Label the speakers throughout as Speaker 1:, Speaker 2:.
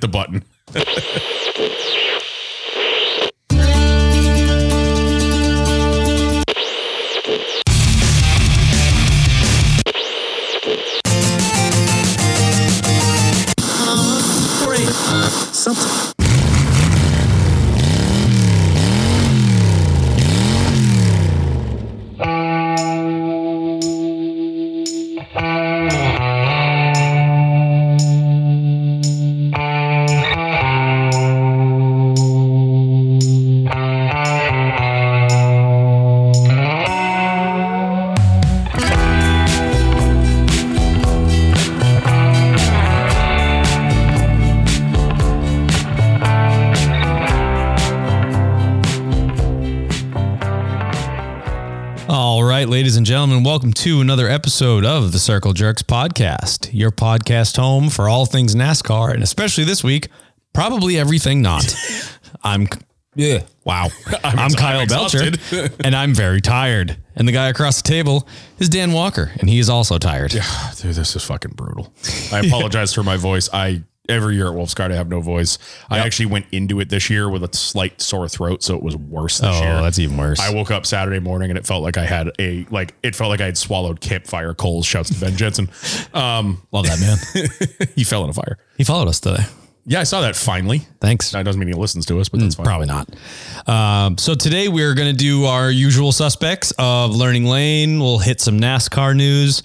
Speaker 1: the button.
Speaker 2: All right, ladies and gentlemen, welcome to another episode of the Circle Jerks podcast, your podcast home for all things NASCAR, and especially this week, probably everything not. I'm, yeah, wow. I'm,
Speaker 1: ex-
Speaker 2: Kyle
Speaker 1: I'm
Speaker 2: Belcher,
Speaker 1: exhausted.
Speaker 2: and I'm very tired. And the guy across the table is Dan Walker, and he is also tired.
Speaker 1: Dude, this is fucking brutal. I apologize for my voice. I every year at Wolf's Card I have no voice. I actually went into it this year with a slight sore throat, so it was worse this
Speaker 2: Oh,
Speaker 1: year.
Speaker 2: that's even worse.
Speaker 1: I woke up Saturday morning and it felt like I had a like it felt like I had swallowed campfire coals. Shouts to Ben Jensen. Um,
Speaker 2: Love that man.
Speaker 1: he fell in a fire.
Speaker 2: he followed us today.
Speaker 1: Yeah, I saw that finally.
Speaker 2: Thanks.
Speaker 1: That doesn't mean he listens to us, but that's fine.
Speaker 2: Probably not. Um, so today we're going to do our usual suspects of learning lane. We'll hit some NASCAR news.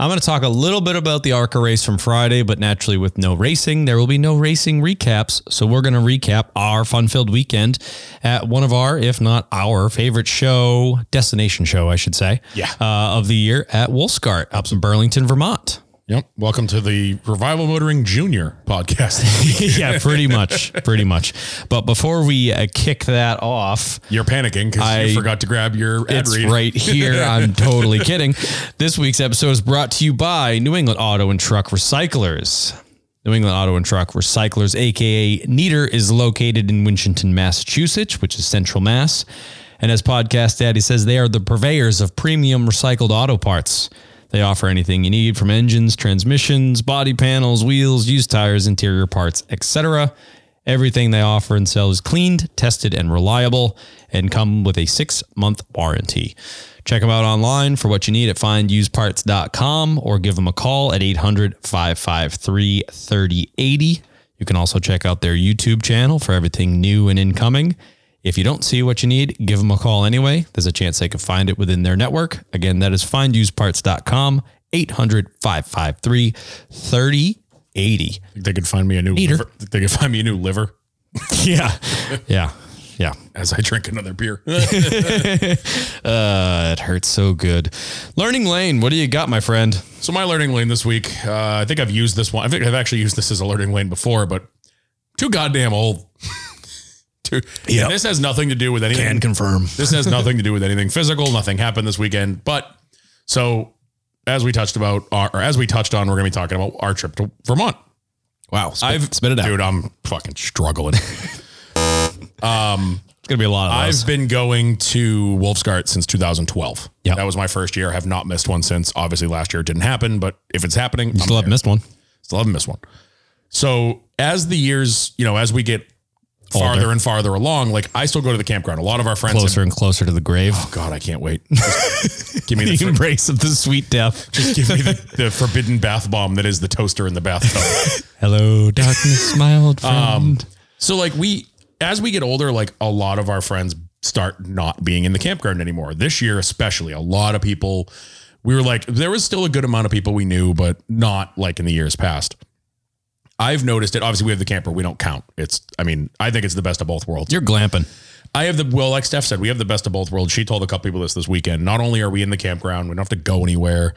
Speaker 2: I'm going to talk a little bit about the ARCA race from Friday, but naturally with no racing, there will be no racing recaps. So we're going to recap our fun-filled weekend at one of our, if not our, favorite show, destination show, I should say,
Speaker 1: Yeah.
Speaker 2: uh, of the year at Wolfscart up in Burlington, Vermont.
Speaker 1: Yep. Welcome to the Revival Motoring Junior podcast.
Speaker 2: yeah, pretty much, pretty much. But before we uh, kick that off,
Speaker 1: You're panicking
Speaker 2: I-
Speaker 1: because you forgot to grab your ad
Speaker 2: It's
Speaker 1: read.
Speaker 2: right here. I'm totally kidding. This week's episode is brought to you by New England Auto and Truck Recyclers. New England Auto and Truck Recyclers, aka Neater, is located in Winchton, Massachusetts, which is Central Mass. And as Podcast Daddy says, they are the purveyors of premium recycled auto parts. They offer anything you need from engines, transmissions, body panels, wheels, used tires, interior parts, etc. Everything they offer and sell is cleaned, tested, and reliable, and come with a six month warranty. Check them out online for what you need at finduseparts.com or give them a call at 800 553 3080. You can also check out their YouTube channel for everything new and incoming. If you don't see what you need, give them a call anyway. There's a chance they could find it within their network. Again, that is finduseparts.com, 800 553 3080.
Speaker 1: Think They could find me a new
Speaker 2: Peter.
Speaker 1: liver. Think They could find me a new liver
Speaker 2: Yeah. Yeah. Yeah.
Speaker 1: as I drink another beer.
Speaker 2: Uh, it hurts so good. Learning lane, what do you got, my friend?
Speaker 1: so my learning lane this week, uh, I think I've used this one. I think I've actually used this as a learning lane before, but too goddamn old. too,
Speaker 2: Yep.
Speaker 1: and This has nothing to do with anything.
Speaker 2: confirm.
Speaker 1: this has nothing to do with anything physical. Nothing happened this weekend. But so as we touched about, our, or as we touched on, we're going to be talking about our trip to Vermont.
Speaker 2: Wow. Spit, I've spit it out.
Speaker 1: Dude, I'm fucking struggling.
Speaker 2: it's gonna be a lot of those.
Speaker 1: I've been going to Wolfsgart since 2012.
Speaker 2: Yeah.
Speaker 1: That was my first year. I have not missed one since. Obviously, last year it didn't happen, but if it's happening, I'm
Speaker 2: Still haven't
Speaker 1: there.
Speaker 2: missed one.
Speaker 1: Still haven't missed one. So as the years, you know, as we get farther
Speaker 2: Older.
Speaker 1: and farther along, like I still go to the campground. A lot of our friends.
Speaker 2: Closer and closer to the grave.
Speaker 1: have- God, I can't wait. Just give me the, fr-
Speaker 2: embrace of the sweet death.
Speaker 1: just give me the, the forbidden bath bomb that is the toaster in the bathtub.
Speaker 2: Hello, darkness, my old friend.
Speaker 1: So like we as we get older, like a lot of our friends start not being in the campground anymore. This year especially, a lot of people we were like there was still a good amount of people we knew, but not like in the years past. I've noticed it. Obviously, we have the camper. We don't count. It's, I mean, I think it's the best of both worlds.
Speaker 2: You're glamping.
Speaker 1: I have the well, like Steph said, we have the best of both worlds. She told a couple people this this weekend. Not only are we in the campground, we don't have to go anywhere.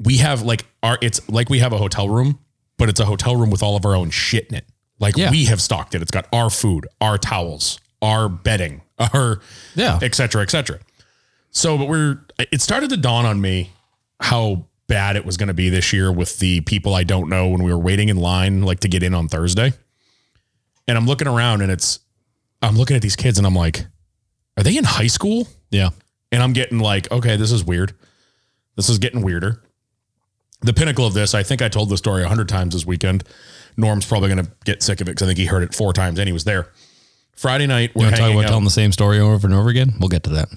Speaker 1: We have like our it's like we have a hotel room, but it's a hotel room with all of our own shit in it. Like
Speaker 2: Yeah.
Speaker 1: we have stocked it. It's got our food, our towels, our bedding, our
Speaker 2: Yeah.
Speaker 1: et cetera, et cetera. So, but we're, it started to dawn on me how bad it was going to be this year with the people I don't know when we were waiting in line, like to get in on Thursday. And I'm looking around and it's, I'm looking at these kids and I'm like, are they in high school?
Speaker 2: Yeah.
Speaker 1: And I'm getting like, okay, this is weird. This is getting weirder. The pinnacle of this, I think I told the story a hundred times this weekend. Norm's probably going to get sick of it because I think he heard it four times and he was there. Friday night, we're
Speaker 2: I'm talking
Speaker 1: hanging
Speaker 2: about
Speaker 1: out.
Speaker 2: telling the same story over and over again. We'll get to that.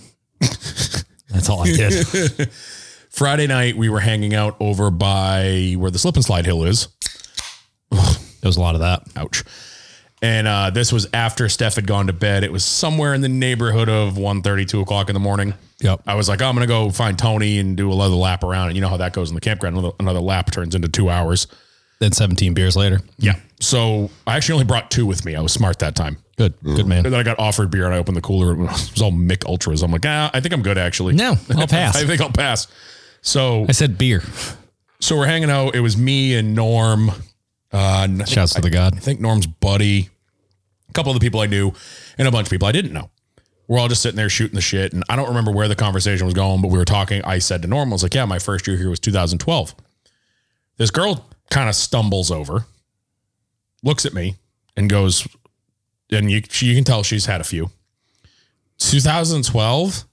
Speaker 2: That's all I did.
Speaker 1: Friday night, we were hanging out over by where the slip and slide hill is.
Speaker 2: There was a lot of that.
Speaker 1: Ouch. And uh, this was after Steph had gone to bed. It was somewhere in the neighborhood of 1 2 o'clock in the morning.
Speaker 2: Yep.
Speaker 1: I was like, "Oh, I'm going to go find Tony and do another lap around. And you know how that goes in the campground. Another, another lap turns into two hours.
Speaker 2: Then 17 beers later.
Speaker 1: Yeah. So I actually only brought two with me. I was smart that time.
Speaker 2: Good. Good
Speaker 1: And
Speaker 2: man.
Speaker 1: then I got offered beer and I opened the cooler. It was all Mick Ultras. I'm like, ah, I think I'm good actually.
Speaker 2: No, I'll pass.
Speaker 1: I think I'll pass. So,
Speaker 2: I said beer.
Speaker 1: so we're hanging out. It was me and Norm. Uh, and I think-
Speaker 2: Shouts to the God.
Speaker 1: I think Norm's buddy, a couple of the people I knew, and a bunch of people I didn't know. We're all just sitting there shooting the shit. And I don't remember where the conversation was going, but we were talking. I said to Norm, I was like, yeah, my first year here was 2012. This girl kind of stumbles over, looks at me, and goes, and you, she, you can tell she's had a few. 2012,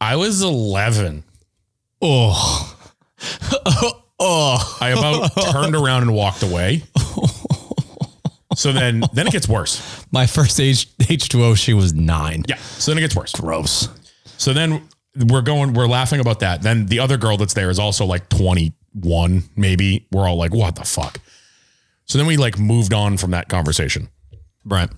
Speaker 1: I was 11.
Speaker 2: Oh. oh.
Speaker 1: I about turned around and walked away. So then, then it gets worse.
Speaker 2: My first age H2O, she was nine.
Speaker 1: Yeah. So then it gets worse.
Speaker 2: Gross.
Speaker 1: So then we're going, we're laughing about that. Then the other girl that's there is also like 21, maybe. We're all like, what the fuck? So then we like moved on from that conversation.
Speaker 2: Brent.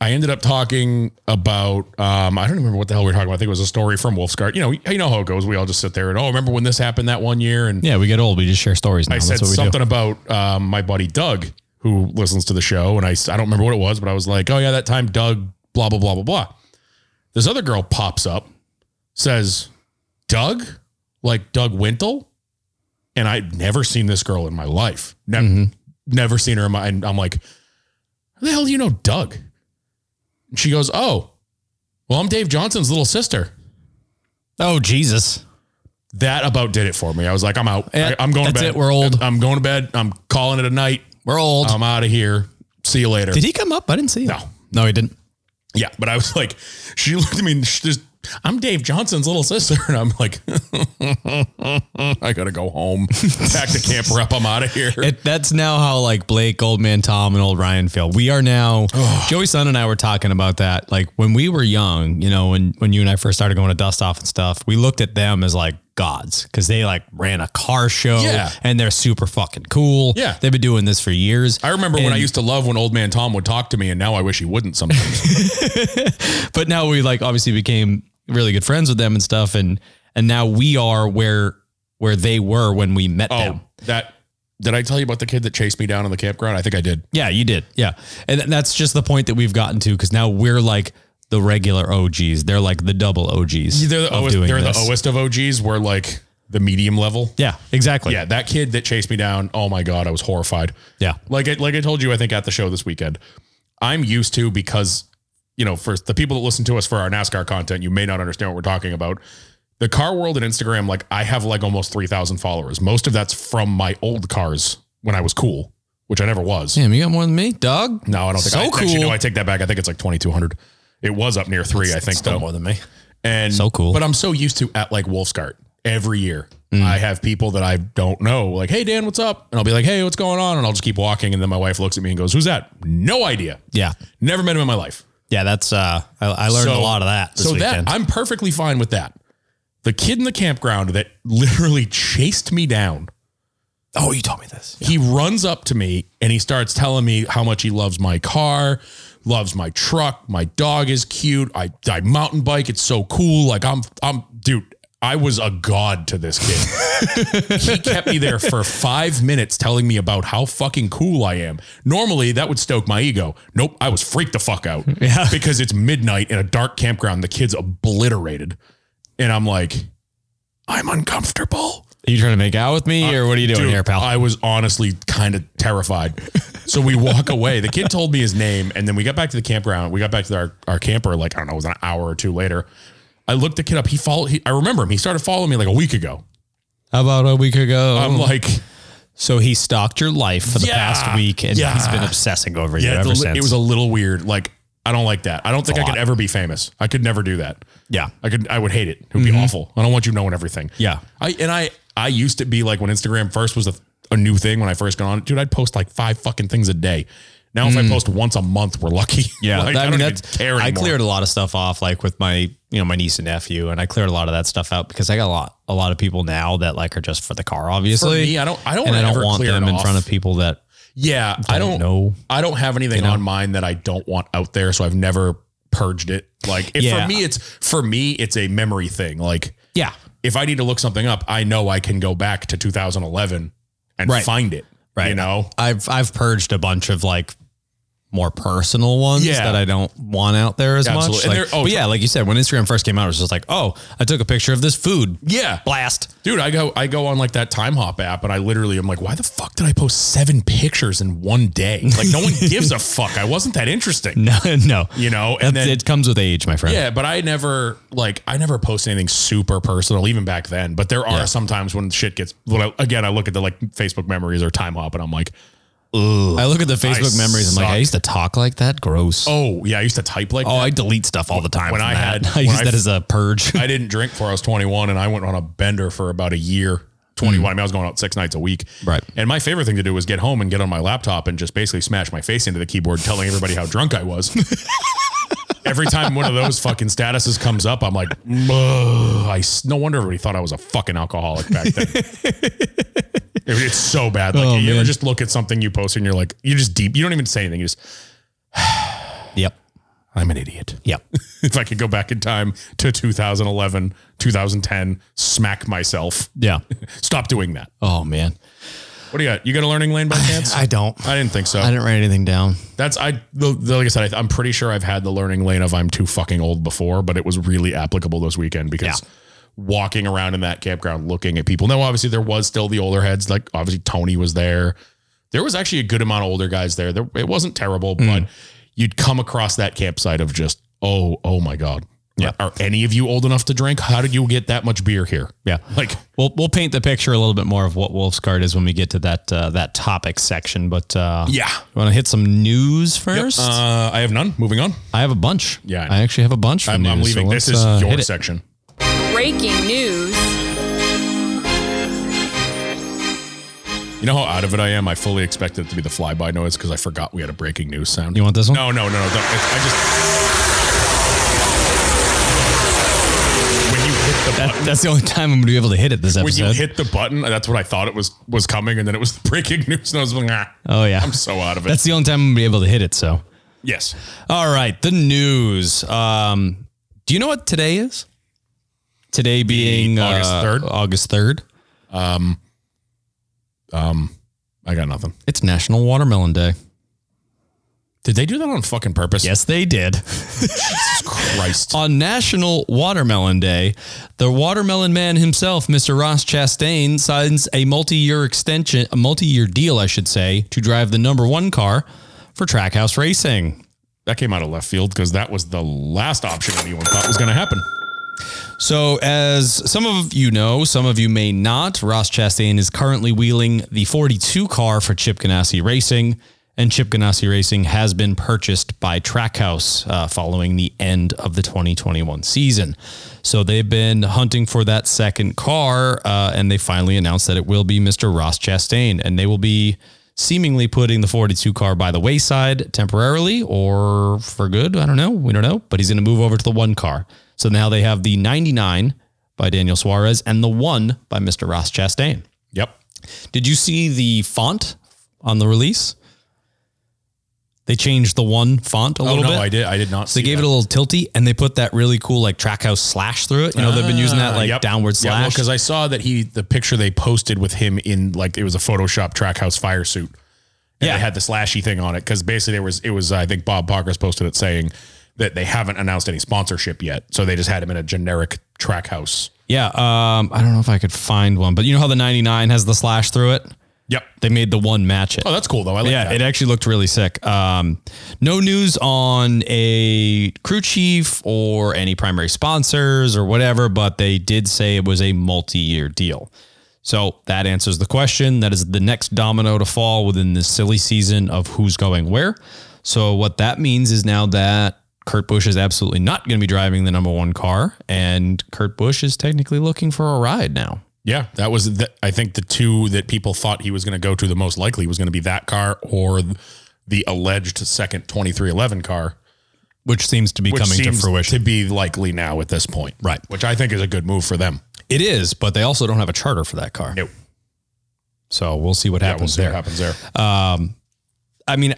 Speaker 1: I ended up talking about, um, I don't remember what the hell we were talking about. I think it was a story from Wolfsgard. You know, you know how it goes. We all just sit there and, oh, remember when this happened that one year? And
Speaker 2: Yeah, we get old. We just share stories now.
Speaker 1: I
Speaker 2: That's
Speaker 1: said
Speaker 2: what we
Speaker 1: something about um, my buddy Doug, who listens to the show, and I s- I don't remember what it was, but I was like, oh yeah, that time Doug, blah blah blah blah blah. This other girl pops up, says, Doug, like Doug Wintle, and I've never seen this girl in my life,
Speaker 2: do.
Speaker 1: never,
Speaker 2: Mhm.
Speaker 1: never seen her in my. And I'm like, how the hell do you know Doug? And she goes, oh, well, I'm Dave Johnson's little sister.
Speaker 2: Oh, Jesus.
Speaker 1: That about did it for me. I was like, I'm out.
Speaker 2: Yeah,
Speaker 1: I, am going
Speaker 2: that's
Speaker 1: to bed.
Speaker 2: it. We're old.
Speaker 1: I'm going to bed. I'm calling it a night.
Speaker 2: We're old.
Speaker 1: I'm out of here. See you later.
Speaker 2: Did he come up? I didn't see him.
Speaker 1: Um, No.
Speaker 2: No, he didn't.
Speaker 1: yeah, but I was like, she looked at me and she just, I'm Dave Johnson's little sister. And I'm like, I got to go home. Pack the camper up. I'm out of here.
Speaker 2: It, that's now how like Blake, old man Tom, and old Ryan feel. We are now. Joey Son and I were talking about that. Like when we were young, you know, when when you and I first started going to Dust Off and stuff, we looked at them as like gods because they like ran a car show
Speaker 1: Yeah.
Speaker 2: and they're super fucking cool.
Speaker 1: Yeah.
Speaker 2: they've been doing this for years.
Speaker 1: I remember when
Speaker 2: And-
Speaker 1: I used to love when old man Tom would talk to me, and now I wish he wouldn't sometimes.
Speaker 2: but now we like obviously became really good friends with them and stuff, and and now we are where where they were when we met them.
Speaker 1: oh, that. Did I tell you about the kid that chased me down on the campground? I think I did.
Speaker 2: Yeah, you did. Yeah. And th- that's just the point that we've gotten to because now we're like the regular OGs. They're like the double OGs.
Speaker 1: They're the,
Speaker 2: of
Speaker 1: OS,
Speaker 2: doing
Speaker 1: they're the
Speaker 2: this.
Speaker 1: OS of OGs. We're like the medium level.
Speaker 2: Yeah, exactly.
Speaker 1: Yeah, that kid that chased me down. Oh my god, I was horrified.
Speaker 2: Yeah.
Speaker 1: like I, like I told you, I think at the show this weekend, I'm used to because you know, for the people that listen to us for our NASCAR content, you may not understand what we're talking about. The car world and Instagram, like I have like almost three thousand followers. Most of that's from my old cars when I was cool, which I never was.
Speaker 2: Damn, you got more than me, dog?
Speaker 1: No, I don't think.
Speaker 2: So
Speaker 1: I, Actually,
Speaker 2: cool.
Speaker 1: no, I take that back. I think it's like twenty two hundred. It was up near three, I think,
Speaker 2: Still
Speaker 1: though.
Speaker 2: more than me.
Speaker 1: And
Speaker 2: So cool. Mm.
Speaker 1: But I'm so used to at like Wolfscart every year. I have people that I don't know, like, hey Dan, what's up? And I'll be like, hey, what's going on? And I'll just keep walking. And then my wife looks at me and goes, Who's that? No idea.
Speaker 2: Yeah.
Speaker 1: Never met him in my life.
Speaker 2: Yeah, that's uh I, I learned
Speaker 1: So-
Speaker 2: a lot of that this
Speaker 1: so
Speaker 2: weekend.
Speaker 1: that I'm perfectly fine with that. The kid in the campground that literally chased me down.
Speaker 2: oh, you told me this.
Speaker 1: He runs up to me and he starts telling me how much he loves my car, loves my truck, my dog is cute. I I mountain bike, it's so cool. Like I'm I'm dude, I was a god to this kid. he kept me there for 5 minutes telling me about how fucking cool I am. Normally that would stoke my ego. Nope, I was freaked the fuck out.
Speaker 2: Yeah.
Speaker 1: Because it's midnight in a dark campground, the kid's obliterated. And I'm like I'm uncomfortable.
Speaker 2: Are you trying to make out with me or what are you doing
Speaker 1: Uh, Dude,
Speaker 2: here, pal?
Speaker 1: I was honestly kind of terrified. so we walk away. The kid told me his name, and then we got back to the campground. We got back to our, our camper, like, I don't know, it was an hour or two later. I looked the kid up. He followed, he, I remember him. He started following me like a week ago.
Speaker 2: How about a week ago?
Speaker 1: I'm like,
Speaker 2: so he stalked your life for the
Speaker 1: Yeah.
Speaker 2: past week and
Speaker 1: Yeah.
Speaker 2: he's been obsessing over you
Speaker 1: yeah,
Speaker 2: ever
Speaker 1: the-
Speaker 2: since.
Speaker 1: it was a little weird. Like, I don't like that. I don't think I
Speaker 2: lot.
Speaker 1: could ever be famous. I could never do that.
Speaker 2: yeah.
Speaker 1: I could, I would hate it. It would be awful. I don't want you knowing everything.
Speaker 2: Mm-hmm. Yeah.
Speaker 1: I, and I, I used to be like when Instagram first was a, a new thing when I first got on it, dude, I'd post like five fucking things a day. Now if I post once a month, we're lucky.
Speaker 2: Mm. Yeah,
Speaker 1: Like,
Speaker 2: I, mean
Speaker 1: don't even
Speaker 2: that's
Speaker 1: care
Speaker 2: I
Speaker 1: anymore.
Speaker 2: cleared a lot of stuff off, like with my you know my niece and nephew, and I cleared a lot of that stuff out because I got a lot a lot of people now that like are just for the car,
Speaker 1: For
Speaker 2: obviously,
Speaker 1: me, I don't. I don't.
Speaker 2: and I
Speaker 1: ever
Speaker 2: don't want
Speaker 1: clear
Speaker 2: them
Speaker 1: it
Speaker 2: in
Speaker 1: off.
Speaker 2: front of people that
Speaker 1: Yeah, I don't know.
Speaker 2: know.
Speaker 1: I don't have anything on mine that I don't want out there, so I've never purged it. Like if
Speaker 2: Yeah.
Speaker 1: for me, it's for me, it's a memory thing. Like
Speaker 2: Yeah,
Speaker 1: if I need to look something up, I know I can go back to 2011 and
Speaker 2: Right.
Speaker 1: find it.
Speaker 2: Right.
Speaker 1: You know.
Speaker 2: I've I've purged a bunch of like more personal ones
Speaker 1: Yeah.
Speaker 2: that I don't want out there as
Speaker 1: Absolutely. And
Speaker 2: much. Like,
Speaker 1: they're- oh,
Speaker 2: but yeah, like you said, when Instagram first came out, it was just like, oh, I took a picture of this food.
Speaker 1: Yeah.
Speaker 2: Blast.
Speaker 1: Dude, I go I go on like that time hop app and I literally am like, why the fuck did I post seven pictures in one day? Like no one gives a fuck. I wasn't that interesting.
Speaker 2: No, no.
Speaker 1: You know?
Speaker 2: That's,
Speaker 1: And then
Speaker 2: it comes with age, my friend.
Speaker 1: Yeah, but I never like I never post anything super personal even back then. But there are sometimes when shit gets when I, again I look at the like Facebook memories or time hop and I'm like,
Speaker 2: I look at the Facebook
Speaker 1: I
Speaker 2: memories. I'm like, I
Speaker 1: suck.
Speaker 2: used to talk like that. Gross. Oh,
Speaker 1: oh yeah, I used to type like
Speaker 2: I delete stuff all the time.
Speaker 1: When
Speaker 2: from
Speaker 1: I
Speaker 2: that.
Speaker 1: had-
Speaker 2: I
Speaker 1: when
Speaker 2: use
Speaker 1: I-
Speaker 2: that as a purge.
Speaker 1: I didn't drink before I was 21 and I went on a bender for about a year. 21. I mean, I was going out six nights a week.
Speaker 2: Mm. Right.
Speaker 1: And my favorite thing to do was get home and get on my laptop and just basically smash my face into the keyboard telling everybody how drunk I was. Every time one of those fucking statuses comes up, I'm like, "Ugh." I s- no wonder everybody thought I was a fucking alcoholic back then. It- it's so bad. Like
Speaker 2: Oh,
Speaker 1: you ever
Speaker 2: man.
Speaker 1: just look at something you post and you're like, you just deep. You don't even say anything. You just,
Speaker 2: yep.
Speaker 1: I'm an idiot.
Speaker 2: Yep.
Speaker 1: If I could go back in time to 2011, 2010, smack myself.
Speaker 2: Yeah.
Speaker 1: Stop doing that.
Speaker 2: Oh man.
Speaker 1: What do you got? You got a learning lane by chance? I,
Speaker 2: I don't.
Speaker 1: didn't think so.
Speaker 2: I didn't write anything down.
Speaker 1: That's I. The, the- like I said, I, I'm pretty sure I've had the learning lane of I'm too fucking old before, but it was really applicable this weekend because
Speaker 2: Yeah.
Speaker 1: walking around in that campground, looking at people. Now, obviously, there was still the older heads. Like obviously, Tony was there. There was actually a good amount of older guys there. there it wasn't terrible,
Speaker 2: Mm.
Speaker 1: but you'd come across that campsite of just oh, oh my god.
Speaker 2: Yeah.
Speaker 1: Are any of you old enough to drink? How did you get that much beer here?
Speaker 2: Yeah.
Speaker 1: Like
Speaker 2: We'll we'll paint the picture a little bit more of what Wolf's Card is when we get to that uh, that topic section. But uh,
Speaker 1: yeah.
Speaker 2: you want to hit some news first?
Speaker 1: Uh, I have none. Moving on.
Speaker 2: I have a bunch.
Speaker 1: Yeah, I know.
Speaker 2: I actually have a bunch. From
Speaker 1: I'm, I'm
Speaker 2: news, so
Speaker 1: leaving. this
Speaker 2: let's,
Speaker 1: is
Speaker 2: uh, hit
Speaker 1: your
Speaker 2: it.
Speaker 1: section.
Speaker 3: Breaking news.
Speaker 1: You know how out of it I am? I fully expected it to be the flyby noise because I forgot we had a breaking news sound.
Speaker 2: You want this one?
Speaker 1: No, no, no, no. don't- I just. When you hit the button,
Speaker 2: That's the only time I'm going to be able to hit it this
Speaker 1: when
Speaker 2: episode.
Speaker 1: you hit the button, that's what I thought it was was coming, and then it was breaking news, and I was like, ah,
Speaker 2: oh yeah,
Speaker 1: I'm so out of it.
Speaker 2: that's the only time I'm going to be able to hit it. So,
Speaker 1: yes,
Speaker 2: all right, the news. Um, do you know what today is? Today being
Speaker 1: August
Speaker 2: uh,
Speaker 1: 3rd?
Speaker 2: August third.
Speaker 1: I got nothing.
Speaker 2: It's National Watermelon Day.
Speaker 1: Did they do that on fucking purpose?
Speaker 2: Yes, they did.
Speaker 1: Christ.
Speaker 2: On National Watermelon Day, the watermelon man himself, Mr. Ross Chastain, signs a multi-year extension, a multi-year deal, I should say, to drive the number one car for Trackhouse Racing.
Speaker 1: That came out of left field because that was the last option anyone thought was going to happen.
Speaker 2: So, as some of you know, some of you may not, Ross Chastain is currently wheeling the 42 car for Chip Ganassi Racing, and Chip Ganassi Racing has been purchased by Trackhouse uh, following the end of the 2021 season. So, they've been hunting for that second car, uh, and they finally announced that it will be Mr. Ross Chastain, and they will be seemingly putting the 42 car by the wayside temporarily or for good. I don't know. We don't know, but he's going to move over to the one car. So now they have the 99 by Daniel Suarez and the one by Mr. Ross Chastain.
Speaker 1: Yep.
Speaker 2: Did you see the font on the release? They changed the one font a
Speaker 1: Oh
Speaker 2: little
Speaker 1: no,
Speaker 2: bit.
Speaker 1: I did. I did not.
Speaker 2: So they gave it a little tilty and they put that really cool like track house slash through it. You know, they've been using
Speaker 1: Ah,
Speaker 2: that like downward slash.
Speaker 1: because I saw that he the picture they posted with him in like it was a Photoshop Trackhouse fire suit. And
Speaker 2: Yeah.
Speaker 1: it had the slashy thing on it because basically there was it was I think Bob Parker's posted it saying that they haven't announced any sponsorship yet, so they just had him in a generic Trackhouse.
Speaker 2: yeah. Um, I don't know if I could find one, but you know how the 99 has the slash through it?
Speaker 1: Yep.
Speaker 2: they made the one match it.
Speaker 1: Oh, that's cool though. I like
Speaker 2: yeah,
Speaker 1: that.
Speaker 2: it actually looked really sick. Um, no news on a crew chief or any primary sponsors or whatever, but they did say it was a multi-year deal. So that answers the question. That is the next domino to fall within this silly season of who's going where. So what that means is now that Kurt Busch is absolutely not going to be driving the number one car, and Kurt Busch is technically looking for a ride now.
Speaker 1: Yeah, that was. The, I think the two that people thought he was going to go to the most likely was going to be that car or th- the alleged second 2311 car,
Speaker 2: which seems to be
Speaker 1: which
Speaker 2: coming to
Speaker 1: seems
Speaker 2: fruition.
Speaker 1: to be likely now at this point. Right, which I think is a good move for them.
Speaker 2: it is, but they also don't have a charter for that car.
Speaker 1: Nope.
Speaker 2: So we'll see what
Speaker 1: Yeah, we'll
Speaker 2: happens
Speaker 1: see what
Speaker 2: there.
Speaker 1: happens there.
Speaker 2: I mean,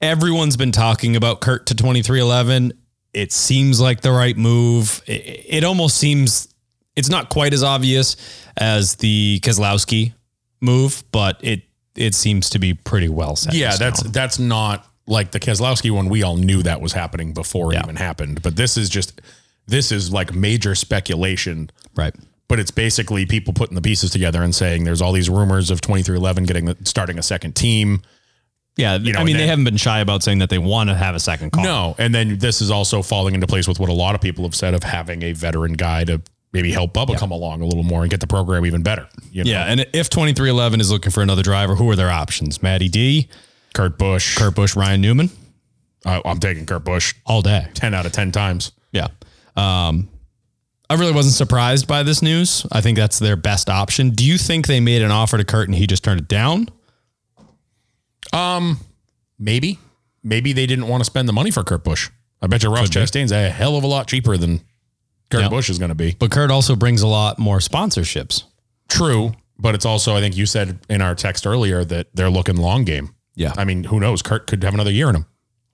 Speaker 2: everyone's been talking about Kurt to 2311. It seems like the right move. It, it almost seems it's not quite as obvious as the Kozlowski move, but it it seems to be pretty well set. in
Speaker 1: yeah,
Speaker 2: stone.
Speaker 1: that's that's not like the Keselowski one. We all knew that was happening before it
Speaker 2: Yeah.
Speaker 1: even happened, but this is just this is like major speculation.
Speaker 2: right.
Speaker 1: But it's basically people putting the pieces together and saying there's all these rumors of 2311 getting the, starting a second team. know,
Speaker 2: Yeah, I mean,
Speaker 1: and
Speaker 2: they
Speaker 1: then-
Speaker 2: haven't been shy about saying that they want to have a second car.
Speaker 1: No, and then this is also falling into place with what a lot of people have said of having a veteran guy to maybe help Bubba come along a little more and get the program even better. You know,
Speaker 2: Yeah, and if 2311 is looking for another driver, who are their options? Matty D,
Speaker 1: Kurt Busch.
Speaker 2: Kurt Busch, Ryan Newman,
Speaker 1: I, I'm taking Kurt Busch
Speaker 2: all day.
Speaker 1: ten out of ten times.
Speaker 2: Yeah. Um, I really wasn't surprised by this news. I think that's their best option. Do you think they made an offer to Kurt and he just turned it down?
Speaker 1: Maybe, maybe they didn't want to spend the money for Kurt Busch. I bet you Ross Chastain's a hell of a lot cheaper than Kurt
Speaker 2: Yeah.
Speaker 1: Busch is going to be.
Speaker 2: But Kurt also brings a lot more sponsorships.
Speaker 1: True, but it's also I think you said in our text earlier that they're looking long game.
Speaker 2: Yeah.
Speaker 1: I mean, who knows? Kurt could have another year in him.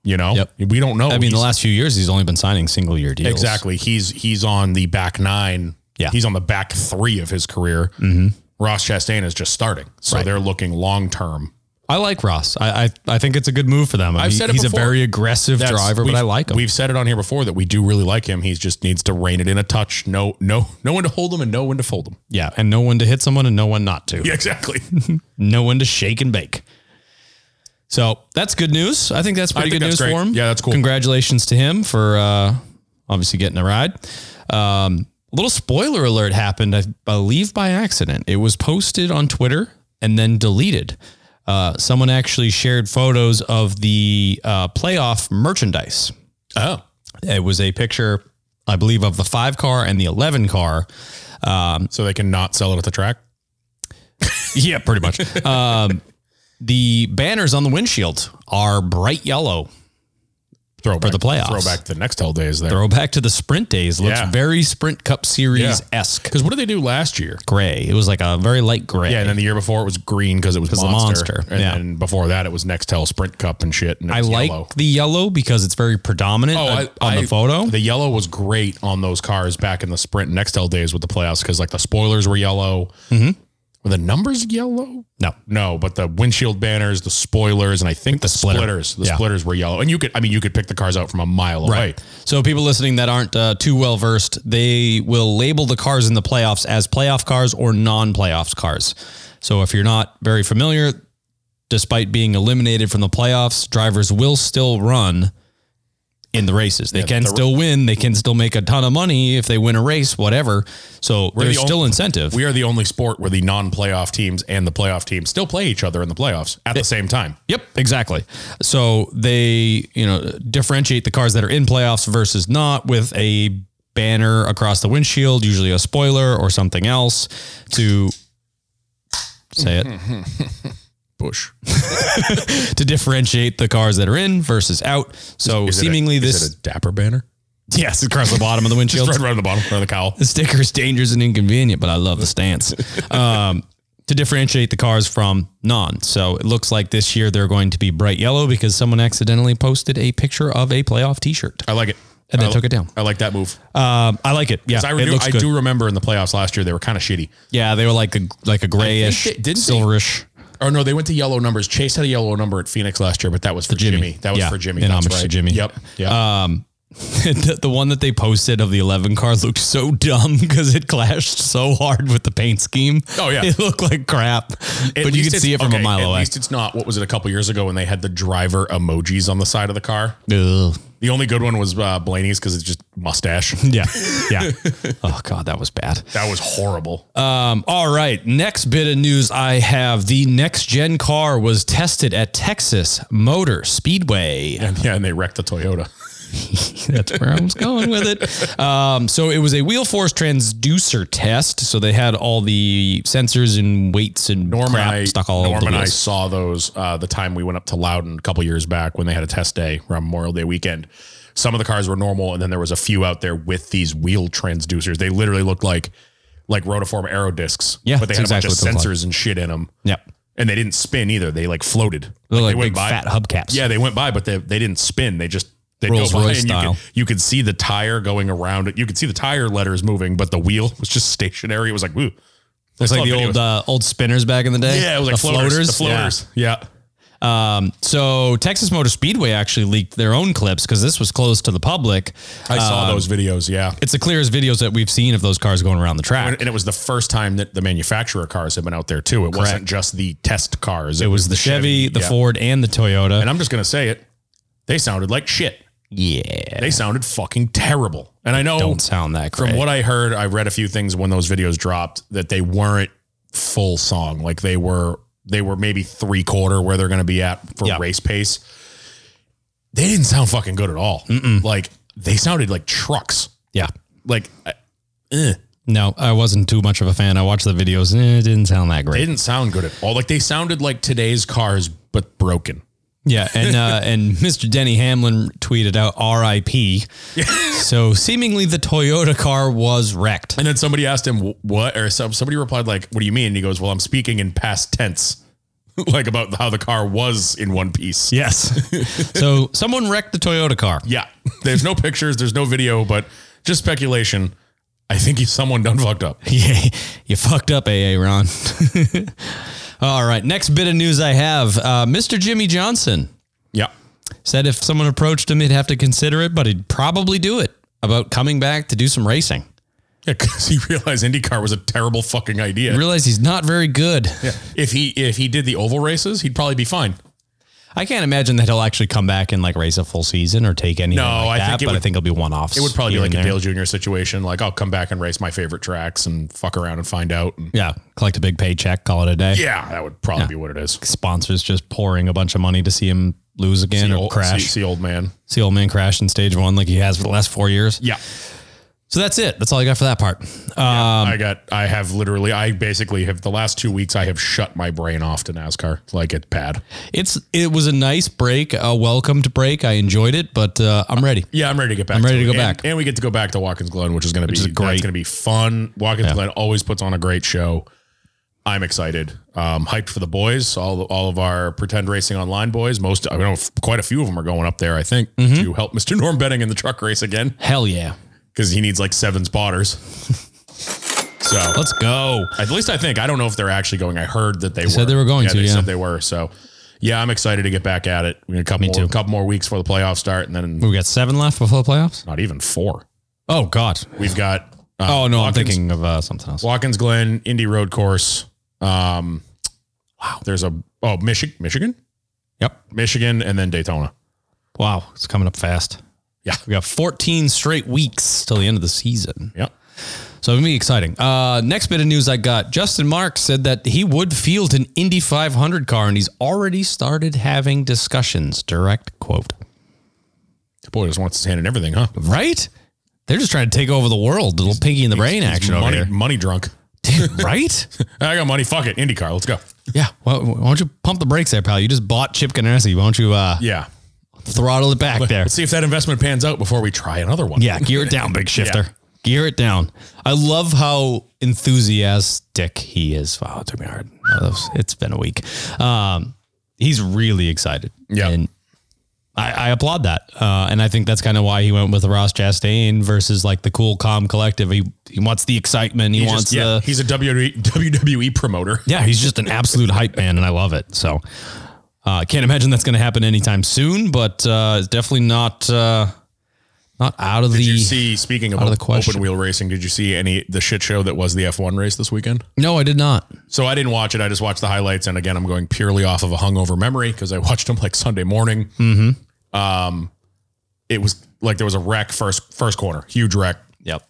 Speaker 1: You know,
Speaker 2: Yep.
Speaker 1: we don't know.
Speaker 2: I mean, the
Speaker 1: Oh, He's-
Speaker 2: last few years he's only been signing single year deals.
Speaker 1: Exactly. He's he's on the back nine.
Speaker 2: Yeah. Mm-hmm.
Speaker 1: He's on the back three of his career. Ross Chastain is just starting, so they're looking long term.
Speaker 2: I like Ross. I I, I think it's a good move for them. I've
Speaker 1: said it
Speaker 2: he's
Speaker 1: before.
Speaker 2: a very aggressive driver, but I like him.
Speaker 1: We've said it on here before that we do really like him. He just needs to rein it in a touch. No, no, no one to hold him and no one to fold him.
Speaker 2: Yeah, and no one to hit someone and no one not to.
Speaker 1: Yeah, exactly.
Speaker 2: No one to shake and bake. So that's good news. I think that's pretty
Speaker 1: think
Speaker 2: good
Speaker 1: that's
Speaker 2: news
Speaker 1: great.
Speaker 2: for him.
Speaker 1: Yeah, that's cool.
Speaker 2: Congratulations to him for uh, obviously getting a ride. Um, little spoiler alert happened, I believe, by accident. It was posted on Twitter and then deleted. Uh, someone actually shared photos of the uh, playoff merchandise.
Speaker 1: oh,
Speaker 2: It was a picture, I believe, of the five car and the 11 car.
Speaker 1: so they can not sell it at the track.
Speaker 2: Yeah, pretty much. um, the banners on the windshield are bright yellow.
Speaker 1: Throwback
Speaker 2: the playoffs.
Speaker 1: Throwback to the next hell days there.
Speaker 2: Throwback to the sprint days. Looks
Speaker 1: Yeah.
Speaker 2: very Sprint Cup Series esque.
Speaker 1: Because what did they do last year?
Speaker 2: Gray. It was like a very light gray.
Speaker 1: Yeah, and then the year before it was green because it was
Speaker 2: the
Speaker 1: monster.
Speaker 2: Monster,
Speaker 1: And
Speaker 2: yeah.
Speaker 1: then before that it was Nextel Sprint Cup and shit. And it
Speaker 2: I
Speaker 1: was
Speaker 2: like
Speaker 1: yellow.
Speaker 2: the yellow because it's very predominant
Speaker 1: Oh,
Speaker 2: on,
Speaker 1: I-
Speaker 2: on
Speaker 1: I-
Speaker 2: the photo.
Speaker 1: The yellow was great on those cars back in the sprint Nextel days with the playoffs because like the spoilers were yellow. Were the numbers yellow?
Speaker 2: Mm-hmm. no.
Speaker 1: No, but the windshield banners, the spoilers, and I think the,
Speaker 2: splitter.
Speaker 1: splitters, the
Speaker 2: Yeah.
Speaker 1: splitters were yellow. And you could, I mean, you could pick the cars out from a mile away.
Speaker 2: So people listening that aren't uh, too well versed, they will label the cars in the playoffs as playoff cars or non-playoffs cars. So if you're not very familiar, despite being eliminated from the playoffs, drivers will still run in the races. They can
Speaker 1: the-
Speaker 2: still win. They can still make a ton of money if they win a race, whatever. So there's
Speaker 1: the
Speaker 2: still
Speaker 1: only-
Speaker 2: incentive.
Speaker 1: We are the only sport where the non-playoff teams and the playoff teams still play each other in the playoffs at the same time.
Speaker 2: Yep, exactly. So they, you know, differentiate the cars that are in playoffs versus not with a banner across the windshield, usually a spoiler or something else to say it
Speaker 1: Bush.
Speaker 2: to differentiate the cars that are in versus out. So
Speaker 1: Is it a-
Speaker 2: seemingly
Speaker 1: is
Speaker 2: this
Speaker 1: it a dapper banner.
Speaker 2: yes, across the bottom of the windshield.
Speaker 1: Right around the bottom, around the cowl.
Speaker 2: the sticker is dangerous and inconvenient, but I love the stance. Um, to differentiate the cars from non. So it looks like this year they're going to be bright yellow because someone accidentally posted a picture of a playoff t shirt.
Speaker 1: I like it.
Speaker 2: And they
Speaker 1: I-
Speaker 2: took it down.
Speaker 1: I like that move.
Speaker 2: Um, I like it. Yeah,
Speaker 1: 'Cause I,
Speaker 2: it
Speaker 1: renew-
Speaker 2: looks
Speaker 1: I
Speaker 2: good.
Speaker 1: do remember in the playoffs last year they were kind of shitty.
Speaker 2: Yeah, they were like a like a grayish,
Speaker 1: they- didn't they-
Speaker 2: silverish.
Speaker 1: Oh no, they went to yellow numbers. Chase had a yellow number at Phoenix last year, but that was for Jimmy. That was
Speaker 2: Yeah,
Speaker 1: for Jimmy.
Speaker 2: in
Speaker 1: That's
Speaker 2: homage to Jimmy. Uh,
Speaker 1: Yep. Yeah.
Speaker 2: the, the one that they posted of the eleven car looked so dumb because it clashed so hard with the paint scheme.
Speaker 1: Oh, yeah.
Speaker 2: it looked like crap, but you
Speaker 1: least
Speaker 2: could
Speaker 1: it's-
Speaker 2: see it from
Speaker 1: okay,
Speaker 2: a mile
Speaker 1: At
Speaker 2: away.
Speaker 1: least it's not. What was it a couple years ago when they had the driver emojis on the side of the car?
Speaker 2: Ugh.
Speaker 1: The only good one was uh, Blaney's because it's just mustache.
Speaker 2: Yeah, yeah. oh god, that was bad.
Speaker 1: that was horrible.
Speaker 2: Um, all right, next bit of news I have: the next gen car was tested at Texas Motor Speedway.
Speaker 1: and yeah, and they wrecked the Toyota.
Speaker 2: That's where I was going with it. Um, so it was a wheel force transducer test. So they had all the sensors and weights and
Speaker 1: Norm and
Speaker 2: crap
Speaker 1: I,
Speaker 2: stuck all over
Speaker 1: Norm
Speaker 2: the
Speaker 1: and I
Speaker 2: wheels.
Speaker 1: saw those uh, the time we went up to Loudon a couple years back when they had a test day around Memorial Day weekend. Some of the cars were normal, and then there was a few out there with these wheel transducers. They literally looked like like rotiform aero discs.
Speaker 2: Yeah,
Speaker 1: but they had
Speaker 2: that's
Speaker 1: a bunch
Speaker 2: exactly
Speaker 1: of
Speaker 2: what they look
Speaker 1: sensors and shit in them,
Speaker 2: Yep.
Speaker 1: and they didn't spin either. They like floated.
Speaker 2: They're like,
Speaker 1: they went
Speaker 2: big
Speaker 1: by.
Speaker 2: fat hubcaps.
Speaker 1: Yeah, they went by, but they they didn't spin. They just they go
Speaker 2: Rolls
Speaker 1: by,
Speaker 2: Royce
Speaker 1: and you
Speaker 2: style.
Speaker 1: could, you could see the tire going around it. You could see the tire letters moving, but the wheel was just stationary. It was like, ooh.
Speaker 2: It's like the old uh, old spinners back in the day.
Speaker 1: yeah, it was like
Speaker 2: the
Speaker 1: floaters. The
Speaker 2: Yeah.
Speaker 1: floaters. yeah.
Speaker 2: Um, so Texas Motor Speedway actually leaked their own clips because this was closed to the public.
Speaker 1: I
Speaker 2: Um,
Speaker 1: saw those videos, yeah.
Speaker 2: It's the clearest videos that we've seen of those cars going around the track.
Speaker 1: And it was the first time that the manufacturer cars had been out there too. It wasn't just the test cars.
Speaker 2: It was the Chevy, the
Speaker 1: yeah.
Speaker 2: Ford, and the Toyota.
Speaker 1: And I'm just gonna say it. They sounded like shit.
Speaker 2: yeah,
Speaker 1: They sounded fucking terrible. And I know
Speaker 2: don't sound that great.
Speaker 1: from what I heard, I read a few things when those videos dropped that they weren't full song. Like they were they were maybe three quarter where they're gonna be at for
Speaker 2: Yeah.
Speaker 1: race pace. They didn't sound fucking good at all. Like they sounded like trucks.
Speaker 2: yeah,
Speaker 1: Like I- eh.
Speaker 2: no, I wasn't too much of a fan. I watched the videos. And it didn't sound that
Speaker 1: They
Speaker 2: great.
Speaker 1: didn't sound good at all. Like they sounded like today's cars, but broken.
Speaker 2: Yeah, and uh, and Mr. Denny Hamlin tweeted out R.I.P. so seemingly the Toyota car was wrecked.
Speaker 1: And then somebody asked him "Wh- what, or some, somebody replied like, "What do you mean?" And he goes, "Well, I'm speaking in past tense, like about how the car was in one piece."
Speaker 2: Yes. so someone wrecked the Toyota car.
Speaker 1: Yeah. There's no pictures. There's no video, but just speculation. I think he's someone done fucked up.
Speaker 2: Yeah, you fucked up, AA Ron. All right, next bit of news I have uh, Mr. Jimmy Johnson
Speaker 1: Yeah.
Speaker 2: said if someone approached him, he'd have to consider it, but he'd probably do it about coming back to do some racing.
Speaker 1: Yeah, because he realized IndyCar was a terrible fucking idea.
Speaker 2: Realize he's not very good.
Speaker 1: If he if he did the oval races, he'd probably be fine.
Speaker 2: I can't imagine that he'll actually come back and like race a full season or take anything.
Speaker 1: No,
Speaker 2: like
Speaker 1: I
Speaker 2: that,
Speaker 1: think it
Speaker 2: but I
Speaker 1: would-
Speaker 2: think it'll be one offs.
Speaker 1: It would probably be
Speaker 2: here
Speaker 1: like
Speaker 2: and
Speaker 1: a
Speaker 2: there.
Speaker 1: Dale Jr. situation. Like I'll come back and race my favorite tracks and fuck around and find out. And
Speaker 2: Yeah, collect a big paycheck, call it a day.
Speaker 1: yeah, that would probably be what it is.
Speaker 2: Sponsors just pouring a bunch of money to see him lose again or
Speaker 1: old,
Speaker 2: crash.
Speaker 1: See, see old man.
Speaker 2: see old man crash in stage one like he has for the last four years.
Speaker 1: Yeah.
Speaker 2: So that's it. That's all I got for that part. Um,
Speaker 1: I got, I have literally, I basically have the last two weeks, I have shut my brain off to NASCAR. Like it's bad.
Speaker 2: It's it was a nice break, a welcomed break. I enjoyed it, but uh, I'm ready.
Speaker 1: Yeah. I'm ready to get back.
Speaker 2: I'm ready to
Speaker 1: it.
Speaker 2: go
Speaker 1: And-
Speaker 2: back.
Speaker 1: And we get to go back to Watkins Glen, which is going to be
Speaker 2: is great.
Speaker 1: It's going to be fun. Watkins Glen always puts on a great show. I'm excited. Um, hyped for the boys. All, all of our pretend racing online boys. Most, I know quite a few of them are going up there, I think,
Speaker 2: Mm-hmm.
Speaker 1: to help Mr. Norm Betting in the truck race again
Speaker 2: Hell yeah,
Speaker 1: because he needs like seven spotters. so
Speaker 2: let's go.
Speaker 1: At least I think. I don't know if they're actually going. I heard that they, were.
Speaker 2: said they were going
Speaker 1: yeah,
Speaker 2: to,
Speaker 1: They
Speaker 2: yeah.
Speaker 1: said they were. So, yeah, I'm excited to get back at it. We got a couple, more,
Speaker 2: too.
Speaker 1: couple more weeks before the playoffs start, and then
Speaker 2: We got seven left before the playoffs.
Speaker 1: not even four.
Speaker 2: Oh God.
Speaker 1: We've got. Uh,
Speaker 2: Oh no, I'm
Speaker 1: Watkins-
Speaker 2: thinking of uh, something else.
Speaker 1: Watkins Glen Indy Road Course. Um, wow. There's a oh Michigan, Michigan,
Speaker 2: Yep.
Speaker 1: Michigan, and then Daytona.
Speaker 2: Wow, it's coming up fast.
Speaker 1: Yeah.
Speaker 2: we got 14 straight weeks till the end of the season.
Speaker 1: Yep.
Speaker 2: So it'll be exciting. Uh, next bit of news I got: Justin Marks said that he would field an Indy 500 car, and he's already started having discussions. Direct quote.
Speaker 1: Boy, just wants his hand in everything, huh?
Speaker 2: Right? They're just trying to take over the world. Little pinky in the brain action over
Speaker 1: money,
Speaker 2: here.
Speaker 1: money drunk.
Speaker 2: right?
Speaker 1: I got money. Fuck it, IndyCar. Let's go.
Speaker 2: Yeah. Why, why don't you pump the brakes there, pal? You just bought Chip Ganassi. Why don't you uh,
Speaker 1: Yeah.
Speaker 2: throttle it back there?
Speaker 1: Let's see if that investment pans out before we try another one.
Speaker 2: Yeah, gear it down, big shifter.
Speaker 1: Yeah.
Speaker 2: Gear it down. I love how enthusiastic he is. Wow, it took me hard. Oh, that was- It's been a week. Um, he's really excited.
Speaker 1: Yeah.
Speaker 2: And I, I applaud that. Uh, and I think that's kind of why he went with Ross Chastain versus like the cool, calm collective. He he wants the excitement. He,
Speaker 1: He
Speaker 2: wants
Speaker 1: just- yeah,
Speaker 2: the
Speaker 1: he's a WWE, WWE promoter.
Speaker 2: Yeah, he's just an absolute hype man, and I love it. So, uh, can't imagine that's going to happen anytime soon, but uh, it's definitely not uh, not out of
Speaker 1: Did
Speaker 2: the.
Speaker 1: you see? Speaking of,
Speaker 2: of the question.
Speaker 1: open wheel racing, did you see any the shit show that was the F one race this weekend?
Speaker 2: no, I did not.
Speaker 1: So I didn't watch it. I just watched the highlights, and again, I'm going purely off of a hungover memory because I watched them like Sunday morning. Um,
Speaker 2: Mm-hmm.
Speaker 1: it was like there was a wreck first first corner, huge wreck.
Speaker 2: Yep.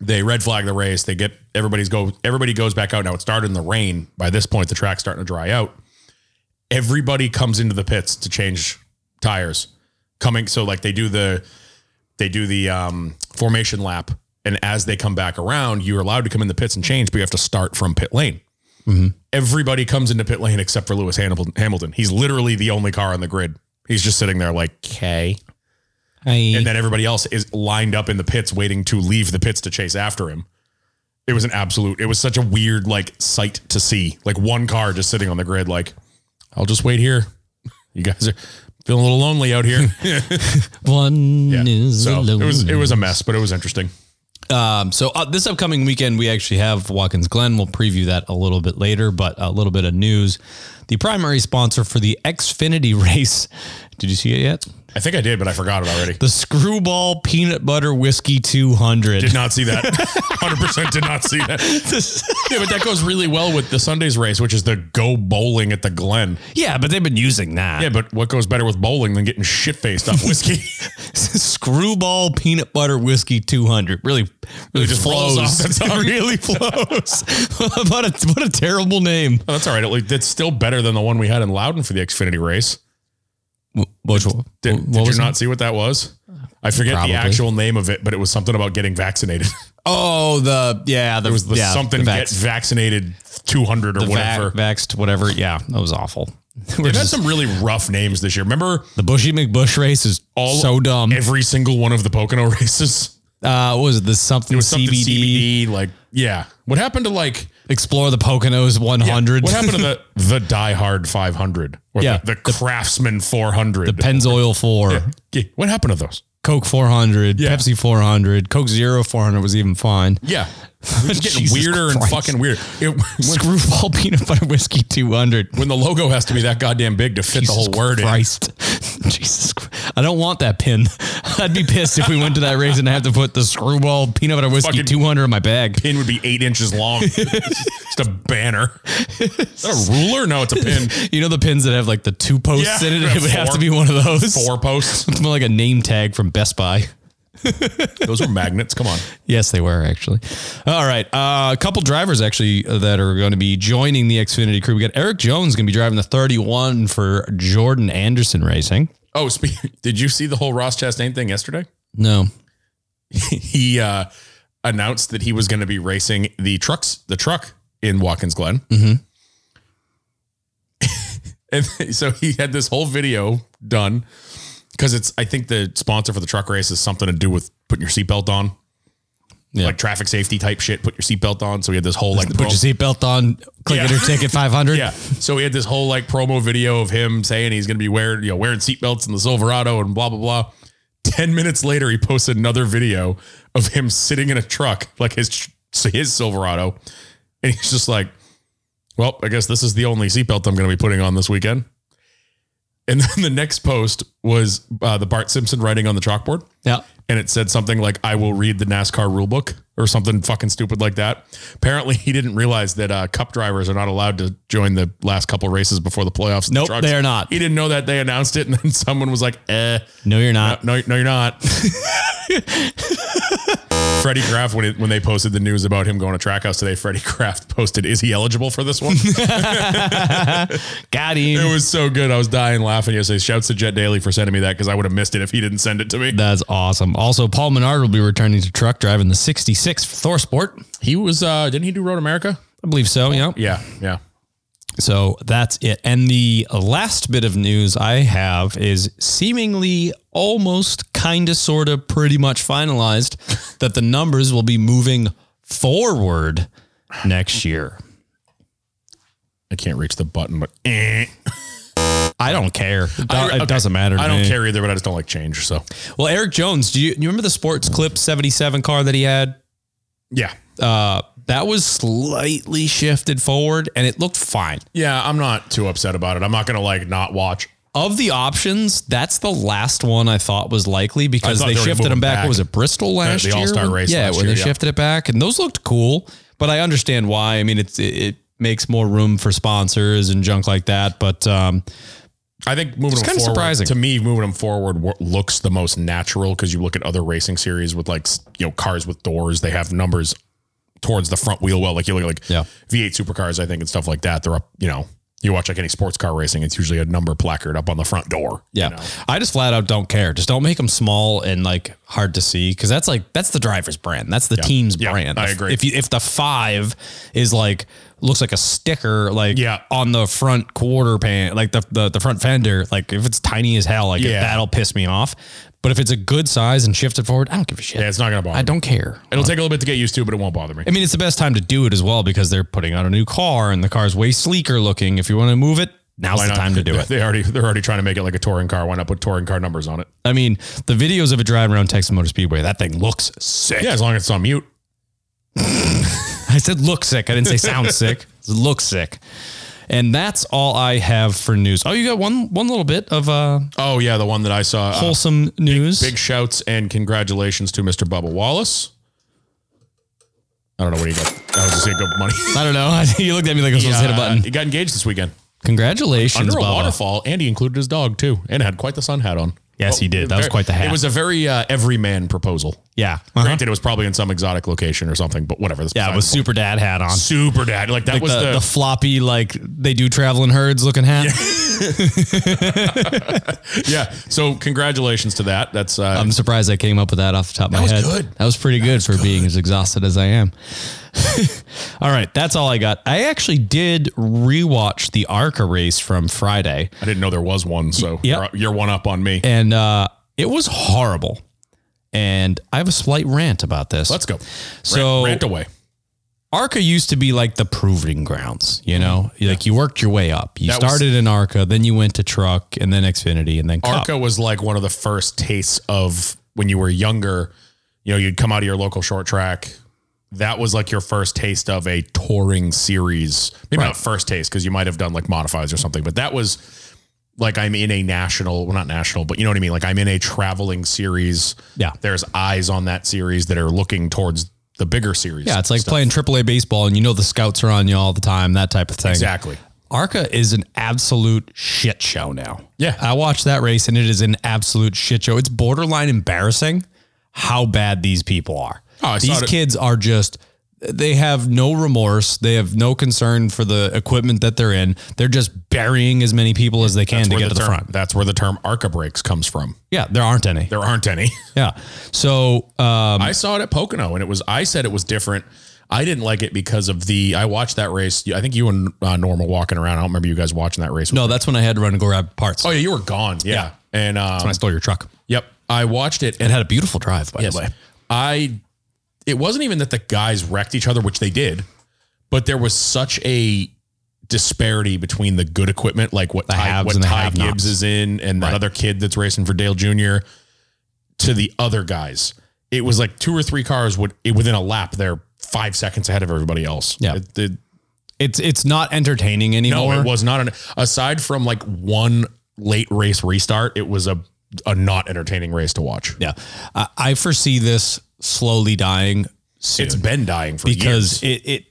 Speaker 1: They red flag the race. They get everybody's go. Everybody goes back out. Now it started in the rain. By this point, the track's starting to dry out. Everybody comes into the pits to change tires. Coming so like they do the they do the um, formation lap, and as they come back around, you're allowed to come in the pits and change, but you have to start from pit lane. Everybody comes into pit lane except for Lewis Hamilton. Hamilton. He's literally the only car on the grid. He's just sitting there like, okay. And
Speaker 2: I,
Speaker 1: then everybody else is lined up in the pits waiting to leave the pits to chase after him. It was an absolute, it was such a weird like sight to see. Like one car just sitting on the grid, like, I'll just wait here. You guys are feeling a little lonely out here.
Speaker 2: one
Speaker 1: Yeah.
Speaker 2: is
Speaker 1: so
Speaker 2: alone.
Speaker 1: it was it was a mess, but it was interesting.
Speaker 2: Um, so uh, this upcoming weekend, we actually have Watkins Glen. We'll preview that a little bit later, but a little bit of news. The primary sponsor for the Xfinity race. Did you see it yet?
Speaker 1: I think I did, but I forgot it already.
Speaker 2: The Screwball Peanut Butter Whiskey 200.
Speaker 1: Did not see that. 100% did not see that. Yeah, but that goes really well with the Sunday's race, which is the go bowling at the Glen.
Speaker 2: yeah, but they've been using that.
Speaker 1: Yeah, but what goes better with bowling than getting shit faced off whiskey?
Speaker 2: Screwball Peanut Butter Whiskey 200. Really, really
Speaker 1: just
Speaker 2: flows.
Speaker 1: rolls off the tongue.
Speaker 2: It really flows. what, a, what a terrible name.
Speaker 1: Oh, that's all right. At least that's still better than the one we had in Loudon for the Xfinity race.
Speaker 2: Which one?
Speaker 1: Did,
Speaker 2: What
Speaker 1: did you
Speaker 2: was
Speaker 1: not see what that was? I forget
Speaker 2: Probably.
Speaker 1: the actual name of it, but it was something about getting vaccinated.
Speaker 2: Oh, the yeah, the,
Speaker 1: It was the
Speaker 2: yeah,
Speaker 1: something
Speaker 2: the
Speaker 1: get vaccinated 200 or
Speaker 2: the
Speaker 1: whatever.
Speaker 2: vac- vaxed whatever. Yeah, that was awful. We're
Speaker 1: They've had
Speaker 2: just-
Speaker 1: some really rough names this year. Remember
Speaker 2: the Bushy McBush race is
Speaker 1: all
Speaker 2: so dumb.
Speaker 1: Every single one of the Pocono races
Speaker 2: uh, what was it the something
Speaker 1: It was something
Speaker 2: CBD?
Speaker 1: CBD. Like, yeah. What happened to like
Speaker 2: Explore the Poconos 100.
Speaker 1: What happened to the the Die Hard 500 or
Speaker 2: Yeah.
Speaker 1: the, the Craftsman 400?
Speaker 2: Pennzoil 4,
Speaker 1: Yeah. What happened to those?
Speaker 2: Coke 400,
Speaker 1: Yeah.
Speaker 2: Pepsi 400, Coke Zero 400 was even fine.
Speaker 1: Yeah, it's getting
Speaker 2: Jesus
Speaker 1: weirder and
Speaker 2: Christ.
Speaker 1: fucking weird. It, when,
Speaker 2: Screwball peanut butter whiskey 200.
Speaker 1: when the logo has to be that goddamn big to fit the whole word in.
Speaker 2: Christ. Jesus Christ. I don't want that pin. I'd be pissed if we went to that race and I have to put the screwball peanut butter whiskey
Speaker 1: Fucking-
Speaker 2: 200 in my bag.
Speaker 1: Pin would be eight inches long. Just a banner. Is that a ruler? No, it's a pin.
Speaker 2: You know the pins that have like the two posts
Speaker 1: Yeah,
Speaker 2: in it? It would have
Speaker 1: four.
Speaker 2: to be one of those.
Speaker 1: Four posts.
Speaker 2: It's more like a name tag from Best Buy.
Speaker 1: Those were magnets. Come on.
Speaker 2: Yes, they were actually. All right. Uh, a couple drivers actually uh, that are going to be joining the Xfinity crew. We got Eric Jones going to be driving the 31 for Jordan Anderson Racing.
Speaker 1: Oh, speak, did you see the whole Ross Chastain thing yesterday?
Speaker 2: No.
Speaker 1: he uh, announced that he was going to be racing the trucks, the truck in Watkins Glen.
Speaker 2: Mm-hmm.
Speaker 1: and so he had this whole video done because it's, I think the sponsor for the truck race is something to do with putting your seatbelt on,
Speaker 2: Yeah.
Speaker 1: like traffic safety type shit. Put your seatbelt on. So he had this whole like
Speaker 2: Put
Speaker 1: promo-
Speaker 2: your seatbelt on, click
Speaker 1: Yeah.
Speaker 2: it or ticket 500.
Speaker 1: yeah. So he had this whole like promo video of him saying he's going to be wearing, you know, wearing seatbelts in the Silverado and blah, blah, blah. 10 minutes later, he posted another video of him sitting in a truck, like his, tr- his Silverado. And he's just like, well, I guess this is the only seatbelt I'm going to be putting on this weekend. And then the next post was uh, the Bart Simpson writing on the chalkboard
Speaker 2: Yeah.
Speaker 1: and it said something like "I will read the NASCAR rule book" or something fucking stupid like that. Apparently, he didn't realize that uh, Cup drivers are not allowed to join the last couple races before the playoffs. in the
Speaker 2: Nope,
Speaker 1: trucks.
Speaker 2: they are not.
Speaker 1: He didn't know that they announced it, and then someone was like, "Eh,
Speaker 2: No, you're
Speaker 1: no,
Speaker 2: not.
Speaker 1: no, no, you're not." Freddie Kraft, when it, when they posted the news about him going to Trackhouse today, Freddie Kraft posted, "Is he eligible for this one?"
Speaker 2: Got him.
Speaker 1: it was so good, I was dying laughing yesterday. Shouts to Jet Daly for sending me that because I would have missed it if he didn't send it to me.
Speaker 2: That's awesome. Also, Paul Menard will be returning to truck driving the 66 for Thor Sport.
Speaker 1: He was, uh, didn't he do Road America?
Speaker 2: I believe so. Yeah.
Speaker 1: Yeah, yeah.
Speaker 2: So that's it. And the last bit of news I have is seemingly almost kind of sort of pretty much finalized that the numbers will be moving forward next year.
Speaker 1: I can't reach the button, but eh.
Speaker 2: I don't care. It, do-
Speaker 1: I- okay.
Speaker 2: it doesn't matter. to
Speaker 1: I don't
Speaker 2: me.
Speaker 1: care either, but I just don't like change. So
Speaker 2: Well, Eric Jones, do you, you remember the sports clip 77 car that he had?
Speaker 1: yeah,
Speaker 2: Uh, that was slightly shifted forward and it looked fine.
Speaker 1: yeah, I'm not too upset about it. I'm not gonna like not watch.
Speaker 2: of the options, that's the last one I thought was likely because
Speaker 1: thought
Speaker 2: they
Speaker 1: they were
Speaker 2: shifted
Speaker 1: moving
Speaker 2: them back.
Speaker 1: back.
Speaker 2: What was it, Bristol last
Speaker 1: the
Speaker 2: year?
Speaker 1: All-Star
Speaker 2: when-
Speaker 1: race
Speaker 2: Yeah,
Speaker 1: last
Speaker 2: when
Speaker 1: year,
Speaker 2: they
Speaker 1: yeah.
Speaker 2: shifted it back, and those looked cool. But I understand why. I mean, it's it, it makes more room for sponsors and junk like that. But um,
Speaker 1: I think moving them
Speaker 2: kinda
Speaker 1: forward
Speaker 2: surprising.
Speaker 1: to me, moving them forward wo- looks the most natural because you look at other racing series with like s- you know cars with doors, they have numbers towards the front wheel well. Like you look at like
Speaker 2: Yeah.
Speaker 1: V8 supercars, I think, and stuff like that. They're up, you know, you watch like any sports car racing, it's usually a number placard up on the front door. you
Speaker 2: Yeah.
Speaker 1: know?
Speaker 2: I just flat out don't care. Just don't make them small and like hard to see because that's like that's the driver's brand. That's the team's
Speaker 1: Yeah,
Speaker 2: brand.
Speaker 1: I agree.
Speaker 2: If you if the five is like looks like a sticker like
Speaker 1: Yeah.
Speaker 2: on the front quarter pan like the, the the front fender like if it's tiny as hell like
Speaker 1: Yeah.
Speaker 2: that'll piss me off. But if it's a good size and shifted forward, I don't give a shit.
Speaker 1: Yeah, it's not gonna bother.
Speaker 2: I don't care.
Speaker 1: It'll take a little bit to get used to, but it won't bother me.
Speaker 2: I mean, it's the best time to do it as well because they're putting out a new car and the car's way sleeker looking. If you want to move it, now's
Speaker 1: Why
Speaker 2: the
Speaker 1: not?
Speaker 2: time to do it.
Speaker 1: They already they're already trying to make it like a touring car. Why not put touring car numbers on it?
Speaker 2: I mean, the videos of it driving around Texas Motor Speedway, that thing looks sick.
Speaker 1: Yeah, as long as it's on mute.
Speaker 2: I said look sick. I didn't say sound sick. It's Look sick. And that's all I have for news. Oh, you got one one little bit of uh,
Speaker 1: Oh yeah, the one that I saw. uh,
Speaker 2: wholesome news.
Speaker 1: big shouts and congratulations to Mr. Bubba Wallace. I don't know what he got. That was just a good money.
Speaker 2: I don't know. you looked at me like I was supposed to hit a
Speaker 1: Uh,
Speaker 2: button.
Speaker 1: He got engaged this weekend
Speaker 2: Congratulations,
Speaker 1: under a
Speaker 2: Bubba.
Speaker 1: waterfall, and he included his dog too, and had quite the sun hat on.
Speaker 2: Yes, he did. That was
Speaker 1: very-
Speaker 2: quite the hat.
Speaker 1: It was a very uh, everyman proposal.
Speaker 2: Yeah. Uh-huh.
Speaker 1: Granted, it was probably in some exotic location or something, but whatever. That's
Speaker 2: Yeah, it
Speaker 1: beside
Speaker 2: was
Speaker 1: the
Speaker 2: super dad hat on.
Speaker 1: point. super dad. Like that
Speaker 2: Like
Speaker 1: was
Speaker 2: the,
Speaker 1: the,
Speaker 2: the floppy, like they do traveling herds looking hat.
Speaker 1: yeah. So congratulations to that. That's uh,
Speaker 2: I'm surprised I came up with that off the top of my
Speaker 1: was
Speaker 2: head.
Speaker 1: good.
Speaker 2: That was pretty good for being as exhausted as I am. all right, that's all I got. I actually did rewatch the ARCA race from Friday.
Speaker 1: I didn't know there was one. So
Speaker 2: yeah.
Speaker 1: you're, you're one up on me.
Speaker 2: and uh, it was horrible. And I have a slight rant about this.
Speaker 1: Let's go.
Speaker 2: So-
Speaker 1: rant, rant away.
Speaker 2: ARCA used to be like the proving grounds, you know, like you worked your way up. You
Speaker 1: Mm-hmm. That was-
Speaker 2: started in ARCA, then you went to truck, and then Xfinity, and then Cup.
Speaker 1: Arca was like one of the first tastes of when you were younger. You know, you'd come out of your local short track. That was like your first taste of a touring series. Maybe not first taste because you might have done like modifies or something, but that was like I'm in a national, well, not national, but you know what I mean? Like I'm in a traveling series.
Speaker 2: Yeah.
Speaker 1: There's eyes on that series that are looking towards the bigger series.
Speaker 2: Yeah, it's like playing AAA baseball, and you know the scouts are on you all the time, that type of thing.
Speaker 1: Exactly.
Speaker 2: ARCA is an absolute shit show now.
Speaker 1: Yeah.
Speaker 2: I watched that race and it is an absolute shit show. It's borderline embarrassing how bad these people are.
Speaker 1: Oh, I saw
Speaker 2: these
Speaker 1: it.
Speaker 2: kids are just they have no remorse. They have no concern for the equipment that they're in. They're just burying as many people as they can to
Speaker 1: Where
Speaker 2: get to the
Speaker 1: term,
Speaker 2: front.
Speaker 1: That's where the term Arca breaks comes from.
Speaker 2: Yeah, there aren't any.
Speaker 1: There aren't any.
Speaker 2: Yeah. So, um,
Speaker 1: I saw it at Pocono, and it was. I said it was different. I didn't like it because of the. I watched that race. I think you and uh, Norma walking around. I don't remember you guys watching that race.
Speaker 2: no, that's when I had to run and go grab parts.
Speaker 1: Oh yeah, you were gone. Yeah. And um,
Speaker 2: I stole your truck.
Speaker 1: yep, I watched it,
Speaker 2: It
Speaker 1: and
Speaker 2: had a beautiful drive, by the way.
Speaker 1: I. It wasn't even that the guys wrecked each other, which they did, but there was such a disparity between the good equipment, like what Ty,
Speaker 2: haves
Speaker 1: what
Speaker 2: and the
Speaker 1: Ty
Speaker 2: have-nots.
Speaker 1: Gibbs is in, and that other kid that's racing for Dale Jr. to the other guys. It was like two or three cars would it, within a lap. They're five seconds ahead of everybody else.
Speaker 2: Yeah.
Speaker 1: It- it-
Speaker 2: It's it's not entertaining
Speaker 1: no,
Speaker 2: anymore.
Speaker 1: it was not an aside from like one late race restart. It was a a not entertaining race to watch.
Speaker 2: Yeah. I, I foresee this slowly dying soon
Speaker 1: It's been dying for years.
Speaker 2: because it, it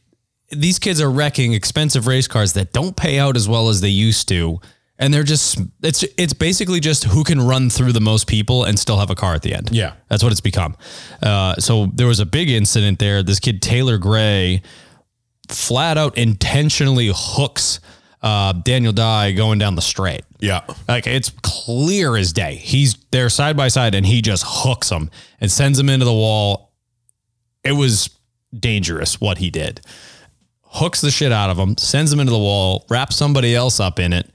Speaker 2: these kids are wrecking expensive race cars that don't pay out as well as they used to. And they're just it's it's basically just who can run through the most people and still have a car at the end.
Speaker 1: Yeah.
Speaker 2: That's what it's become. Uh, so there was a big incident there. This kid Taylor Gray flat out intentionally hooks uh, Daniel Dye going down the straight.
Speaker 1: Yeah.
Speaker 2: Like it's clear as day. He's there side by side and he just hooks him and sends him into the wall. It was dangerous what he did. Hooks the shit out of him, sends him into the wall, wraps somebody else up in it.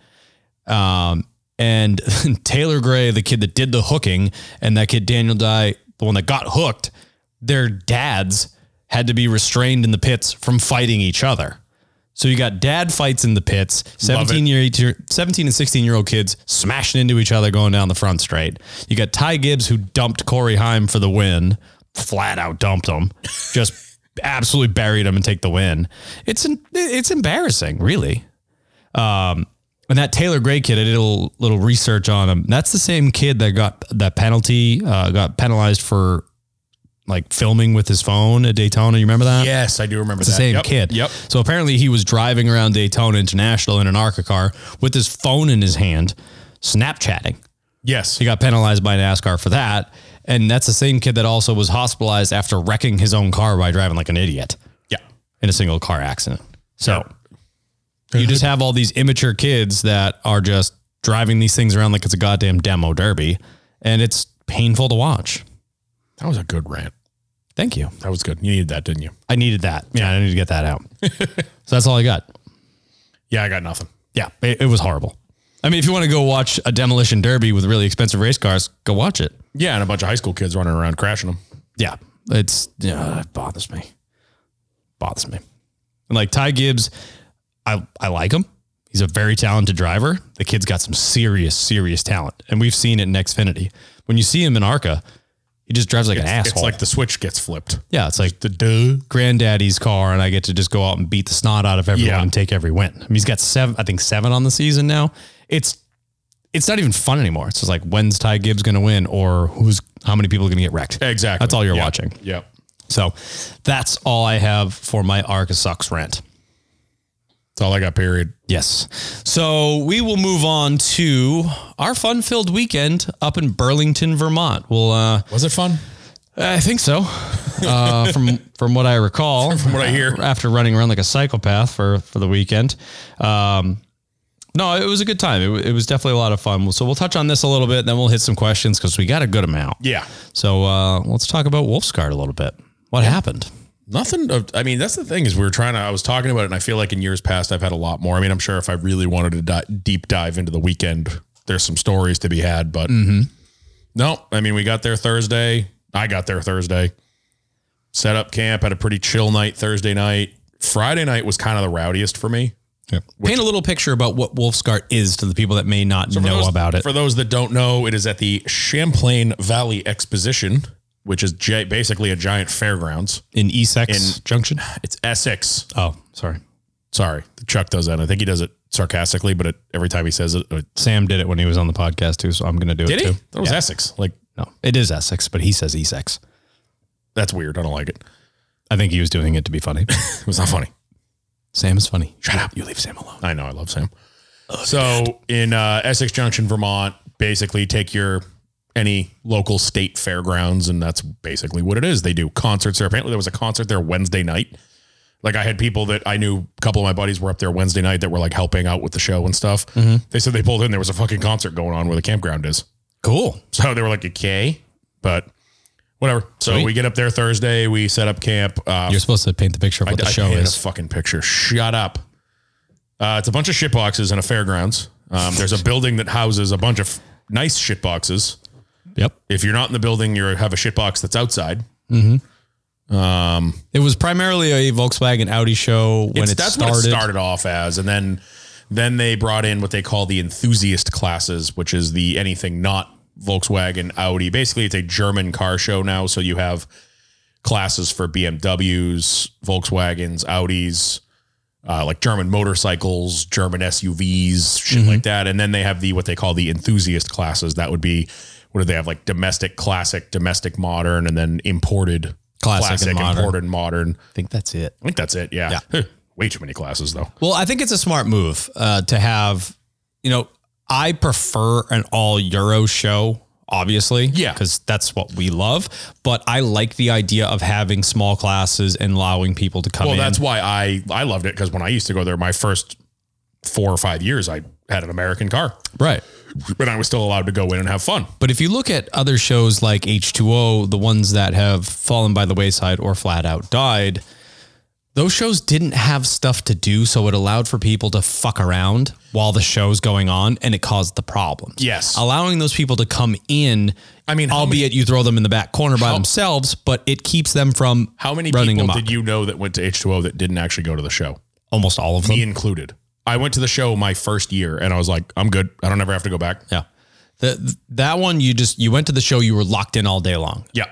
Speaker 2: Um, and Taylor Gray, the kid that did the hooking, and that kid Daniel Dye, the one that got hooked, their dads had to be restrained in the pits from fighting each other. So you got dad fights in the pits, 17 year 18 17 and 16 year old kids smashing into each other going down the front straight. You got Ty Gibbs who dumped Corey Heim for the win, flat out dumped him. Just absolutely buried him and take the win. It's an, it's embarrassing, really. And that Taylor Gray kid, I did a little, little research on him. That's the same kid that got that penalty, uh, got penalized for like filming with his phone at Daytona. You remember that?
Speaker 1: Yes, I do remember
Speaker 2: It's the
Speaker 1: that.
Speaker 2: same
Speaker 1: Yep.
Speaker 2: kid.
Speaker 1: Yep.
Speaker 2: So apparently he was driving around Daytona International in an ARCA car with his phone in his hand, Snapchatting.
Speaker 1: Yes.
Speaker 2: He got penalized by NASCAR for that. And that's the same kid that also was hospitalized after wrecking his own car by driving like an idiot
Speaker 1: Yeah.
Speaker 2: in a single car accident. So You just have all these immature kids that are just driving these things around like it's a goddamn demo derby, and it's painful to watch.
Speaker 1: That was a good rant.
Speaker 2: Thank you.
Speaker 1: That was good. You needed that, didn't you?
Speaker 2: I needed that. Yeah, I need to get that out. so that's all I got.
Speaker 1: Yeah, I got nothing.
Speaker 2: Yeah, it, it was horrible. I mean, if you want to go watch a demolition derby with really expensive race cars, go watch it.
Speaker 1: Yeah, and a bunch of high school kids running around crashing them.
Speaker 2: Yeah, it's yeah, it bothers me. Bothers me. And like Ty Gibbs, I I like him. He's a very talented driver. The kid's got some serious, serious talent, and we've seen it in Xfinity. When you see him in Arca, he just drives like an
Speaker 1: It's
Speaker 2: asshole.
Speaker 1: like the switch gets flipped.
Speaker 2: yeah, it's like
Speaker 1: The duh.
Speaker 2: granddaddy's car, and I get to just go out and beat the snot out of everyone
Speaker 1: Yeah.
Speaker 2: and take every win. I mean, he's got seven, I think seven on the season now. It's it's not even fun anymore. It's just like when's Ty Gibbs going to win, or who's how many people are going to get wrecked?
Speaker 1: Exactly.
Speaker 2: That's all you're
Speaker 1: Yeah.
Speaker 2: watching.
Speaker 1: Yep.
Speaker 2: So that's all I have for my Arca Sucks rant.
Speaker 1: That's all I got, period.
Speaker 2: Yes. So we will move on to our fun filled weekend up in Burlington, Vermont. Well, uh,
Speaker 1: Was it fun?
Speaker 2: I think so. Uh, from from what I recall, from
Speaker 1: what I hear.
Speaker 2: after running around like a psychopath for for the weekend. Um, no, it was a good time. It, wa- it was definitely a lot of fun. So we'll touch on this a little bit, then we'll hit some questions because we got a good amount.
Speaker 1: Yeah.
Speaker 2: So uh, let's talk about Wolfsguard a little bit. What happened?
Speaker 1: Nothing. Of, I mean, that's the thing is we were trying to. I was talking about it, and I feel like in years past I've had a lot more. I mean, I'm sure if I really wanted to di- deep dive into the weekend, there's some stories to be had. But no, I mean, we got there Thursday. I got there Thursday. Set up camp. Had a pretty chill night Thursday night. Friday night was kind of the rowdiest for me.
Speaker 2: Paint a little picture about what Wolfsguard is to the people that may not
Speaker 1: For
Speaker 2: know
Speaker 1: those-
Speaker 2: about it.
Speaker 1: For those that don't know, it is at the Champlain Valley Exposition, which is gi- basically a giant fairgrounds.
Speaker 2: in Essex
Speaker 1: In-
Speaker 2: Junction.
Speaker 1: It's Essex.
Speaker 2: Oh, sorry.
Speaker 1: Sorry, Chuck does that. and I think he does it sarcastically, but it, every time he says it, it
Speaker 2: Sam did it when he was on the podcast too, so I'm going to do it too.
Speaker 1: That was Essex. Like
Speaker 2: No, it is Essex, but he says Essex.
Speaker 1: that's weird. I don't like it.
Speaker 2: I think he was doing it to be funny.
Speaker 1: It was not funny.
Speaker 2: Sam is funny. Shut up. You leave Sam alone.
Speaker 1: I know. I love Sam. Oh, so in uh, Essex Junction, Vermont, basically take your any local state fairgrounds, and that's basically what it is. They do concerts there. Apparently, there was a concert there Wednesday night. Like I had people that I knew, a couple of my buddies were up there Wednesday night that were like helping out with the show and stuff. They said they pulled in. There was a fucking concert going on where the campground is.
Speaker 2: Cool.
Speaker 1: So they were like, okay, but whatever. So
Speaker 2: Sweet.
Speaker 1: we get up there Thursday. We set up camp. Uh,
Speaker 2: You're supposed to paint the picture of what the
Speaker 1: I
Speaker 2: show
Speaker 1: painted
Speaker 2: is.
Speaker 1: a fucking picture. Shut up. Uh, it's a bunch of shit boxes and a fairgrounds. Um, there's a building that houses a bunch of nice shit boxes.
Speaker 2: yep.
Speaker 1: If you're not in the building, you have a shit box that's outside.
Speaker 2: It was primarily a Volkswagen Audi show when
Speaker 1: It's-
Speaker 2: it
Speaker 1: that's
Speaker 2: started.
Speaker 1: what it started off as, and then then they brought in what they call the enthusiast classes, which is the anything not Volkswagen, Audi. Basically, it's a German car show now, so you have classes for BMWs, Volkswagens, Audis, uh, like German motorcycles, German SUVs, shit
Speaker 2: Mm-hmm.
Speaker 1: like that, and then they have the what they call the enthusiast classes. That would be what do they have like domestic classic, domestic modern, and then imported
Speaker 2: Classic and modern.
Speaker 1: imported modern.
Speaker 2: I think that's it.
Speaker 1: I think that's it. Yeah. Way too many classes though.
Speaker 2: Well, I think it's a smart move uh, to have, you know, I prefer an all Euro show, obviously.
Speaker 1: Yeah.
Speaker 2: Because that's what we love. But I like the idea of having small classes and allowing people to come
Speaker 1: Well,
Speaker 2: in.
Speaker 1: that's why I I loved it because when I used to go there, my first four or five years, I had an American car,
Speaker 2: right.
Speaker 1: but I was still allowed to go in and have fun.
Speaker 2: But if you look at other shows like H2O, the ones that have fallen by the wayside or flat out died, those shows didn't have stuff to do. So it allowed for people to fuck around while the show's going on and it caused the problems.
Speaker 1: Yes.
Speaker 2: Allowing those people to come in.
Speaker 1: I mean, how
Speaker 2: albeit you throw them in the back corner by themselves, but it keeps them from
Speaker 1: How many
Speaker 2: running
Speaker 1: people
Speaker 2: amok.
Speaker 1: did you know that went to H two O that didn't actually go to the show?
Speaker 2: Almost all of them.
Speaker 1: Me included. I went to the show my first year, and I was like, I'm good. I don't ever have to go back.
Speaker 2: Yeah. The, that one, you just, you went to the show, you were locked in all day long.
Speaker 1: Yeah.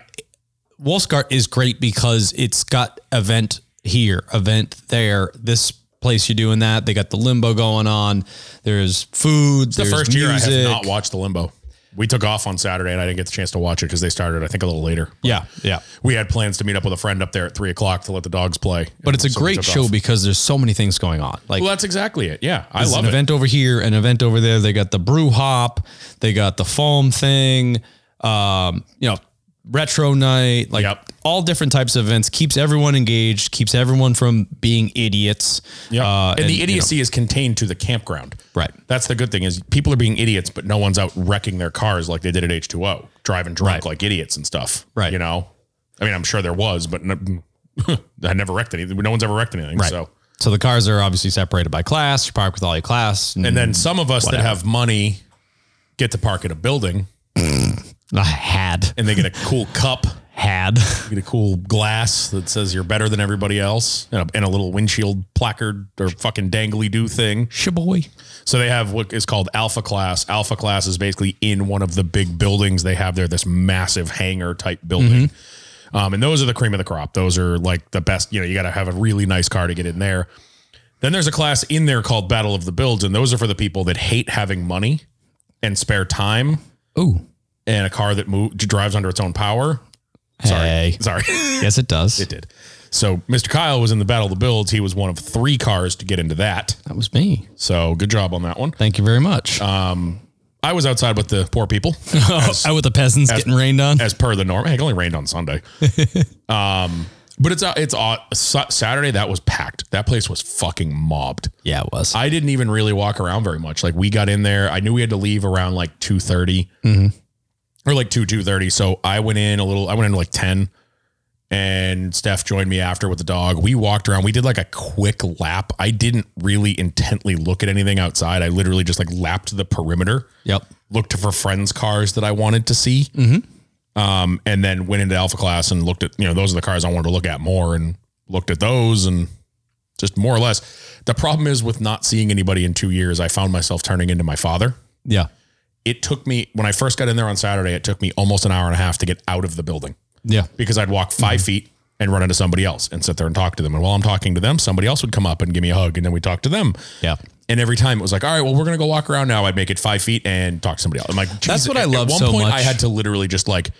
Speaker 2: Wolfsgart is great because it's got event here, event there, this place you're doing that. They got the limbo going on. There's food.
Speaker 1: The
Speaker 2: there's
Speaker 1: first year
Speaker 2: music.
Speaker 1: I have not watched the limbo. We took off on Saturday, and I didn't get the chance to watch it because they started, I think, a little later.
Speaker 2: yeah, yeah.
Speaker 1: We had plans to meet up with a friend up there at three o'clock to let the dogs play.
Speaker 2: But it's a great show
Speaker 1: Well,
Speaker 2: because there's so many things going on. Like
Speaker 1: that's exactly it. Yeah, I
Speaker 2: there's
Speaker 1: love
Speaker 2: an
Speaker 1: it.
Speaker 2: event over here, an event over there. They got the brew hop. They got the foam thing. Um, you know, retro night, like
Speaker 1: Yep.
Speaker 2: all different types of events, keeps everyone engaged, keeps everyone from being idiots.
Speaker 1: Yeah.
Speaker 2: Uh,
Speaker 1: and, the
Speaker 2: you know,
Speaker 1: idiocy is contained to the campground.
Speaker 2: Right.
Speaker 1: That's the good thing is people are being idiots, but no one's out wrecking their cars like they did at H2O, driving drunk
Speaker 2: Right.
Speaker 1: like idiots and stuff.
Speaker 2: Right.
Speaker 1: You know, I mean, I'm sure there was, but no, I never wrecked anything. No one's ever wrecked anything.
Speaker 2: right.
Speaker 1: So,
Speaker 2: So. the cars are obviously separated by class. You park with all your class, and,
Speaker 1: and then some of us that have money get to park at a building
Speaker 2: I had
Speaker 1: and they get a cool cup,
Speaker 2: had
Speaker 1: get a cool glass that says you're better than everybody else and a, and a little windshield placard or fucking dangly do thing.
Speaker 2: shiboy.
Speaker 1: So they have what is called Alpha Class. Alpha Class is basically in one of the big buildings they have there, this massive hangar type building. Um, and those are the cream of the crop. Those are like the best. You know, you got to have a really nice car to get in there. Then there's a class in there called Battle of the Builds, and those are for the people that hate having money and spare time
Speaker 2: Ooh,
Speaker 1: and a car that move, drives under its own power.
Speaker 2: Hey.
Speaker 1: Sorry. Sorry.
Speaker 2: yes, it does.
Speaker 1: it did. So Mr. Kyle was in the Battle of the Builds. He was one of three cars to get into that.
Speaker 2: that was me.
Speaker 1: So good job on that one.
Speaker 2: Thank you very much.
Speaker 1: I was outside with the poor people.
Speaker 2: Out with the peasants getting rained on.
Speaker 1: as per the norm. Hey, It only rained on Sunday. um, but it's uh, it's uh, Sa- Saturday that was packed. That place was fucking mobbed.
Speaker 2: yeah, it was.
Speaker 1: I didn't even really walk around very much. Like we got in there, I knew we had to leave around like two or like two two thirty. So I went in a little. I went in like ten, and Steph joined me after with the dog. We walked around. We did like a quick lap. I didn't really intently look at anything outside. I literally just like lapped the perimeter
Speaker 2: yep.
Speaker 1: looked for friends' cars that I wanted to see. Um, and then went into Alpha Class and looked at, you know, those are the cars I wanted to look at more and looked at those and just more or less. The problem is with not seeing anybody in two years, I found myself turning into my father.
Speaker 2: Yeah.
Speaker 1: It took me, when I first got in there on Saturday, it took me almost an hour and a half to get out of the building
Speaker 2: Yeah.
Speaker 1: because I'd walk 5 feet and run into somebody else and sit there and talk to them. And while I'm talking to them, somebody else would come up and give me a hug. And then we talked to them.
Speaker 2: Yeah.
Speaker 1: And every time it was like, all right, well, we're gonna go walk around now. I'd make it five feet and talk to somebody else. I'm like,
Speaker 2: That's
Speaker 1: geez,
Speaker 2: what I
Speaker 1: at-
Speaker 2: love
Speaker 1: At one
Speaker 2: so
Speaker 1: point,
Speaker 2: much.
Speaker 1: I had to literally just like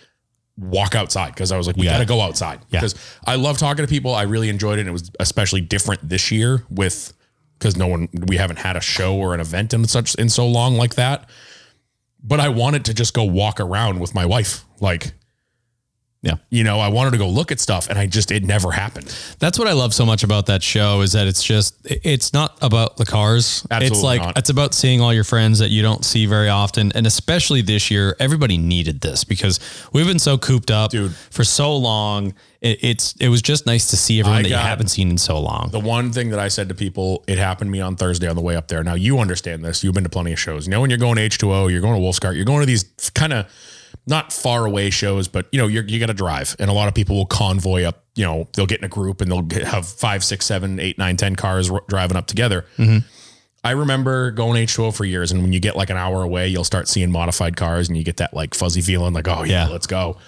Speaker 1: walk outside because I was like, we
Speaker 2: Yeah.
Speaker 1: gotta go outside
Speaker 2: Yeah.
Speaker 1: because I love talking to people. I really enjoyed it. And it was especially different this year with because no one we haven't had a show or an event in such in so long like that. But I wanted to just go walk around with my wife, like.
Speaker 2: Yeah.
Speaker 1: You know, I wanted to go look at stuff and I just, it never happened.
Speaker 2: That's what I love so much about that show is that it's just it's not about the cars.
Speaker 1: Absolutely
Speaker 2: it's like
Speaker 1: not.
Speaker 2: it's about seeing all your friends that you don't see very often, and especially this year, everybody needed this because we've been so cooped up
Speaker 1: Dude.
Speaker 2: for so long. It, it's it was just nice to see everyone
Speaker 1: I
Speaker 2: that you
Speaker 1: got-
Speaker 2: haven't seen in so long.
Speaker 1: the one thing that I said to people, it happened to me on Thursday on the way up there. Now you understand this. You've been to plenty of shows. You know when you're going to H2O, you're going to Wolfscart, you're going to these kind of not far away shows, but you know, you're, you got to drive and a lot of people will convoy up, you know, they'll get in a group and they'll get, have five, six, seven, eight, nine, 10 cars r- driving up together. I remember going H2O for years. And when you get like an hour away, you'll start seeing modified cars and you get that like fuzzy feeling like, oh yeah.
Speaker 2: Yeah.
Speaker 1: let's go.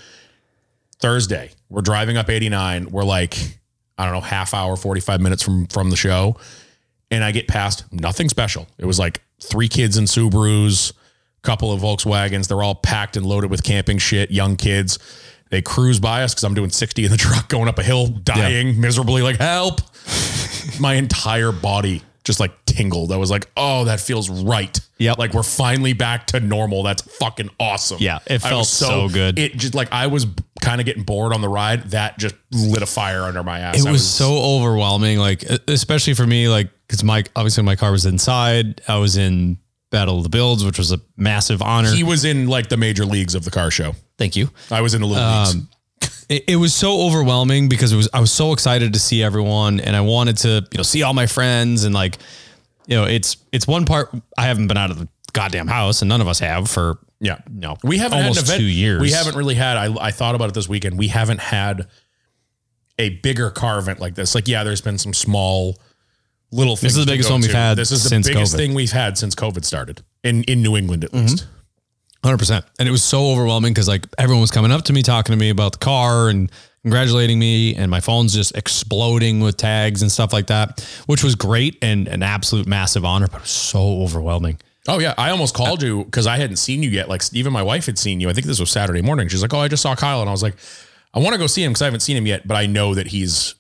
Speaker 1: Thursday, we're driving up 89. We're like, I don't know, half hour, 45 minutes from from the show. And I get past nothing special. It was like three kids in Subarus, couple of Volkswagens. They're all packed and loaded with camping shit, young kids. They cruise by us because I'm doing 60 in the truck going up a hill, dying miserably, like, help. My entire body just like tingled. I was like, oh, that feels right.
Speaker 2: Yep.
Speaker 1: Like we're finally back to normal. That's fucking awesome.
Speaker 2: Yeah, it
Speaker 1: I
Speaker 2: felt
Speaker 1: was
Speaker 2: so good.
Speaker 1: It just like I was kind of getting bored on the ride. That just lit a fire under my ass.
Speaker 2: It
Speaker 1: I
Speaker 2: was so overwhelming, like e- especially for me, like because my obviously my car was inside. I was in Battle of the Builds, which was a massive honor.
Speaker 1: He was in like the major leagues of the car show.
Speaker 2: Thank you.
Speaker 1: I was in the little leagues.
Speaker 2: Um, it, it was so overwhelming because it was I was so excited to see everyone and I wanted to you know see all my friends and like you know it's it's one part I haven't been out of the goddamn house and none of us have for
Speaker 1: Yeah,
Speaker 2: no
Speaker 1: we haven't
Speaker 2: almost
Speaker 1: had an event.
Speaker 2: two years
Speaker 1: We haven't really had. I I thought about it this weekend. We haven't had a bigger car event like this. Like yeah, there's been some small little. Things
Speaker 2: is the
Speaker 1: to
Speaker 2: biggest
Speaker 1: go
Speaker 2: one we've
Speaker 1: to.
Speaker 2: had
Speaker 1: This is the
Speaker 2: since
Speaker 1: biggest
Speaker 2: COVID. Mm-hmm.
Speaker 1: thing we've had since COVID started in in New England at least.
Speaker 2: hundred percent and it was so overwhelming because like everyone was coming up to me talking to me about the car and congratulating me and my phone's just exploding with tags and stuff like that which was great and an absolute massive honor but it was so overwhelming
Speaker 1: Oh yeah, I almost called you because I hadn't seen you yet. Like even my wife had seen you. I think this was Saturday morning. She's like, "Oh, I just saw Kyle," and I was like, "I want to go see him because I haven't seen him yet, but I know that he's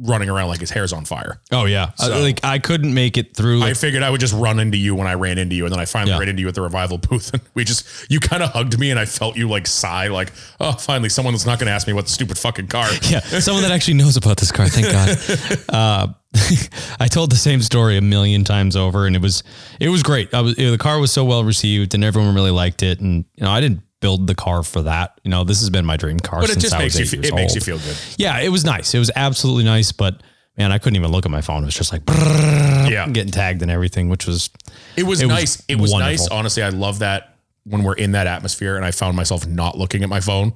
Speaker 1: running around like his hair's on fire.
Speaker 2: Oh yeah, I-
Speaker 1: So-
Speaker 2: like I couldn't make it through.
Speaker 1: I
Speaker 2: Like,
Speaker 1: figured I would just run into you when I ran into you, and then I finally
Speaker 2: Yeah.
Speaker 1: ran into you at the revival booth, and we just you kind of hugged me, and I felt you like sigh, like oh, finally someone that's not going to ask me what the stupid fucking car.
Speaker 2: yeah, someone that actually knows about this car. Thank God. Uh, I told the same story a million times over, and it was it was great. I was, the car was so well received, and everyone really liked it. And you know, I didn't build the car for that. You know, this has been my dream car
Speaker 1: but it
Speaker 2: since
Speaker 1: just
Speaker 2: I was
Speaker 1: makes you
Speaker 2: eight
Speaker 1: fe-
Speaker 2: years
Speaker 1: it makes
Speaker 2: old.
Speaker 1: you feel good.
Speaker 2: Yeah, it was nice. It was absolutely nice, but. Man, I couldn't even look at my phone. It was just like brrrr,
Speaker 1: Yeah.
Speaker 2: getting tagged and everything, which was
Speaker 1: It was
Speaker 2: It was
Speaker 1: nice. it was
Speaker 2: wonderful.
Speaker 1: nice. Honestly, I love that when we're in that atmosphere and I found myself not looking at my phone.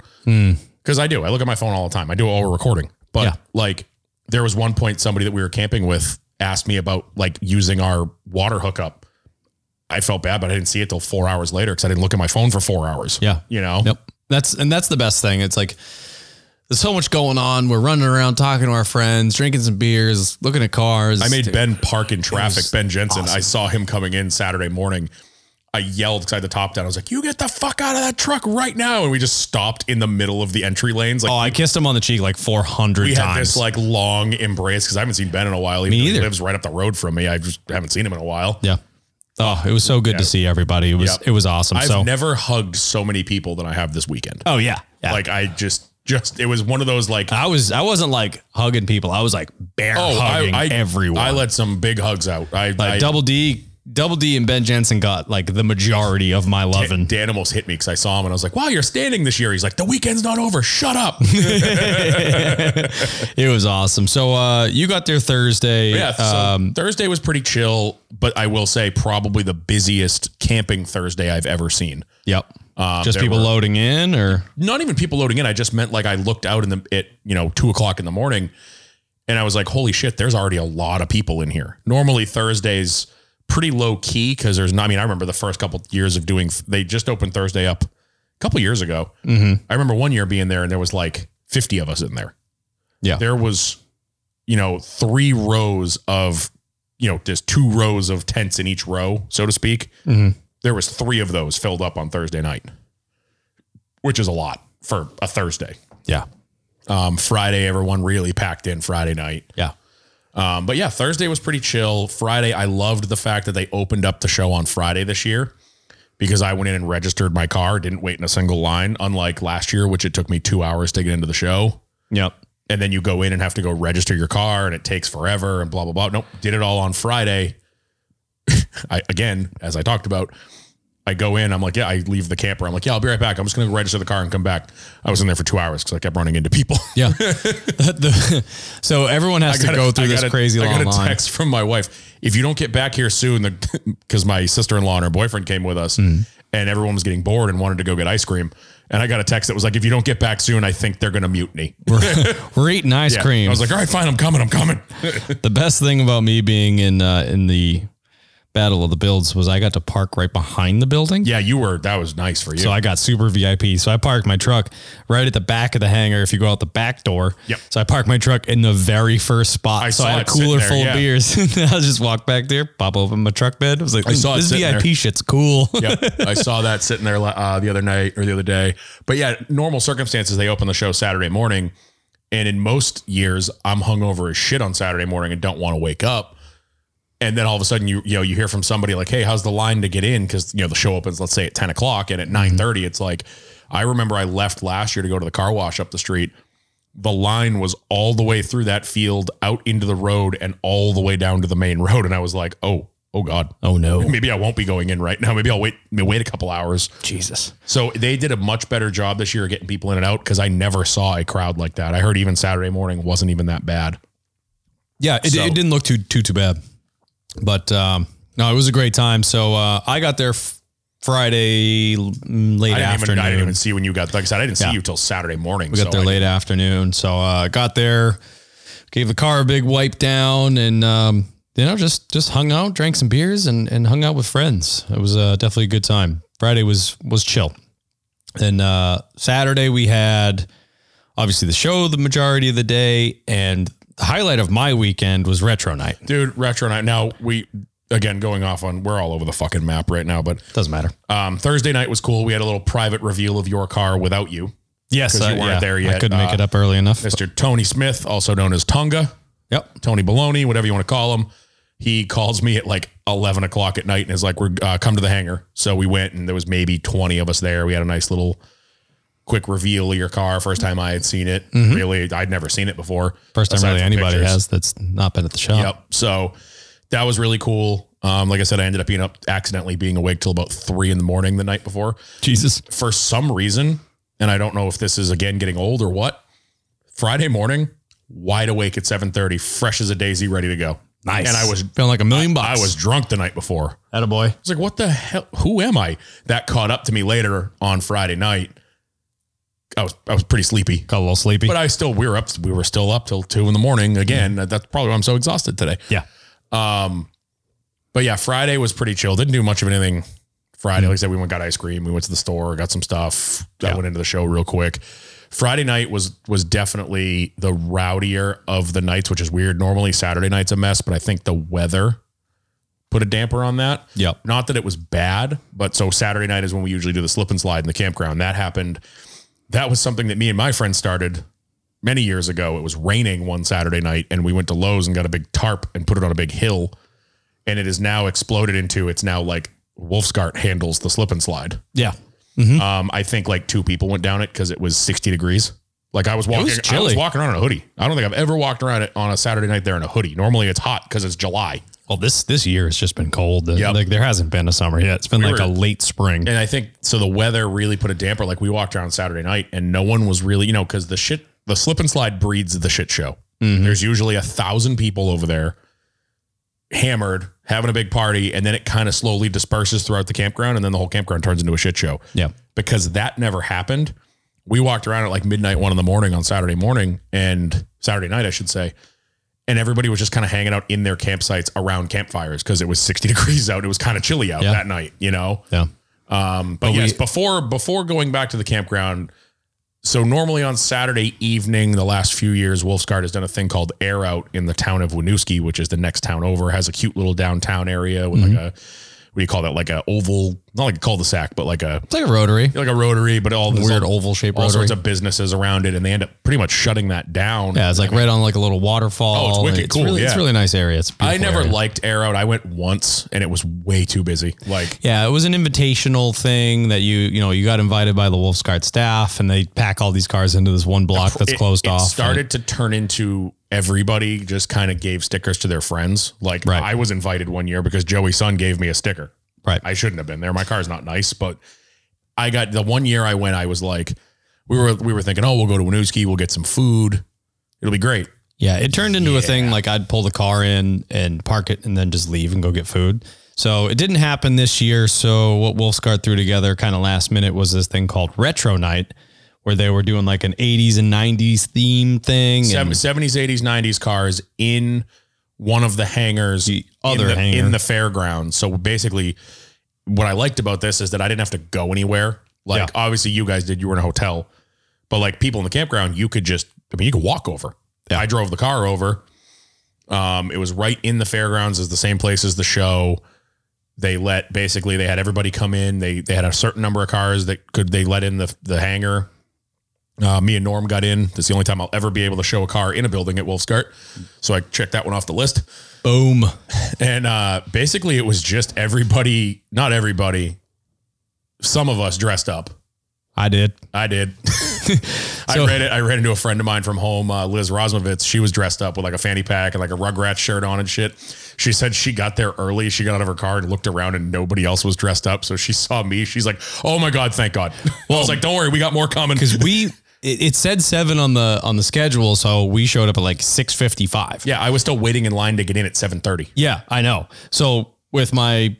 Speaker 1: Because I do. I look at my phone all the time. I do it while we're recording. But
Speaker 2: Hmm. Yeah.
Speaker 1: like there was one point somebody that we were camping with asked me about like using our water hookup. I felt bad, but I didn't see it till four hours later because I didn't look at my phone for four hours.
Speaker 2: yeah.
Speaker 1: You know?
Speaker 2: Yep. That's and that's the best thing. It's like there's so much going on. We're running around talking to our friends, drinking some beers, looking at cars.
Speaker 1: I made
Speaker 2: bets.
Speaker 1: Ben park in traffic.
Speaker 2: was
Speaker 1: Ben Jensen. I saw him coming in Saturday morning. I yelled because I had the top down. I was like, "You get the fuck out of that truck right now!" And we just stopped in the middle of the entry lanes. Like,
Speaker 2: Oh, I kissed him on the cheek like 400
Speaker 1: we
Speaker 2: times.
Speaker 1: had this like long embrace because I haven't seen Ben in a while. Even
Speaker 2: Me
Speaker 1: though He
Speaker 2: either.
Speaker 1: lives right up the road from me. I just haven't seen him in a while.
Speaker 2: yeah. Oh, it was so good to see everybody. It was
Speaker 1: Yep.
Speaker 2: it was awesome.
Speaker 1: I've
Speaker 2: so
Speaker 1: never hugged so many people than I have this weekend.
Speaker 2: oh yeah, yeah.
Speaker 1: Like I just, just it was one of those like
Speaker 2: I was I wasn't like hugging people. I was like bear hugging everyone.
Speaker 1: Oh, I let some big hugs out. I,
Speaker 2: like
Speaker 1: I
Speaker 2: double D, double D, and Ben Jensen got like the majority of my love and
Speaker 1: Dan almost hit me because I saw him and I was like, "Wow, you're standing this year." He's like, "The weekend's not over. Shut up."
Speaker 2: It was awesome. So uh, you got there Thursday.
Speaker 1: Oh,
Speaker 2: Um,
Speaker 1: yeah. So Thursday was pretty chill, but I will say probably the busiest camping Thursday I've ever seen.
Speaker 2: Yep.
Speaker 1: Um,
Speaker 2: Just
Speaker 1: there
Speaker 2: people
Speaker 1: were-
Speaker 2: loading in, or
Speaker 1: not even people loading in. I just meant like I looked out in the at you know two o'clock in the morning, and I was like, holy shit, there's already a lot of people in here. Normally Thursdays pretty low key because there's not. I mean, I remember the first couple years of doing. They just opened Thursday up a couple years ago.
Speaker 2: mm-hmm.
Speaker 1: I remember one year being there and there was like fifty of us in there.
Speaker 2: Yeah.
Speaker 1: there was, you know, three rows of, you know, just two rows of tents in each row, so to speak. There was three of those filled up on Thursday night which is a lot for a Thursday.
Speaker 2: yeah,
Speaker 1: Um, Friday, everyone really packed in Friday night.
Speaker 2: yeah,
Speaker 1: Um, but yeah, Thursday was pretty chill. Friday, I loved the fact that they opened up the show on Friday this year because I went in and registered my car, didn't wait in a single line, unlike last year, which it took me two hours to get into the show.
Speaker 2: yep.
Speaker 1: And then you go in and have to go register your car and it takes forever and blah, blah, blah. Nope. Did it all on Friday. I, again, as I talked about, I go in, I'm like, yeah, I leave the camper. I'm like, yeah, I'll be right back. I'm just going to register the car and come back. I was in there for two hours because I kept running into people.
Speaker 2: Yeah. The- the- so everyone has to
Speaker 1: I
Speaker 2: go
Speaker 1: got
Speaker 2: through
Speaker 1: a- I
Speaker 2: this
Speaker 1: got a-
Speaker 2: crazy
Speaker 1: I
Speaker 2: long
Speaker 1: got a
Speaker 2: line.
Speaker 1: text from my wife. If you don't get back here soon, because my sister in law and her boyfriend came with us,
Speaker 2: Mm.
Speaker 1: and everyone was getting bored and wanted to go get ice cream. And I got a text that was like, if you don't get back soon, I think they're going to mutiny.
Speaker 2: We're, we're eating ice
Speaker 1: Yeah.
Speaker 2: cream.
Speaker 1: I was like, all right, fine, I'm coming, I'm coming.
Speaker 2: the best thing about me being in uh, in the Battle of the Builds was I got to park right behind the building.
Speaker 1: yeah, you were. That was nice for you.
Speaker 2: So I got super VIP. So I parked my truck right at the back of the hangar. If you go out the back door,
Speaker 1: Yep.
Speaker 2: So I parked my truck in the very first spot.
Speaker 1: I
Speaker 2: so I
Speaker 1: saw
Speaker 2: had a
Speaker 1: it sitting
Speaker 2: cooler
Speaker 1: there,
Speaker 2: full
Speaker 1: yeah.
Speaker 2: of beers. I just walked back there, pop open my truck bed. I was like, I
Speaker 1: saw
Speaker 2: saw
Speaker 1: it
Speaker 2: this
Speaker 1: sitting
Speaker 2: VIP
Speaker 1: there.
Speaker 2: shit's cool.
Speaker 1: yeah, I saw that sitting there uh, the other night or the other day. But yeah, normal circumstances, they open the show Saturday morning. And in most years, I'm hungover as shit on Saturday morning and don't want to wake up. And then all of a sudden, you you know you hear from somebody like, "Hey, how's the line to get in?" Because you know the show opens, let's say at ten o'clock, and at nine thirty, it's like, I remember I left last year to go to the car wash up the street. The line was all the way through that field, out into the road, and all the way down to the main road, and I was like, "Oh, oh god,
Speaker 2: Oh no,
Speaker 1: maybe I won't be going in right now. Maybe I'll wait wait a couple hours.
Speaker 2: Jesus.
Speaker 1: So they did a much better job this year of getting people in and out because I never saw a crowd like that. I heard even Saturday morning wasn't even that bad.
Speaker 2: Yeah, it,
Speaker 1: So-
Speaker 2: it didn't look too too too bad, but um, no, it was a great time. So uh, I got there f- Friday l- mm, late
Speaker 1: I didn't, even,
Speaker 2: afternoon.
Speaker 1: I didn't even see when you got like I said, I didn't
Speaker 2: Yeah.
Speaker 1: see you till Saturday morning.
Speaker 2: we got there
Speaker 1: I-
Speaker 2: late afternoon, so uh, got there, gave the car a big wipe down, and um, you know just just hung out, drank some beers, and and hung out with friends. It was uh, definitely a good time. Friday was was chill, and uh, Saturday we had obviously the show the majority of the day, and the highlight of my weekend was retro night.
Speaker 1: dude, retro night. Now we again going off on we're all over the fucking map right now, but
Speaker 2: Doesn't matter.
Speaker 1: um, Thursday night was cool. We had a little private reveal of your car without you.
Speaker 2: Yes,
Speaker 1: 'Cause you
Speaker 2: I-
Speaker 1: weren't there
Speaker 2: I
Speaker 1: yet.
Speaker 2: couldn't
Speaker 1: Uh,
Speaker 2: make it up early enough.
Speaker 1: Mr. Tony Smith, also known as Tonga,
Speaker 2: Yep.
Speaker 1: Tony Baloney, whatever you want to call him. He calls me at like 11 o'clock at night and is like, we're uh, come to the hangar. So we went and there was maybe 20 of us there. We had a nice little quick reveal of your car. First time I had seen it. Really, I'd never seen it before.
Speaker 2: Mm-hmm. First time
Speaker 1: aside
Speaker 2: really
Speaker 1: from
Speaker 2: anybody
Speaker 1: pictures.
Speaker 2: has that's not been at the shop.
Speaker 1: Yep. So that was really cool. Um, like I said, I ended up being up accidentally being awake till about three in the morning the night before
Speaker 2: Jesus.
Speaker 1: for some reason, and I don't know if this is again getting old or what. Friday morning, wide awake at seven thirty, fresh as a daisy, ready to go.
Speaker 2: Nice.
Speaker 1: And I was
Speaker 2: feeling like a million
Speaker 1: I
Speaker 2: bucks.
Speaker 1: was drunk the night before. I
Speaker 2: at a boy.
Speaker 1: was like, "What the hell? Who am I?" That caught up to me later on Friday night. I was I was pretty sleepy,
Speaker 2: Got a little sleepy.
Speaker 1: but I still we were up we were still up till two in the morning again. That's probably why I'm so exhausted today. Um,
Speaker 2: yeah.
Speaker 1: But yeah, Friday was pretty chill. Didn't do much of anything Friday. Like I said, we went got ice cream. We went to the store, got some stuff. I
Speaker 2: Mm-hmm. Yeah.
Speaker 1: went into the show real quick. Friday night was was definitely the rowdier of the nights, which is weird. Normally Saturday night's a mess, but I think the weather put a damper on that.
Speaker 2: Yep.
Speaker 1: Not that it was bad, but so Saturday night is when we usually do the slip and slide in the campground. That happened. That was something that me and my friend started many years ago. It was raining one Saturday night, and we went to Lowe's and got a big tarp and put it on a big hill. And it is now exploded into it's now like Wolfsgart handles the slip and slide.
Speaker 2: Yeah.
Speaker 1: Um, I think like two people went down it because it was 60 degrees. Like I was walking,
Speaker 2: was
Speaker 1: I was
Speaker 2: chilly.
Speaker 1: walking around in a hoodie. I don't think I've ever walked around it on a Saturday night there in a hoodie. Normally it's hot because it's July.
Speaker 2: Well, this this year has just been cold. The-
Speaker 1: Yep.
Speaker 2: Like there hasn't been a summer yet. It's been
Speaker 1: We
Speaker 2: like
Speaker 1: were-
Speaker 2: a late spring.
Speaker 1: And I think so the weather really put a damper. Like we walked around Saturday night and no one was really, you know, because the shit, the slip and slide breeds the shit show.
Speaker 2: Mm-hmm.
Speaker 1: There's usually a thousand people over there hammered, having a big party, and then it kind of slowly disperses throughout the campground. And then the whole campground turns into a shit show.
Speaker 2: Yeah.
Speaker 1: because that never happened. We walked around at like midnight, one in the morning on Saturday morning and Saturday night, I should say. And everybody was just kind of hanging out in their campsites around campfires because it was 60 degrees out. It was kind of chilly out
Speaker 2: Yeah.
Speaker 1: that night, you know?
Speaker 2: Yeah.
Speaker 1: Um, but,
Speaker 2: But
Speaker 1: yes,
Speaker 2: we-
Speaker 1: before before going back to the campground, so normally on Saturday evening, the last few years, Wolfsgard has done a thing called Air Out in the town of Winooski, which is the next town over. Has a cute little downtown area with
Speaker 2: Mm-hmm.
Speaker 1: like a what do you call that? Like a oval, not like a cul-de-sac, but like a
Speaker 2: It's like a rotary.
Speaker 1: like a rotary, but all there's
Speaker 2: Weird
Speaker 1: all,
Speaker 2: oval shaped
Speaker 1: all
Speaker 2: rotary.
Speaker 1: sorts of businesses around it, and they end up pretty much shutting that down.
Speaker 2: yeah, it's like right on like a little waterfall.
Speaker 1: Oh, it's wicked cool,
Speaker 2: Really, It's
Speaker 1: yeah.
Speaker 2: a really nice area. It's a
Speaker 1: I
Speaker 2: beautiful
Speaker 1: never
Speaker 2: area.
Speaker 1: liked Air Out. I went once, and it was way too busy. Like
Speaker 2: Yeah, it was an invitational thing that you you know you got invited by the Wolfsguard staff, and they pack all these cars into this one block that's
Speaker 1: it-
Speaker 2: closed
Speaker 1: it
Speaker 2: off.
Speaker 1: Started to turn into everybody just kind of gave stickers to their friends. Like
Speaker 2: Right.
Speaker 1: I was invited one year because Joey's son gave me a sticker.
Speaker 2: right?
Speaker 1: I shouldn't have been there. My car's not nice, but I got the one year I went. I was like, we were we were thinking, oh, we'll go to Winooski, we'll get some food, it'll be great.
Speaker 2: Yeah, it turned into a thing like I'd pull the car in and park it and then just leave and go get food. So it didn't happen this year. So what Wolfsgard threw together kind of last minute was this thing called Retro Night, where they were doing like an 80s and 90s theme thing.
Speaker 1: Sev-
Speaker 2: And
Speaker 1: 70s, 80s, 90s cars in one of the hangars,
Speaker 2: other
Speaker 1: in the,
Speaker 2: hangar.
Speaker 1: in the fairgrounds. So basically, what I liked about this is that I didn't have to go anywhere. Like
Speaker 2: Yeah.
Speaker 1: obviously, you guys did. You were in a hotel, but like people in the campground, you could just. I mean, you could walk over. I drove the car over. Um, it was right in the fairgrounds, is the same place as the show. They let basically they had everybody come in. They they had a certain number of cars that could they let in the the hangar. Uh, me and Norm got in. That's the only time I'll ever be able to show a car in a building at Wolfsgart. So I checked that one off the list.
Speaker 2: boom.
Speaker 1: And uh, basically, it was just everybody, not everybody, some of us dressed up.
Speaker 2: I did.
Speaker 1: I did. I
Speaker 2: So-
Speaker 1: ran it. I ran into a friend of mine from home, uh, Liz Rosmovitz. She was dressed up with like a fanny pack and like a Rugrats shirt on and shit. She said she got there early. She got out of her car and looked around, and nobody else was dressed up. So she saw me. She's like, "Oh my god, thank God." Well, I was like, "Don't worry, we got more coming."
Speaker 2: Because we it, it said seven on the on the schedule, so we showed up at like six fifty five.
Speaker 1: Yeah, I was still waiting in line to get in at seven thirty.
Speaker 2: Yeah, I know. So with my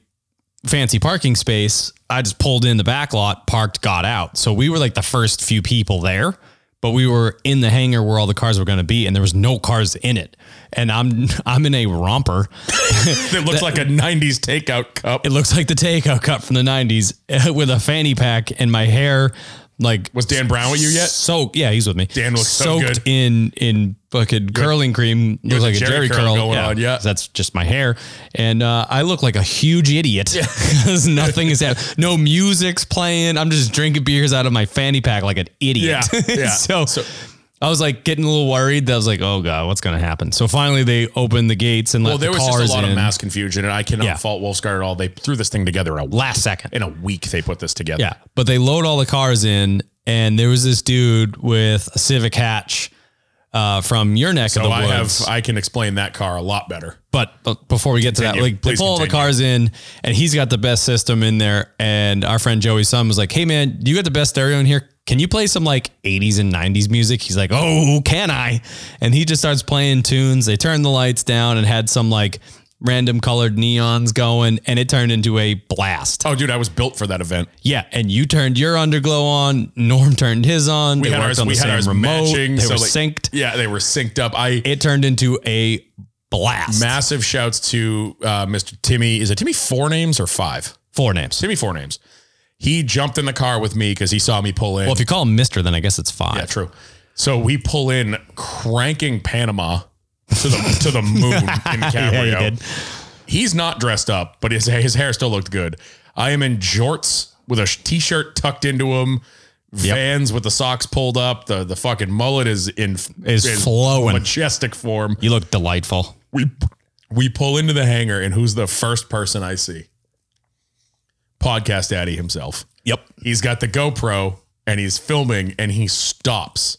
Speaker 2: fancy parking space, I just pulled in the back lot, parked, got out. So we were like the first few people there, but we were in the hangar where all the cars were going to be, and there was no cars in it. And I'm I'm in a romper.
Speaker 1: It looks like a '90s takeout cup.
Speaker 2: It looks like the takeout cut from the '90s with a fanny pack, and my hair like
Speaker 1: Was Dan Brown with you yet?
Speaker 2: Soaked. Yeah, he's with me.
Speaker 1: Dan looks so good.
Speaker 2: soaked in in fucking curling cream.
Speaker 1: was
Speaker 2: Looks
Speaker 1: a
Speaker 2: like a
Speaker 1: jerry
Speaker 2: jerry,
Speaker 1: curl
Speaker 2: curl.
Speaker 1: going on, yeah.
Speaker 2: that's just my hair, and uh, I look like a huge idiot because nothing is happening. No music's playing. I'm just drinking beers out of my fanny pack like an idiot.
Speaker 1: Yeah, yeah.
Speaker 2: so. I was like getting a little worried. That I was like, oh god, what's gonna happen? So finally, they opened the gates and let
Speaker 1: Well, there
Speaker 2: the
Speaker 1: was
Speaker 2: cars
Speaker 1: just a lot
Speaker 2: in.
Speaker 1: of mass confusion, and I cannot
Speaker 2: Yeah.
Speaker 1: fault Wolfsguard at all. They threw this thing together in a
Speaker 2: last second.
Speaker 1: in a week. They put this together.
Speaker 2: Yeah, but they load all the cars in, and there was this dude with a Civic hatch uh, from your neck of
Speaker 1: So
Speaker 2: the
Speaker 1: I have
Speaker 2: woods.
Speaker 1: I can explain that car a lot better.
Speaker 2: but uh, before we get to that,
Speaker 1: Continue.
Speaker 2: like they
Speaker 1: Please
Speaker 2: pull all the
Speaker 1: continue.
Speaker 2: cars in, and he's got the best system in there. And our friend Joey Sun was like, "Hey man, you got the best stereo in here. Can you play some like '80s and '90s music?" He's like, "Oh, can I?" And he just starts playing tunes. They turned the lights down and had some like random colored neons going, and it turned into a blast.
Speaker 1: Oh, dude, I was built for that event.
Speaker 2: Yeah, and you turned your underglow on. Norm turned his on.
Speaker 1: We
Speaker 2: they
Speaker 1: had
Speaker 2: worked
Speaker 1: ours.
Speaker 2: on the
Speaker 1: we had
Speaker 2: same
Speaker 1: ours
Speaker 2: remote.
Speaker 1: matching.
Speaker 2: they
Speaker 1: so
Speaker 2: were
Speaker 1: like-
Speaker 2: synced.
Speaker 1: Yeah, they were synced up. I
Speaker 2: It turned into a blast.
Speaker 1: massive shouts to uh, Mr. Timmy. Is it Timmy four names or five?
Speaker 2: Four names.
Speaker 1: Timmy four names. He jumped in the car with me because he saw me pull in.
Speaker 2: Well, if you call him Mister, then I guess it's five.
Speaker 1: yeah, true. So we pull in, cranking Panama to the to the moon in
Speaker 2: Yeah,
Speaker 1: Cabrio.
Speaker 2: you did.
Speaker 1: He's not dressed up, but his his hair still looked good. I am in jorts with a sh- t-shirt tucked into him, Vans with the socks pulled up. The the fucking mullet is in
Speaker 2: Is
Speaker 1: in
Speaker 2: flowing.
Speaker 1: majestic form.
Speaker 2: You look delightful.
Speaker 1: We we pull into the hangar, and who's the first person I see? Podcast Daddy himself.
Speaker 2: Yep.
Speaker 1: He's got the GoPro and he's filming, and he stops,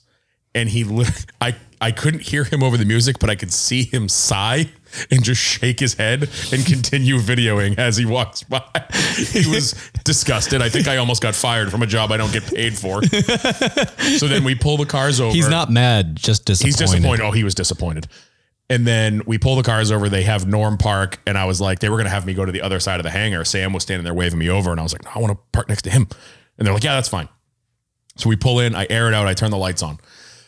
Speaker 1: and he lit- I I couldn't hear him over the music, but I could see him sigh and just shake his head and continue videoing as he walks by. He was disgusted. I think I almost got fired from a job I don't get paid for. so then we pull the cars over.
Speaker 2: He's not mad, just disappointed.
Speaker 1: He's disappointed. Oh, he was disappointed. And then we pull the cars over. They have Norm Park, and I was like, they were gonna have me go to the other side of the hangar. Sam was standing there waving me over, and I was like, no, I want to park next to him. And they're like, yeah, that's fine. So we pull in. I air it out. I turn the lights on.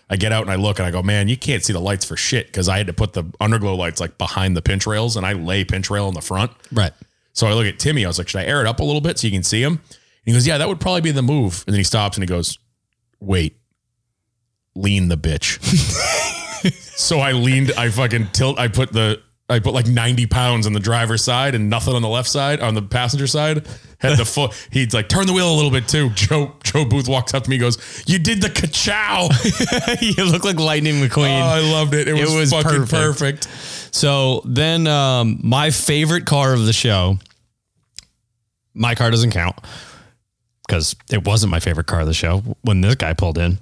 Speaker 1: I get out and I look and I go, man, you can't see the lights for shit because I had to put the underglow lights like behind the pinch rails, and I lay pinch rail in the front.
Speaker 2: Right.
Speaker 1: So I look at Timmy. I was like, should I air it up a little bit so you can see him? And he goes, yeah, that would probably be the move. And then he stops and he goes, wait, lean the bitch. so I leaned, I fucking tilt, I put the, I put like 90 pounds on the driver's side and nothing on the left side, on the passenger side. Had the foot. He's like, turn the wheel a little bit too. Joe Joe Booth walks up to me, and goes, "You did the ka-chow.
Speaker 2: you look like Lightning
Speaker 1: Oh,
Speaker 2: McQueen.
Speaker 1: I loved it. It was,
Speaker 2: was
Speaker 1: fucking perfect.
Speaker 2: perfect. so then, um, my favorite car of the show. My car doesn't count because it wasn't my favorite car of the show when this guy pulled in.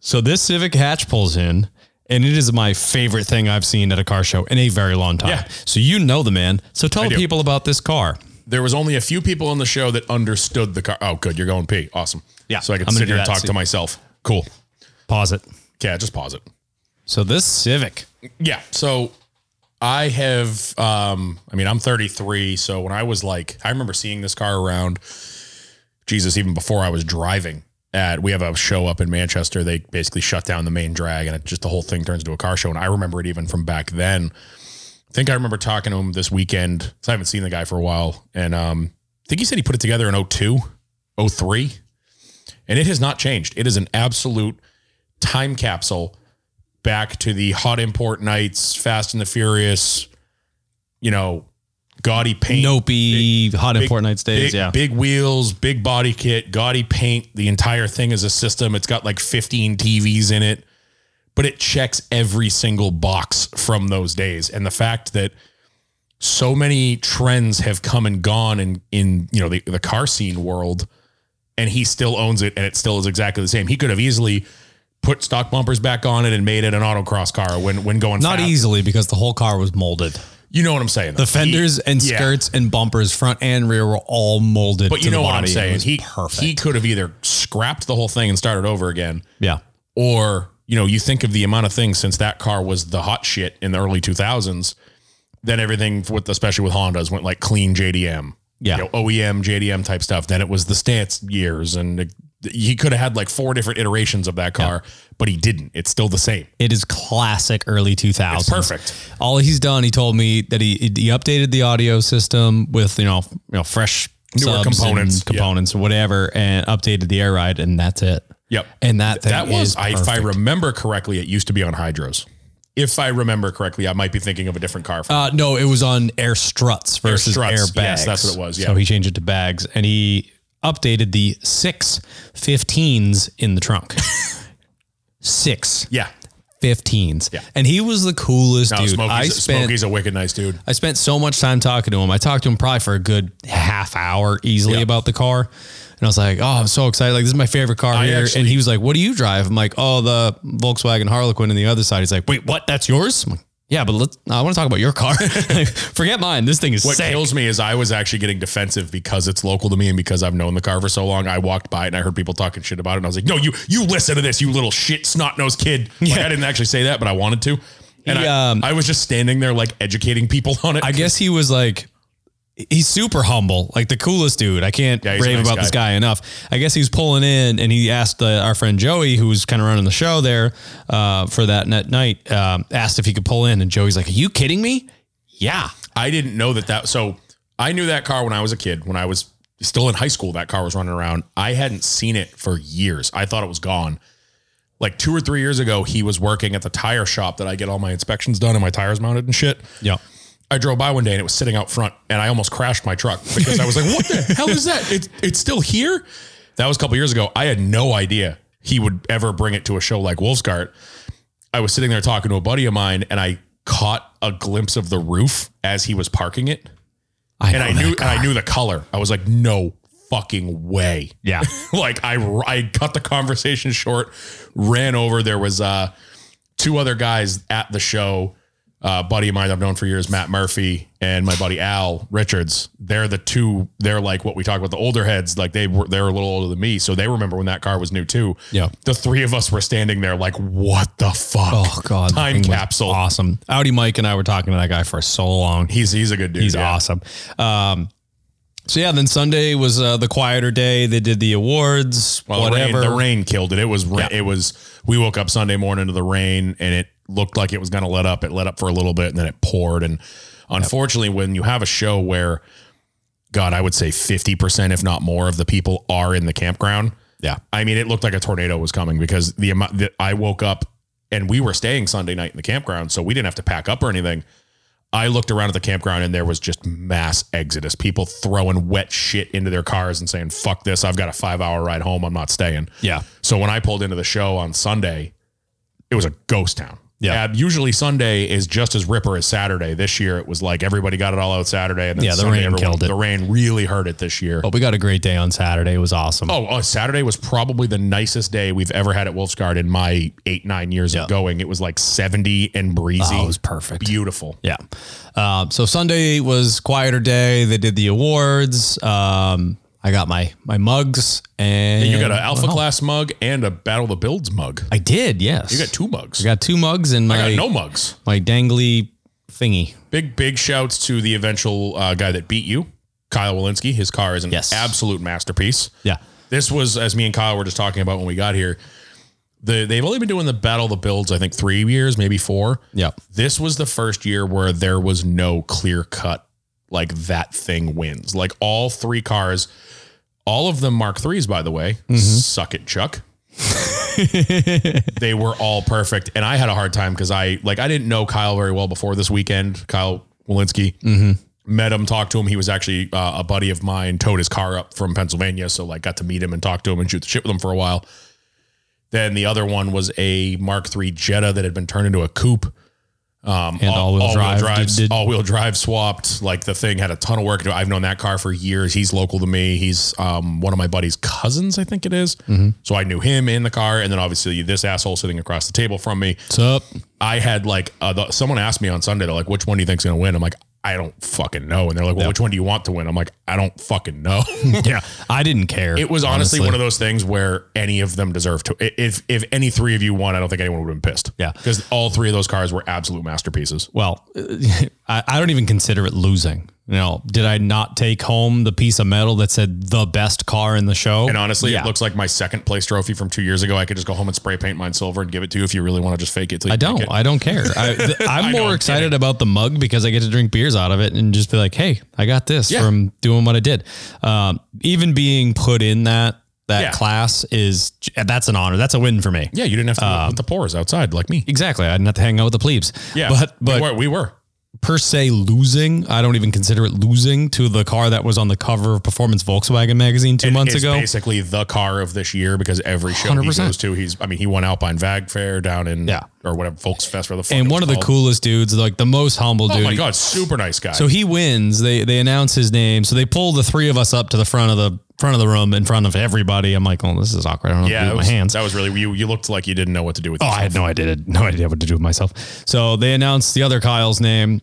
Speaker 2: So this Civic Hatch pulls in, and it is my favorite thing I've seen at a car show in a very long time.
Speaker 1: Yeah.
Speaker 2: So you know the man. So tell
Speaker 1: do.
Speaker 2: people about this car.
Speaker 1: There was only a few people on the show that understood the car. Oh, good. You're going pee. Awesome.
Speaker 2: Yeah,
Speaker 1: So I can
Speaker 2: I'm gonna
Speaker 1: sit
Speaker 2: do
Speaker 1: here and
Speaker 2: that
Speaker 1: talk
Speaker 2: too.
Speaker 1: to myself. Cool.
Speaker 2: Pause it.
Speaker 1: Yeah, just pause it.
Speaker 2: So this Civic.
Speaker 1: Yeah. So I have, um, I mean, I'm 33. So when I was like, I remember seeing this car around, Jesus, even before I was driving at, we have a show up in Manchester. They basically shut down the main drag and it just the whole thing turns into a car show. And I remember it even from back then. I think I remember talking to him this weekend 'cause I haven't seen the guy for a while. And um, I think he said he put it together in 02, 03. And it has not changed. It is an absolute time capsule back to the hot import nights, Fast and the Furious, you know, gaudy paint.
Speaker 2: Nopey, hot import night stays.
Speaker 1: Big,
Speaker 2: yeah.
Speaker 1: big wheels, big body kit, gaudy paint. The entire thing is a system. It's got like 15 TVs in it, but it checks every single box from those days. And the fact that so many trends have come and gone in in you know the, the car scene world, and he still owns it, and it still is exactly the same. He could have easily put stock bumpers back on it and made it an autocross car when when going
Speaker 2: Not
Speaker 1: fast.
Speaker 2: easily because the whole car was molded.
Speaker 1: You know what I'm saying?
Speaker 2: The fenders and
Speaker 1: yeah.
Speaker 2: skirts and bumpers, front and rear, were all molded.
Speaker 1: But
Speaker 2: to
Speaker 1: you
Speaker 2: the
Speaker 1: know what
Speaker 2: body.
Speaker 1: I'm
Speaker 2: It
Speaker 1: saying?
Speaker 2: was
Speaker 1: He
Speaker 2: perfect.
Speaker 1: he could have either scrapped the whole thing and started over again,
Speaker 2: yeah.
Speaker 1: or you know, you think of the amount of things since that car was the hot shit in the early 2000s. Then everything with especially with Hondas went like clean JDM,
Speaker 2: Yeah.
Speaker 1: you know, E OEM JDM type stuff. Then it was the stance years, and it- he could have had like four different iterations of that car, but he didn't. It's still the same.
Speaker 2: It is classic early 2000s.
Speaker 1: It's perfect.
Speaker 2: All he's done, he told me that he he updated the audio system with you know f- you know fresh
Speaker 1: Newer
Speaker 2: subs
Speaker 1: components,
Speaker 2: and
Speaker 1: yeah.
Speaker 2: components, or whatever, and updated the air ride, and that's it.
Speaker 1: Yep.
Speaker 2: And that thing
Speaker 1: that was,
Speaker 2: is
Speaker 1: I, if I
Speaker 2: perfect.
Speaker 1: remember correctly, it used to be on Hydros. If I remember correctly, I might be thinking of a different car.
Speaker 2: Uh, no, it was on air struts versus air,
Speaker 1: struts.
Speaker 2: bags.
Speaker 1: Yes, that's what it was, yeah.
Speaker 2: So he changed it to bags and he updated the six 15s in the trunk. six
Speaker 1: Yeah.
Speaker 2: 15s.
Speaker 1: Yeah.
Speaker 2: And he was the coolest
Speaker 1: No,
Speaker 2: dude.
Speaker 1: Smokey's,
Speaker 2: I spent
Speaker 1: Smokey's a wicked nice dude.
Speaker 2: I spent so much time talking to him. I talked to him probably for a good half hour easily
Speaker 1: Yeah.
Speaker 2: about the car. And I was like, oh, I'm so excited. Like, this is my favorite car
Speaker 1: I
Speaker 2: here.
Speaker 1: actually-
Speaker 2: and he was like, what do you drive? I'm like, oh, the Volkswagen Harlequin on the other side. He's like, wait, what? That's yours? I'm like, yeah, but let's, I want to talk about your car. Like, Forget mine. This thing is
Speaker 1: What
Speaker 2: sick.
Speaker 1: kills me is I was actually getting defensive because it's local to me and because I've known the car for so long. I walked by it and I heard people talking shit about it. And I was like, no, you you listen to this, you little shit snot nosed kid. Like,
Speaker 2: Yeah.
Speaker 1: I didn't actually say that, but I wanted to. And
Speaker 2: He,
Speaker 1: I,
Speaker 2: um,
Speaker 1: I was just standing there like educating people on it.
Speaker 2: I guess he was like, he's super humble, like the coolest dude. I can't
Speaker 1: Yeah, he's a
Speaker 2: rave
Speaker 1: nice
Speaker 2: about
Speaker 1: guy.
Speaker 2: this guy enough. I guess he was pulling in and he asked the, our friend Joey, who was kind of running the show there uh, for that net night, um, asked if he could pull in. And Joey's like, Are you kidding me? Yeah.
Speaker 1: I didn't know that that. So I knew that car when I was a kid. When I was still in high school, that car was running around. I hadn't seen it for years. I thought it was gone. Like two or three years ago, he was working at the tire shop that I get all my inspections done and my tires mounted and shit.
Speaker 2: Yeah.
Speaker 1: I drove by one day and it was sitting out front, and I almost crashed my truck because I was like, "What the hell is that? It's it's still here." That was a couple years ago. I had no idea he would ever bring it to a show like Wolfsgart. I was sitting there talking to a buddy of mine, and I caught a glimpse of the roof as he was parking it,
Speaker 2: I
Speaker 1: and I knew and I knew the color. I was like, "No fucking way!"
Speaker 2: Yeah.
Speaker 1: like I I cut the conversation short, ran over. There was uh two other guys at the show, uh, buddy of mine I've known for years, Matt Murphy and my buddy Al Richards. They're the two. They're like what we talk about the older heads. Like they were they're a little older than me, so they remember when that car was new too.
Speaker 2: Yeah.
Speaker 1: the three of us were standing there like, what the fuck?
Speaker 2: Oh, God. that
Speaker 1: time
Speaker 2: thing was
Speaker 1: capsule.
Speaker 2: Awesome. Audi Mike and I were talking to that guy for so long.
Speaker 1: He's he's a good dude.
Speaker 2: He's
Speaker 1: yeah.
Speaker 2: awesome. Um, so yeah, then Sunday was uh, the quieter day. They did the awards,
Speaker 1: Well, The
Speaker 2: whatever.
Speaker 1: rain, the rain killed it. It was ra-
Speaker 2: Yeah.
Speaker 1: it was. We woke up Sunday morning to the rain, and it looked like it was going to let up. It let up for a little bit, and then it poured. And unfortunately, when you have a show where, God, I would say fifty percent, if not more, of the people are in the campground.
Speaker 2: Yeah.
Speaker 1: I mean, it looked like a tornado was coming because the amount that I woke up and we were staying Sunday night in the campground, so we didn't have to pack up or anything. I looked around at the campground and there was just mass exodus. People throwing wet shit into their cars and saying, fuck this. I've got a five hour ride home. I'm not staying.
Speaker 2: Yeah.
Speaker 1: So when I pulled into the show on Sunday, it was a ghost town.
Speaker 2: Yeah.
Speaker 1: Uh, usually Sunday is just as ripper as Saturday. This year it was like everybody got it all out Saturday. And then
Speaker 2: Yeah, the
Speaker 1: Sunday,
Speaker 2: rain killed it. Oh.
Speaker 1: The rain really hurt it this year.
Speaker 2: But we got a great day on Saturday. It was awesome.
Speaker 1: Oh, uh, Saturday was probably the nicest day we've ever had at Wolfsgard in my eight, nine years
Speaker 2: Yeah.
Speaker 1: of going. It was like 70 and breezy.
Speaker 2: Oh, it was perfect.
Speaker 1: Beautiful.
Speaker 2: Yeah. Um, so Sunday was quieter day. They did the awards. Um, I got my my mugs and
Speaker 1: You got an alpha class mug and a battle of the builds mug.
Speaker 2: I did. Yes.
Speaker 1: You got two mugs.
Speaker 2: I got two mugs and
Speaker 1: I
Speaker 2: my
Speaker 1: got no mugs.
Speaker 2: my dangly thingy.
Speaker 1: Big, big shouts to the eventual uh, guy that beat you, Kyle Walensky. His car is an
Speaker 2: Yes.
Speaker 1: absolute masterpiece.
Speaker 2: Yeah.
Speaker 1: This was, as me and Kyle were just talking about when we got here, the, they've only been doing the battle of the builds, I think, three years, maybe four.
Speaker 2: Yeah.
Speaker 1: this was the first year where there was no clear cut like that thing wins like all three cars all of them mark threes by the way suck it chuck they were all perfect and i had a hard time because i like i didn't know kyle very well before this weekend kyle walensky met him talked to him he was actually uh, a buddy of mine towed his car up from pennsylvania so like got to meet him and talk to him and shoot the shit with him for a while then the other one was a mark III jetta that had been turned into a coupe um,
Speaker 2: And all-wheel drive.
Speaker 1: drives,
Speaker 2: Did- did-
Speaker 1: all wheel drive swapped. Like the thing had a ton of work. to do. I've known that car for years. He's local to me. He's um, one of my buddy's cousins, I think it is.
Speaker 2: Mm-hmm.
Speaker 1: So I knew him in the car, and then obviously this asshole sitting across the table from me.
Speaker 2: What's up?
Speaker 1: I had like uh, the, someone asked me on Sunday, they're like, "Which one do you think's gonna win?" I'm like, "I don't fucking know." And they're like, "Well, which one do you want to win?" I'm like, "I don't fucking know." yeah,
Speaker 2: I didn't care.
Speaker 1: it was honestly, one of those things where any of them deserved to. i- If if any three of you won, I don't think anyone would have been pissed.
Speaker 2: Yeah.
Speaker 1: because all three of those cars were absolute masterpieces.
Speaker 2: well, I, I don't even consider it losing. You know, did I not take home the piece of metal that said the best car in the show?
Speaker 1: And honestly,
Speaker 2: Yeah.
Speaker 1: it looks like my second place trophy from two years ago. I could just go home and spray paint mine silver and give it to you if you really want to just fake it. till you
Speaker 2: I don't.
Speaker 1: make it.
Speaker 2: I don't care. I, th- I'm
Speaker 1: I know,
Speaker 2: more
Speaker 1: I'm
Speaker 2: excited
Speaker 1: kidding.
Speaker 2: about the mug because I get to drink beers out of it and just be like, "Hey, I got this
Speaker 1: Yeah.
Speaker 2: from doing what I did." Um, even being put in that that
Speaker 1: Yeah.
Speaker 2: class is that's an honor. That's a win for me.
Speaker 1: yeah,
Speaker 2: Um,
Speaker 1: you didn't have to put the pores outside like me.
Speaker 2: Exactly. I didn't have to hang out with the plebes.
Speaker 1: Yeah,
Speaker 2: but
Speaker 1: we
Speaker 2: but
Speaker 1: were, we were.
Speaker 2: per se losing. I don't even consider it losing to the car that was on the cover of Performance Volkswagen magazine two
Speaker 1: It
Speaker 2: months
Speaker 1: is
Speaker 2: ago.
Speaker 1: basically the car of this year because every show he
Speaker 2: 100%.
Speaker 1: goes to, he's I mean, he won Alpine Vag Fair down in
Speaker 2: Yeah.
Speaker 1: or whatever Folks Fest or the fuck it
Speaker 2: And
Speaker 1: was
Speaker 2: one of the
Speaker 1: called.
Speaker 2: coolest dudes, like the most humble
Speaker 1: Oh
Speaker 2: dude.
Speaker 1: my god, super nice guy.
Speaker 2: So he wins. They they announce his name. So they pull the three of us up to the front of the front of the room in front of everybody. I'm like, oh, this is awkward. I don't know
Speaker 1: yeah,
Speaker 2: what to
Speaker 1: that
Speaker 2: do with
Speaker 1: was,
Speaker 2: my hands.
Speaker 1: That was really you. You looked like you didn't know what to do with.
Speaker 2: Oh, I had no idea. No idea what to do with myself. So they announced the other Kyle's name,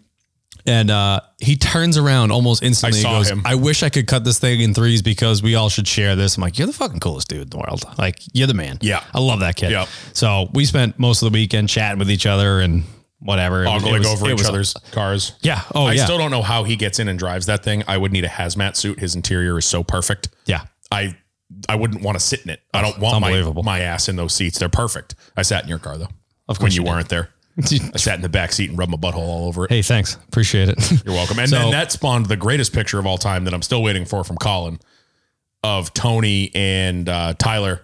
Speaker 2: and uh, he turns around almost instantly.
Speaker 1: I
Speaker 2: and
Speaker 1: saw
Speaker 2: goes,
Speaker 1: him.
Speaker 2: I wish I could cut this thing in threes because we all should share this. I'm like, you're the fucking coolest dude in the world. Like, you're the man.
Speaker 1: Yeah.
Speaker 2: I love that kid.
Speaker 1: Yeah.
Speaker 2: So we spent most of the weekend chatting with each other and whatever. It was- it
Speaker 1: ogling
Speaker 2: was-
Speaker 1: over
Speaker 2: it
Speaker 1: each
Speaker 2: was-
Speaker 1: other's cars.
Speaker 2: Yeah. Oh,
Speaker 1: I
Speaker 2: yeah.
Speaker 1: still don't know how he gets in and drives that thing. I would need a hazmat suit. His interior is so perfect.
Speaker 2: yeah.
Speaker 1: I I wouldn't want to sit in it. I don't want my
Speaker 2: unbelievable.
Speaker 1: my ass in those seats. They're perfect. I sat in your car though. Of when
Speaker 2: course
Speaker 1: you,
Speaker 2: you did.
Speaker 1: weren't there. I sat in the back seat and rubbed my butthole all over it.
Speaker 2: Hey, thanks. Appreciate it.
Speaker 1: You're welcome. And
Speaker 2: So-
Speaker 1: then that spawned the greatest picture of all time that I'm still waiting for from Colin of Tony and uh, Tyler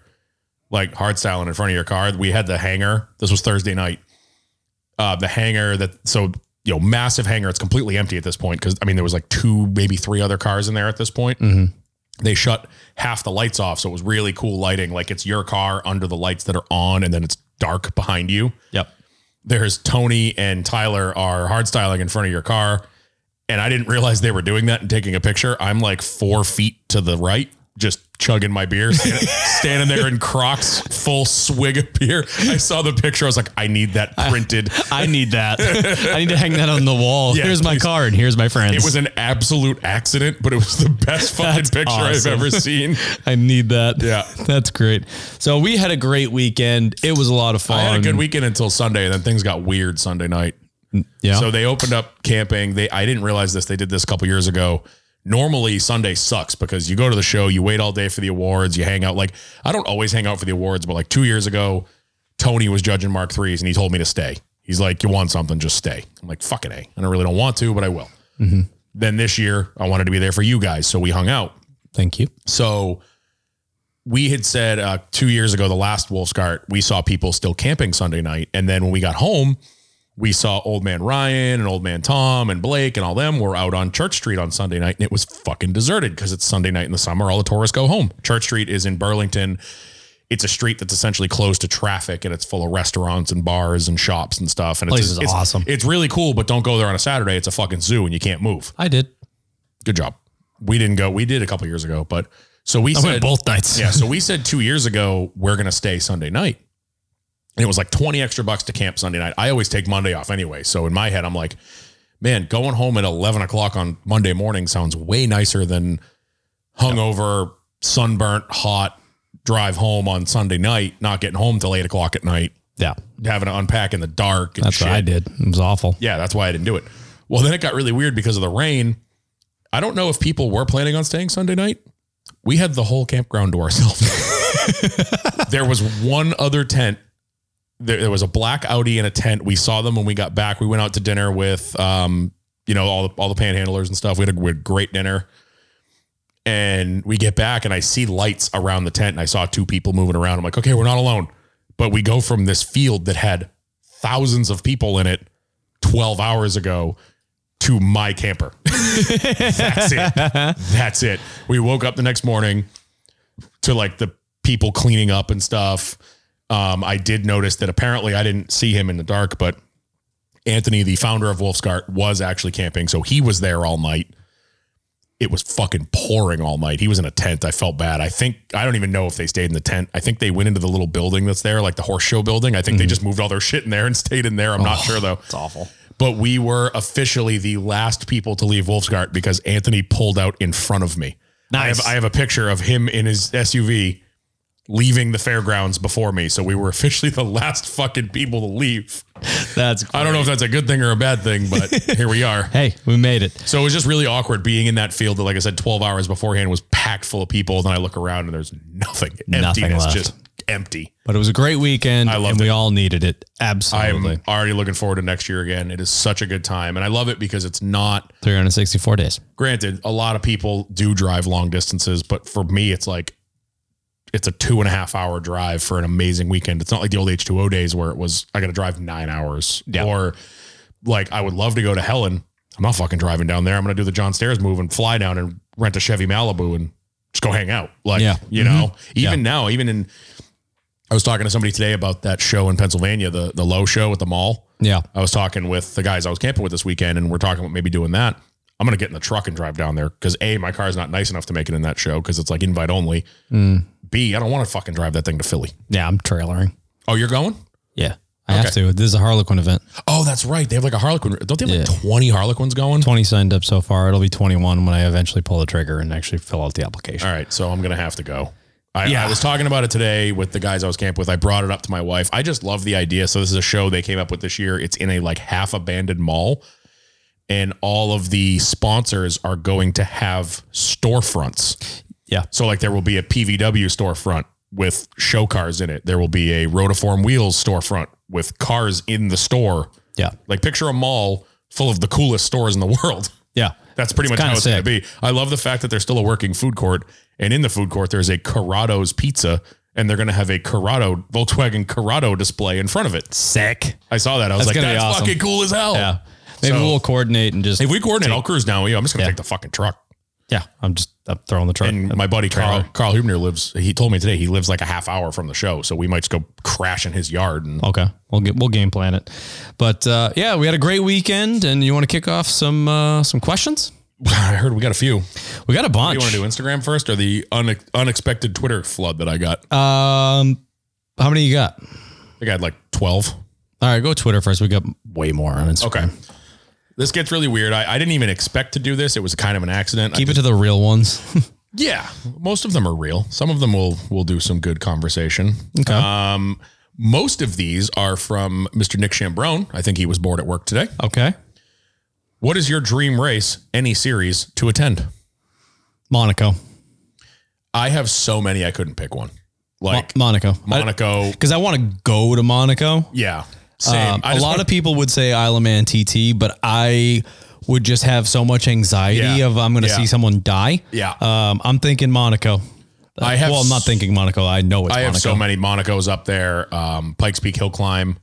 Speaker 1: like hardstyling in front of your car. We had the hanger. This was Thursday night. Uh, the hanger that so you know massive hanger. It's completely empty at this point because I mean there was like two maybe three other cars in there at this point. They shut half the lights off, so it was really cool lighting. Like it's your car under the lights that are on, and then it's dark behind you
Speaker 2: yep.
Speaker 1: there's Tony and Tyler are hard styling in front of your car. And I didn't realize they were doing that and taking a picture. I'm like four feet to the right, just chugging my beer, standing, standing there in Crocs, full swig of beer. I saw the picture. I was like, I need that printed.
Speaker 2: I need that. I need to hang that on the wall.
Speaker 1: Yeah,
Speaker 2: here's my
Speaker 1: please.
Speaker 2: card. Here's my friends.
Speaker 1: It was an absolute accident, but it was the best fucking
Speaker 2: That's
Speaker 1: picture
Speaker 2: awesome.
Speaker 1: I've ever seen.
Speaker 2: I need that.
Speaker 1: Yeah.
Speaker 2: That's great. So we had a great weekend. It was a lot of fun.
Speaker 1: I had a good weekend until Sunday, and then things got weird Sunday night.
Speaker 2: Yeah.
Speaker 1: So they opened up camping. They I didn't realize this. They did this a couple years ago. Normally Sunday sucks because you go to the show, you wait all day for the awards, you hang out. Like I don't always hang out for the awards, but like two years ago, Tony was judging Mark threes and he told me to stay. He's like, "You want something? Just stay." I'm like, "Fucking a." And I really don't want to, but I will.
Speaker 2: Mm-hmm.
Speaker 1: Then this year, I wanted to be there for you guys, so we hung out.
Speaker 2: Thank you.
Speaker 1: So we had said uh, two years ago, the last Wolf's Cart, we saw people still camping Sunday night. And then when we got home, we saw old man Ryan and old man Tom and Blake and all them were out on Church Street on Sunday night. And it was fucking deserted because it's Sunday night in the summer. All the tourists go home. Church Street is in Burlington. It's a street that's essentially closed to traffic and it's full of restaurants and bars and shops and stuff. And
Speaker 2: Place
Speaker 1: it's,
Speaker 2: is
Speaker 1: it's-
Speaker 2: awesome.
Speaker 1: It's really cool, but don't go there on a Saturday. It's a fucking zoo and you can't move.
Speaker 2: I did.
Speaker 1: Good job. We didn't go. We did a couple years ago, but so we
Speaker 2: I
Speaker 1: said
Speaker 2: went both nights.
Speaker 1: yeah. So we said two years ago, we're going to stay Sunday night. And it was like 20 extra bucks to camp Sunday night. I always take Monday off anyway. So in my head, I'm like, man, going home at 11 o'clock on Monday morning sounds way nicer than hungover, sunburnt, hot drive home on Sunday night, not getting home till eight o'clock at night,
Speaker 2: Yeah.
Speaker 1: having to unpack in the dark. And
Speaker 2: That's
Speaker 1: shit.
Speaker 2: what I did. It was awful.
Speaker 1: Yeah, that's why I didn't do it. Well, then it got really weird because of the rain. I don't know if people were planning on staying Sunday night. We had the whole campground to ourselves. there was one other tent. There, there was a black Audi in a tent. We saw them when we got back. We went out to dinner with, um, you know, all the, all the panhandlers and stuff. We had a, we had a great dinner. And we get back and I see lights around the tent and I saw two people moving around. I'm like, okay, we're not alone. But we go from this field that had thousands of people in it 12 hours ago to my camper. That's it. That's it. We woke up the next morning to like the people cleaning up and stuff. Um, I did notice that apparently I didn't see him in the dark, but Anthony, the founder of Wolfscart, was actually camping. So he was there all night. It was fucking pouring all night. He was in a tent. I felt bad. I think, I don't even know if they stayed in the tent. I think they went into the little building that's there, like the horse show building. I think they just moved all their shit in there and stayed in there. I'm not sure though
Speaker 2: It's awful.
Speaker 1: but we were officially the last people to leave Wolfsgart because Anthony pulled out in front of me. I
Speaker 2: Nice.
Speaker 1: have, I have a picture of him in his SUV leaving the fairgrounds before me. So we were officially the last fucking people to leave.
Speaker 2: That's
Speaker 1: I don't know if that's a good thing or a bad thing, but here we are.
Speaker 2: Hey, we made it.
Speaker 1: So it was just really awkward being in that field that, like I said, 12 hours beforehand was packed full of people. Then I look around and there's nothing.
Speaker 2: Nothing
Speaker 1: Emptiness,
Speaker 2: left.
Speaker 1: just empty.
Speaker 2: But it was a great weekend.
Speaker 1: I loved
Speaker 2: and
Speaker 1: it.
Speaker 2: we all needed it.
Speaker 1: I'm
Speaker 2: Absolutely.
Speaker 1: already looking forward to next year again. It is such a good time. And I love it because it's not
Speaker 2: 364 days.
Speaker 1: granted, a lot of people do drive long distances, but for me, it's like it's a two and a half hour drive for an amazing weekend. It's not like the old H2O days where it was I got to drive nine hours
Speaker 2: Yeah.
Speaker 1: or like I would love to go to Helen. I'm not fucking driving down there. I'm gonna do the John Stairs move and fly down and rent a Chevy Malibu and just go hang out. Like
Speaker 2: Yeah.
Speaker 1: you know, even now, even in I was talking to somebody today about that show in Pennsylvania, the the low show at the mall.
Speaker 2: Yeah.
Speaker 1: I was talking with the guys I was camping with this weekend, and we're talking about maybe doing that. I'm gonna get in the truck and drive down there because a my car's not nice enough to make it in that show because it's like invite only. B I don't want to fucking drive that thing to Philly.
Speaker 2: Yeah, I'm trailering.
Speaker 1: Oh, you're going?
Speaker 2: Yeah. I have to. This is a Harlequin event.
Speaker 1: Oh, that's right. They have like a Harlequin. Don't they have like 20 Harlequins going?
Speaker 2: 20 signed up so far. It'll be 21 when I eventually pull the trigger and actually fill out the application.
Speaker 1: All right, so I'm gonna have to go. I,
Speaker 2: Yeah.
Speaker 1: I was talking about it today with the guys I was camped with. I brought it up to my wife. I just love the idea. So this is a show they came up with this year. It's in a like half abandoned mall, and all of the sponsors are going to have storefronts.
Speaker 2: Yeah.
Speaker 1: So like there will be a PVW storefront with show cars in it. There will be a Rotiform Wheels storefront with cars in the store.
Speaker 2: Yeah.
Speaker 1: Like picture a mall full of the coolest stores in the world.
Speaker 2: Yeah.
Speaker 1: That's pretty much
Speaker 2: kinda
Speaker 1: how it's going to
Speaker 2: sick.
Speaker 1: be. I love the fact that there's still a working food court, and in the food court there's a Corrado's Pizza, and they're going to have a Corrado Volkswagen Corrado display in front of it.
Speaker 2: Sick.
Speaker 1: I saw that. I was
Speaker 2: That's
Speaker 1: like,
Speaker 2: gonna be
Speaker 1: that's
Speaker 2: awesome.
Speaker 1: fucking cool as hell.
Speaker 2: Yeah. Maybe
Speaker 1: So-
Speaker 2: we'll coordinate and just.
Speaker 1: If we coordinate, I'll cruise down with you. I'm just going to
Speaker 2: Yeah.
Speaker 1: take the fucking truck.
Speaker 2: yeah. I'm just I'm throwing the truck.
Speaker 1: And my buddy Carl Carl Hubner lives. He told me today he lives like a half hour from the show, so we might just go crash in his yard. And
Speaker 2: Okay, we'll get we'll game plan it, but uh, yeah, we had a great weekend, and you want to kick off some uh, some questions?
Speaker 1: I heard we got a few.
Speaker 2: We got a
Speaker 1: You
Speaker 2: bunch.
Speaker 1: want to do Instagram first or the une- unexpected Twitter flood that I got?
Speaker 2: Um, how many you got?
Speaker 1: I think I had like twelve.
Speaker 2: All right, go Twitter first. We got way more on Instagram.
Speaker 1: Okay. This gets really weird. I, I didn't even expect to do this. It was kind of an accident. I
Speaker 2: Keep it to the real ones.
Speaker 1: yeah, most of them are real. Some of them will will do some good conversation.
Speaker 2: Okay.
Speaker 1: Um, most of these are from Mr. Nick Chambrone. I think he was bored at work today.
Speaker 2: okay.
Speaker 1: What is your dream race? Any series to attend?
Speaker 2: Monaco.
Speaker 1: I have so many I couldn't pick one. Like
Speaker 2: Mo- Monaco.
Speaker 1: Monaco.
Speaker 2: Because I, want to go to Monaco.
Speaker 1: yeah. Same.
Speaker 2: Um,
Speaker 1: I
Speaker 2: a
Speaker 1: just
Speaker 2: lot
Speaker 1: wanna-
Speaker 2: of people would say Isle of Man TT, but I would just have so much anxiety
Speaker 1: Yeah.
Speaker 2: of I'm going to
Speaker 1: Yeah.
Speaker 2: see someone die.
Speaker 1: Yeah.
Speaker 2: Um, I'm thinking Monaco.
Speaker 1: I have
Speaker 2: well, I'm not
Speaker 1: s-
Speaker 2: thinking Monaco. I know it's
Speaker 1: I
Speaker 2: Monaco.
Speaker 1: have so many Monaco's up there. Um, Pikes Peak Hill Climb. Um,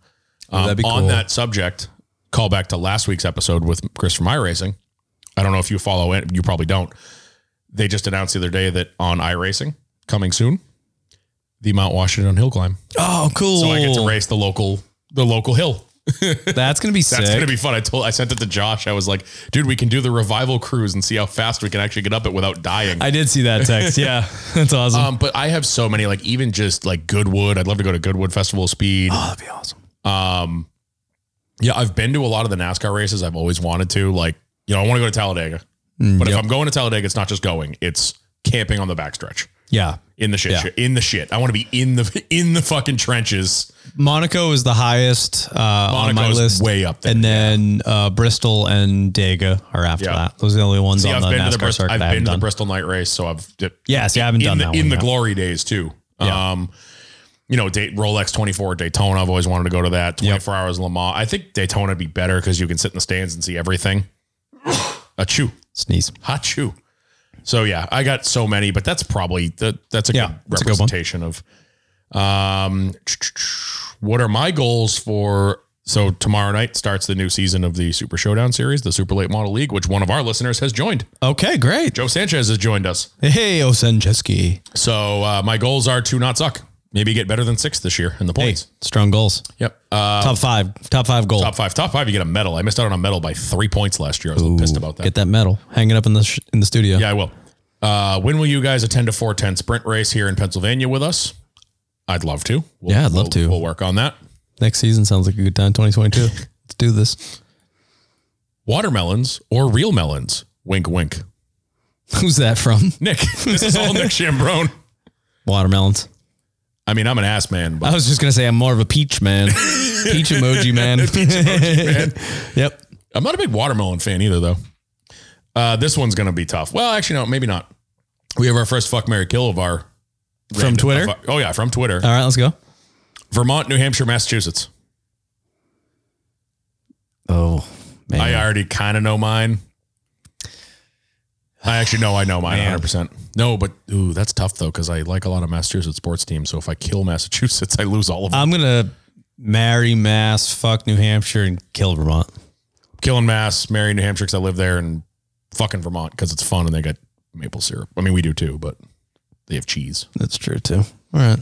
Speaker 2: Oh, that'd be
Speaker 1: on
Speaker 2: cool.
Speaker 1: that subject, call back to last week's episode with Chris from iRacing. I don't know if you follow it. You probably don't. They just announced the other day that on iRacing, coming soon, the Mount Washington Hill Climb.
Speaker 2: Oh, cool.
Speaker 1: So I get to race the local the local hill.
Speaker 2: That's gonna be
Speaker 1: That's
Speaker 2: sick.
Speaker 1: gonna be fun. I told I sent it to Josh. I was like, dude, we can do the revival cruise and see how fast we can actually get up it without dying.
Speaker 2: I did see that text. Yeah, that's awesome.
Speaker 1: um, but I have so many, like even just like Goodwood. I'd love to go to Goodwood Festival of Speed.
Speaker 2: oh, that'd be awesome.
Speaker 1: Um, yeah, I've been to a lot of the NASCAR races. I've always wanted to. Like, you know, I want to go to Talladega,
Speaker 2: Mm,
Speaker 1: but if I'm going to Talladega, it's not just going; it's camping on the backstretch
Speaker 2: Yeah,
Speaker 1: in the shit,
Speaker 2: Yeah.
Speaker 1: shit- in the shit. I want to be in the in the fucking trenches.
Speaker 2: Monaco is the highest uh, on my
Speaker 1: Monaco's
Speaker 2: list,
Speaker 1: way up there,
Speaker 2: and then uh, Bristol and Dega are after
Speaker 1: Yeah.
Speaker 2: that. Those are the only ones
Speaker 1: Yeah,
Speaker 2: on
Speaker 1: I've
Speaker 2: the
Speaker 1: been to the
Speaker 2: NASCAR
Speaker 1: Bristol.
Speaker 2: circuit.
Speaker 1: I've
Speaker 2: I
Speaker 1: been
Speaker 2: haven't
Speaker 1: to the
Speaker 2: done.
Speaker 1: Bristol night race, so I've
Speaker 2: Yeah, see, I haven't
Speaker 1: in
Speaker 2: done
Speaker 1: the,
Speaker 2: that
Speaker 1: in
Speaker 2: one
Speaker 1: the
Speaker 2: yet.
Speaker 1: glory days too. Um, you know, date, Rolex 24 Daytona. I've always wanted to go to that. 24 hours Le Mans. I think Daytona would be better because you can sit in the stands and see everything. A chew.
Speaker 2: Sneeze.
Speaker 1: hot shoe. So yeah, I got so many, but that's probably the, that's a
Speaker 2: Yeah,
Speaker 1: good
Speaker 2: that's a good one.
Speaker 1: representation of. Um, what are my goals for? So tomorrow night starts the new season of the Super Showdown series, the Super Late Model League, which one of our listeners has joined.
Speaker 2: Okay, great.
Speaker 1: Joe Sanchez has joined us.
Speaker 2: Hey, Osenjeski.
Speaker 1: So uh, my goals are to not suck, maybe get better than sixth this year in the
Speaker 2: Hey,
Speaker 1: points.
Speaker 2: strong goals.
Speaker 1: Yep. Uh,
Speaker 2: top five. Top five goal.
Speaker 1: top five, top five, you get a medal. I missed out on a medal by three points last year. I was a little pissed about that.
Speaker 2: Get that medal. Hang it up in the sh- in the studio.
Speaker 1: Yeah, I will. Uh, when will you guys attend a 410 sprint race here in Pennsylvania with us? I'd love to. We'll,
Speaker 2: Yeah, I'd love
Speaker 1: we'll-
Speaker 2: to.
Speaker 1: We'll work on that.
Speaker 2: Next season sounds like a good time. 2022. Let's do this.
Speaker 1: Watermelons or real melons? Wink, wink.
Speaker 2: Who's that from?
Speaker 1: Nick, this is all Nick Chambrone.
Speaker 2: Watermelons.
Speaker 1: I mean, I'm an ass man,
Speaker 2: I
Speaker 1: but
Speaker 2: was just gonna say I'm more of a peach man, peach emoji man. yep.
Speaker 1: I'm not a big watermelon fan either, though. Uh, this one's going to be tough. Well, actually, no, maybe not. We have our first fuck Mary Kill of our
Speaker 2: From Twitter? Uh,
Speaker 1: oh, yeah, from Twitter.
Speaker 2: All right, let's go.
Speaker 1: Vermont, New Hampshire, Massachusetts.
Speaker 2: Oh man,
Speaker 1: I already kind of know mine. I actually know I know mine 100%. No, but ooh, that's tough though cuz I like a lot of Massachusetts sports teams. So if I kill Massachusetts, I lose all of them.
Speaker 2: I'm gonna marry Mass, fuck New Hampshire, and kill Vermont.
Speaker 1: killing mass, marrying New Hampshire because I live there, and fucking Vermont because it's fun and they got maple syrup. I mean, we do too, but they have cheese.
Speaker 2: That's true too. All right.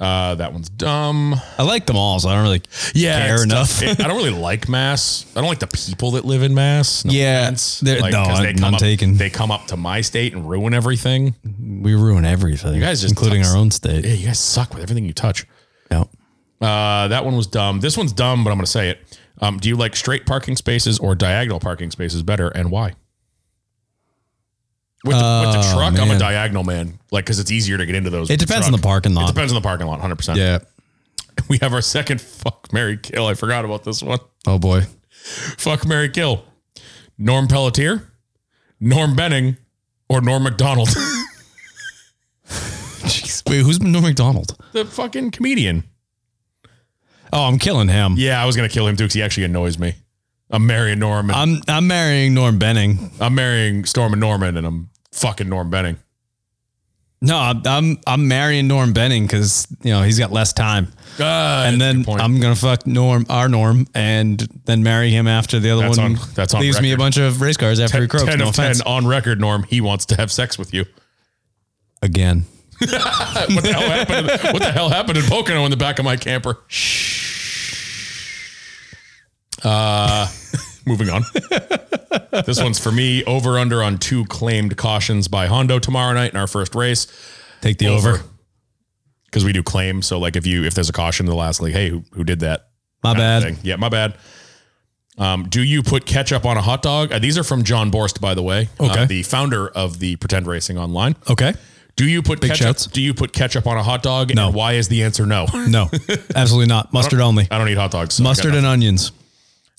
Speaker 1: Uh, that one's dumb.
Speaker 2: I like them all, so I don't really
Speaker 1: Yeah,
Speaker 2: care
Speaker 1: it's
Speaker 2: enough.
Speaker 1: tough. I don't really like Mass. I don't like the people that live in Mass. No
Speaker 2: Yeah,
Speaker 1: offense.
Speaker 2: they're- no,
Speaker 1: 'cause
Speaker 2: I'm- I'm
Speaker 1: up,
Speaker 2: taken.
Speaker 1: They come up to my state and ruin everything.
Speaker 2: we ruin everything. You
Speaker 1: guys just
Speaker 2: including
Speaker 1: tough-
Speaker 2: our own state.
Speaker 1: Yeah, you guys suck with everything you touch.
Speaker 2: No.
Speaker 1: Uh, that one was dumb. This one's dumb, but I'm going to say it. Um, do you like straight parking spaces or diagonal parking spaces better, and why? With the, with the
Speaker 2: Oh,
Speaker 1: truck, I'm
Speaker 2: man.
Speaker 1: a diagonal man, like because it's easier to get into those.
Speaker 2: It
Speaker 1: with the
Speaker 2: depends on the
Speaker 1: truck.
Speaker 2: parking
Speaker 1: It
Speaker 2: lot.
Speaker 1: depends on the parking lot, 100. percent
Speaker 2: Yeah.
Speaker 1: We have our second fuck Mary kill. I forgot about this one.
Speaker 2: Oh boy.
Speaker 1: Fuck Mary Kill. Norm Pelletier, Norm Benning, or Norm McDonald.
Speaker 2: Jeez. Wait, who's Norm McDonald?
Speaker 1: the fucking comedian.
Speaker 2: Oh, I'm killing him.
Speaker 1: Yeah, I was gonna kill him too because he actually annoys me. I'm marrying Norm. And,
Speaker 2: I'm I'm marrying Norm Benning.
Speaker 1: I'm marrying Storm and Norman, and I'm fucking Norm Benning.
Speaker 2: No, I'm I'm, I'm marrying Norm Benning because you know he's got less time.
Speaker 1: Uh,
Speaker 2: and then I'm gonna fuck Norm, our Norm, and then marry him after the other
Speaker 1: That's
Speaker 2: one.
Speaker 1: on- that's on
Speaker 2: leaves me a
Speaker 1: record.
Speaker 2: bunch of race cars after he croaks.
Speaker 1: 10
Speaker 2: no
Speaker 1: of 10
Speaker 2: offense.
Speaker 1: on record, Norm. He wants to have sex with you.
Speaker 2: Again,
Speaker 1: What the hell happened? What the hell happened in Pocono in the back of my camper? Shh. Uh, moving on. this one's for me. Over under on two claimed cautions by Hondo tomorrow night in our first race
Speaker 2: take the over.
Speaker 1: because we do claim. So like if you if there's a caution in the last like hey who who did that?
Speaker 2: My
Speaker 1: Kind of
Speaker 2: bad.
Speaker 1: thing. Yeah, my bad. Um, do you put ketchup on a hot dog? Uh, these are from John Borst, by the way, uh,
Speaker 2: Okay.
Speaker 1: the founder of the Pretend Racing Online.
Speaker 2: Okay.
Speaker 1: Do you put ketchup?
Speaker 2: shouts.
Speaker 1: Do you put ketchup on a hot dog?
Speaker 2: No.
Speaker 1: And why is the answer no?
Speaker 2: No, absolutely not. Mustard only.
Speaker 1: I don't eat hot dogs. so I got
Speaker 2: Mustard
Speaker 1: nothing.
Speaker 2: and onions.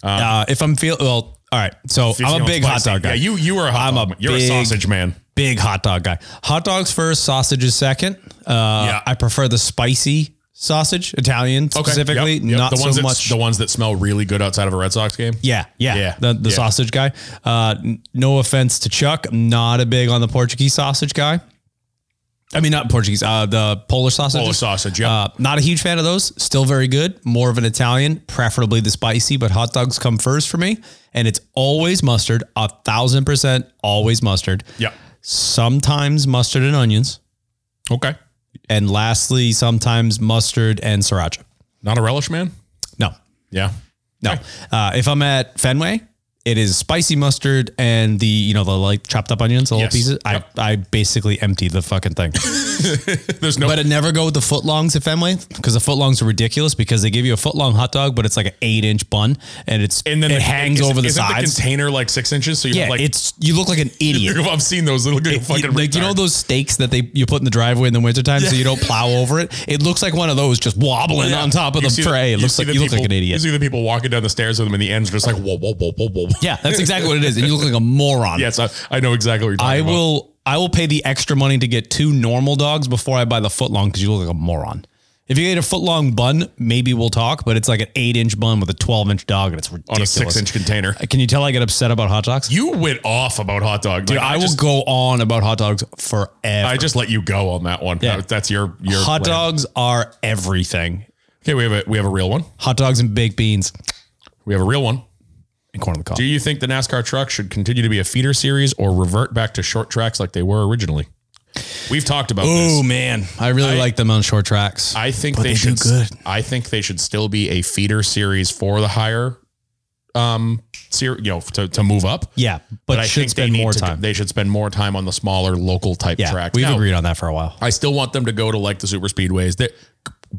Speaker 1: Um,
Speaker 2: uh, if I'm feel well, all right. So
Speaker 1: If you
Speaker 2: I'm a
Speaker 1: don't
Speaker 2: big hot
Speaker 1: spicy-
Speaker 2: dog guy.
Speaker 1: Yeah, you you are a hot
Speaker 2: I'm
Speaker 1: dog.
Speaker 2: a
Speaker 1: man. You're a
Speaker 2: big-
Speaker 1: sausage man.
Speaker 2: big hot dog guy. Hot dogs first, sausages second. Uh,
Speaker 1: Yeah.
Speaker 2: I prefer the spicy sausage, Italian specifically,
Speaker 1: Yep, yep.
Speaker 2: not
Speaker 1: the ones
Speaker 2: so
Speaker 1: that,
Speaker 2: much.
Speaker 1: The ones that smell really good outside of a Red Sox game.
Speaker 2: yeah, yeah,
Speaker 1: Yeah,
Speaker 2: The, the
Speaker 1: yeah.
Speaker 2: sausage guy. Uh, n- no offense to Chuck, I'm not a big on the Portuguese sausage guy. I mean, not Portuguese, uh, the Polish sausage.
Speaker 1: Polish sausage. Yeah.
Speaker 2: Uh, not a huge fan of those. Still very good. More of an Italian, preferably the spicy, but hot dogs come first for me. And it's always mustard, a thousand percent, always mustard.
Speaker 1: yeah.
Speaker 2: Sometimes mustard and onions.
Speaker 1: Okay.
Speaker 2: And lastly, sometimes mustard and sriracha.
Speaker 1: Not a relish man.
Speaker 2: No,
Speaker 1: Yeah.
Speaker 2: no.
Speaker 1: Okay.
Speaker 2: Uh, if I'm at Fenway, it is spicy mustard and the you know the like chopped up onions, the little
Speaker 1: Yes.
Speaker 2: pieces.
Speaker 1: Yep.
Speaker 2: I I basically empty the fucking thing.
Speaker 1: There's no.
Speaker 2: but I never go with the footlongs at Fenway because the footlongs are ridiculous because they give you a footlong hot dog, but it's like an eight inch bun and it's
Speaker 1: and then
Speaker 2: it
Speaker 1: the-
Speaker 2: hangs
Speaker 1: isn't-
Speaker 2: over the
Speaker 1: isn't
Speaker 2: sides.
Speaker 1: The container like six inches. So you
Speaker 2: yeah,
Speaker 1: have like
Speaker 2: it's you look like an idiot.
Speaker 1: I've seen those little good
Speaker 2: You-
Speaker 1: fucking.
Speaker 2: like you know
Speaker 1: retards.
Speaker 2: those stakes that they you put in the driveway in the wintertime so you don't plow over it. It looks like one of those just wobbling
Speaker 1: Yeah.
Speaker 2: on top of
Speaker 1: You
Speaker 2: the
Speaker 1: see
Speaker 2: tray. it
Speaker 1: you
Speaker 2: looks
Speaker 1: see
Speaker 2: like
Speaker 1: the
Speaker 2: you look like
Speaker 1: people-
Speaker 2: an
Speaker 1: You
Speaker 2: idiot.
Speaker 1: see the people walking down the stairs with them, and the ends are just like whoa, whoa, whoa, whoa, whoa.
Speaker 2: Yeah, that's exactly what it is, and you look like a moron.
Speaker 1: Yes, I, I know exactly what you're talking
Speaker 2: I
Speaker 1: about.
Speaker 2: will I will pay the extra money to get two normal dogs before I buy the footlong because you look like a moron. If you get a footlong bun, maybe we'll talk, but it's like an eight inch bun with a twelve inch dog, and it's ridiculous.
Speaker 1: on
Speaker 2: Uh,
Speaker 1: a six inch container.
Speaker 2: Can you tell I get upset about hot dogs?
Speaker 1: You went off about hot dog. Dude,
Speaker 2: I, will
Speaker 1: just,
Speaker 2: go on about hot dogs forever.
Speaker 1: I just let you go on that one.
Speaker 2: Yeah.
Speaker 1: That- that's your your
Speaker 2: hot
Speaker 1: plan.
Speaker 2: dogs are everything.
Speaker 1: Okay, we have a we have a real one.
Speaker 2: Hot dogs and baked beans
Speaker 1: We have a real one.
Speaker 2: and corn on the cob.
Speaker 1: Do you think the NASCAR truck should continue to be a feeder series or revert back to short tracks like they were originally? We've talked about
Speaker 2: Oh
Speaker 1: this.
Speaker 2: man, I really like them on short tracks.
Speaker 1: I think
Speaker 2: But
Speaker 1: they,
Speaker 2: they
Speaker 1: should.
Speaker 2: do good.
Speaker 1: I think they should still be a feeder series for the higher, um, ser- you know, to, to move up.
Speaker 2: yeah, but,
Speaker 1: I
Speaker 2: should
Speaker 1: think
Speaker 2: spend
Speaker 1: need
Speaker 2: more
Speaker 1: to-
Speaker 2: time.
Speaker 1: They should spend more time on the smaller local type
Speaker 2: yeah,
Speaker 1: tracks.
Speaker 2: we've
Speaker 1: Now,
Speaker 2: agreed on that for a while.
Speaker 1: I still want them to go to like the super speedways. That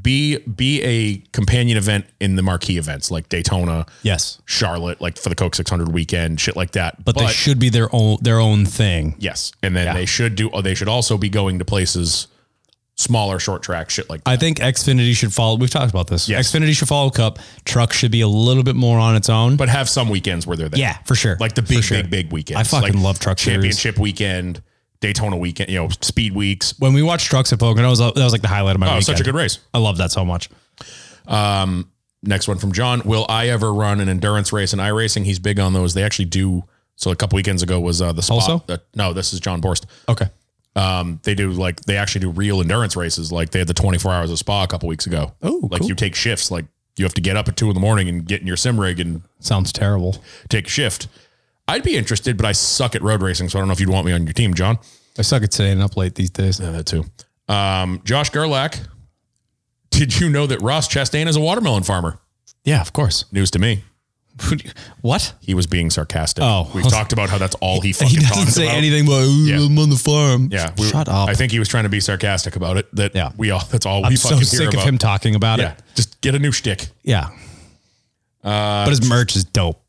Speaker 1: be be a companion event in the marquee events like Daytona,
Speaker 2: Yes,
Speaker 1: Charlotte, like for the Coke 600 weekend, shit like that.
Speaker 2: but, they should be their own their own thing.
Speaker 1: yes, and then
Speaker 2: Yeah.
Speaker 1: they should do. Oh, they should also be going to places smaller short track shit like that.
Speaker 2: I think Xfinity should follow. We've talked about this.
Speaker 1: Yes.
Speaker 2: Xfinity should follow Cup. Truck should be a little bit more on its own.
Speaker 1: but have some weekends where they're there.
Speaker 2: yeah, for sure.
Speaker 1: like the big,
Speaker 2: sure.
Speaker 1: big, big weekend.
Speaker 2: I fucking love truck series.
Speaker 1: championship weekend, Daytona weekend, you know, speed weeks.
Speaker 2: when we watched trucks at Pocono, that was, that was like the highlight of my
Speaker 1: Oh,
Speaker 2: weekend.
Speaker 1: such a good race.
Speaker 2: I love that so much.
Speaker 1: Next one from John. Will I ever run an endurance race in iRacing? He's big on those. They actually do. So a couple weekends ago was uh, the spot.
Speaker 2: Also?
Speaker 1: that- no, this is John Borst.
Speaker 2: Okay.
Speaker 1: Um, they do like they actually do real endurance races. Like they had the 24 hours of Spa a couple weeks ago.
Speaker 2: Oh,
Speaker 1: like
Speaker 2: cool.
Speaker 1: you take shifts. Like you have to get up at two in the morning and get in your sim rig and
Speaker 2: Sounds terrible.
Speaker 1: take a shift. I'd be interested, but I suck at road racing, so I don't know if you'd want me on your team, John.
Speaker 2: I suck at staying up late these days.
Speaker 1: Yeah, that too. Um, Josh Gerlach, did you know that Ross Chastain is a watermelon farmer?
Speaker 2: Yeah, of course.
Speaker 1: News to me.
Speaker 2: What?
Speaker 1: He was being sarcastic.
Speaker 2: Oh.
Speaker 1: we've talked about how that's all he
Speaker 2: He
Speaker 1: fucking
Speaker 2: doesn't
Speaker 1: talks
Speaker 2: say
Speaker 1: about.
Speaker 2: anything but "Ooh,
Speaker 1: Yeah.
Speaker 2: I'm on the farm.
Speaker 1: Yeah, we-
Speaker 2: Shut up.
Speaker 1: I think he was trying to be sarcastic about it. That
Speaker 2: Yeah.
Speaker 1: we all that's all
Speaker 2: I'm
Speaker 1: we
Speaker 2: so
Speaker 1: fucking hear
Speaker 2: sick of
Speaker 1: about.
Speaker 2: him talking about
Speaker 1: Yeah,
Speaker 2: it.
Speaker 1: just get a new shtick.
Speaker 2: Yeah. Uh, but his merch is dope.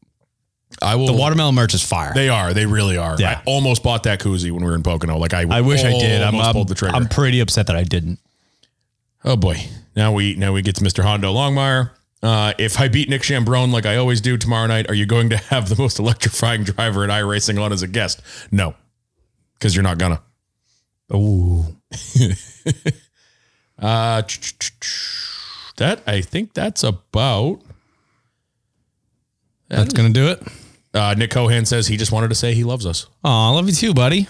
Speaker 1: I will.
Speaker 2: The watermelon merch is fire.
Speaker 1: They are. They really are.
Speaker 2: Yeah.
Speaker 1: I almost bought that koozie when we were in Pocono. Like I,
Speaker 2: I wish I did. I'm,
Speaker 1: almost
Speaker 2: I'm,
Speaker 1: pulled the trigger.
Speaker 2: I'm pretty upset that I didn't.
Speaker 1: oh boy. Now we now we get to Mr. Hondo Longmire. Uh, if I beat Nick Chambrone like I always do tomorrow night, are you going to have the most electrifying driver at iRacing on as a guest? No, because you're not gonna.
Speaker 2: Ooh.
Speaker 1: Uh, ch- ch- ch- ch- that I think that's about.
Speaker 2: That's going to do it.
Speaker 1: Uh, Nick Cohan says he just wanted to say he loves us.
Speaker 2: Aw, I love you too, buddy.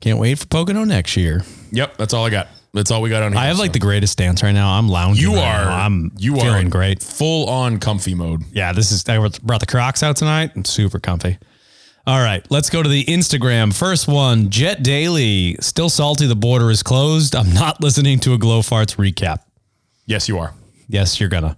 Speaker 2: Can't wait for Pocono next year.
Speaker 1: Yep, that's all I got. That's all we got on here.
Speaker 2: I have like
Speaker 1: So
Speaker 2: the greatest dance right now. I'm lounging.
Speaker 1: you
Speaker 2: right
Speaker 1: are
Speaker 2: now. I'm
Speaker 1: you
Speaker 2: feeling
Speaker 1: are in
Speaker 2: great.
Speaker 1: full on comfy mode.
Speaker 2: Yeah, this is. I brought the Crocs out tonight. I'm super comfy. All right, let's go to the Instagram. First one, Jet Daily. Still salty. The border is closed. I'm not listening to a Glow Farts recap.
Speaker 1: Yes, you are.
Speaker 2: Yes, you're gonna.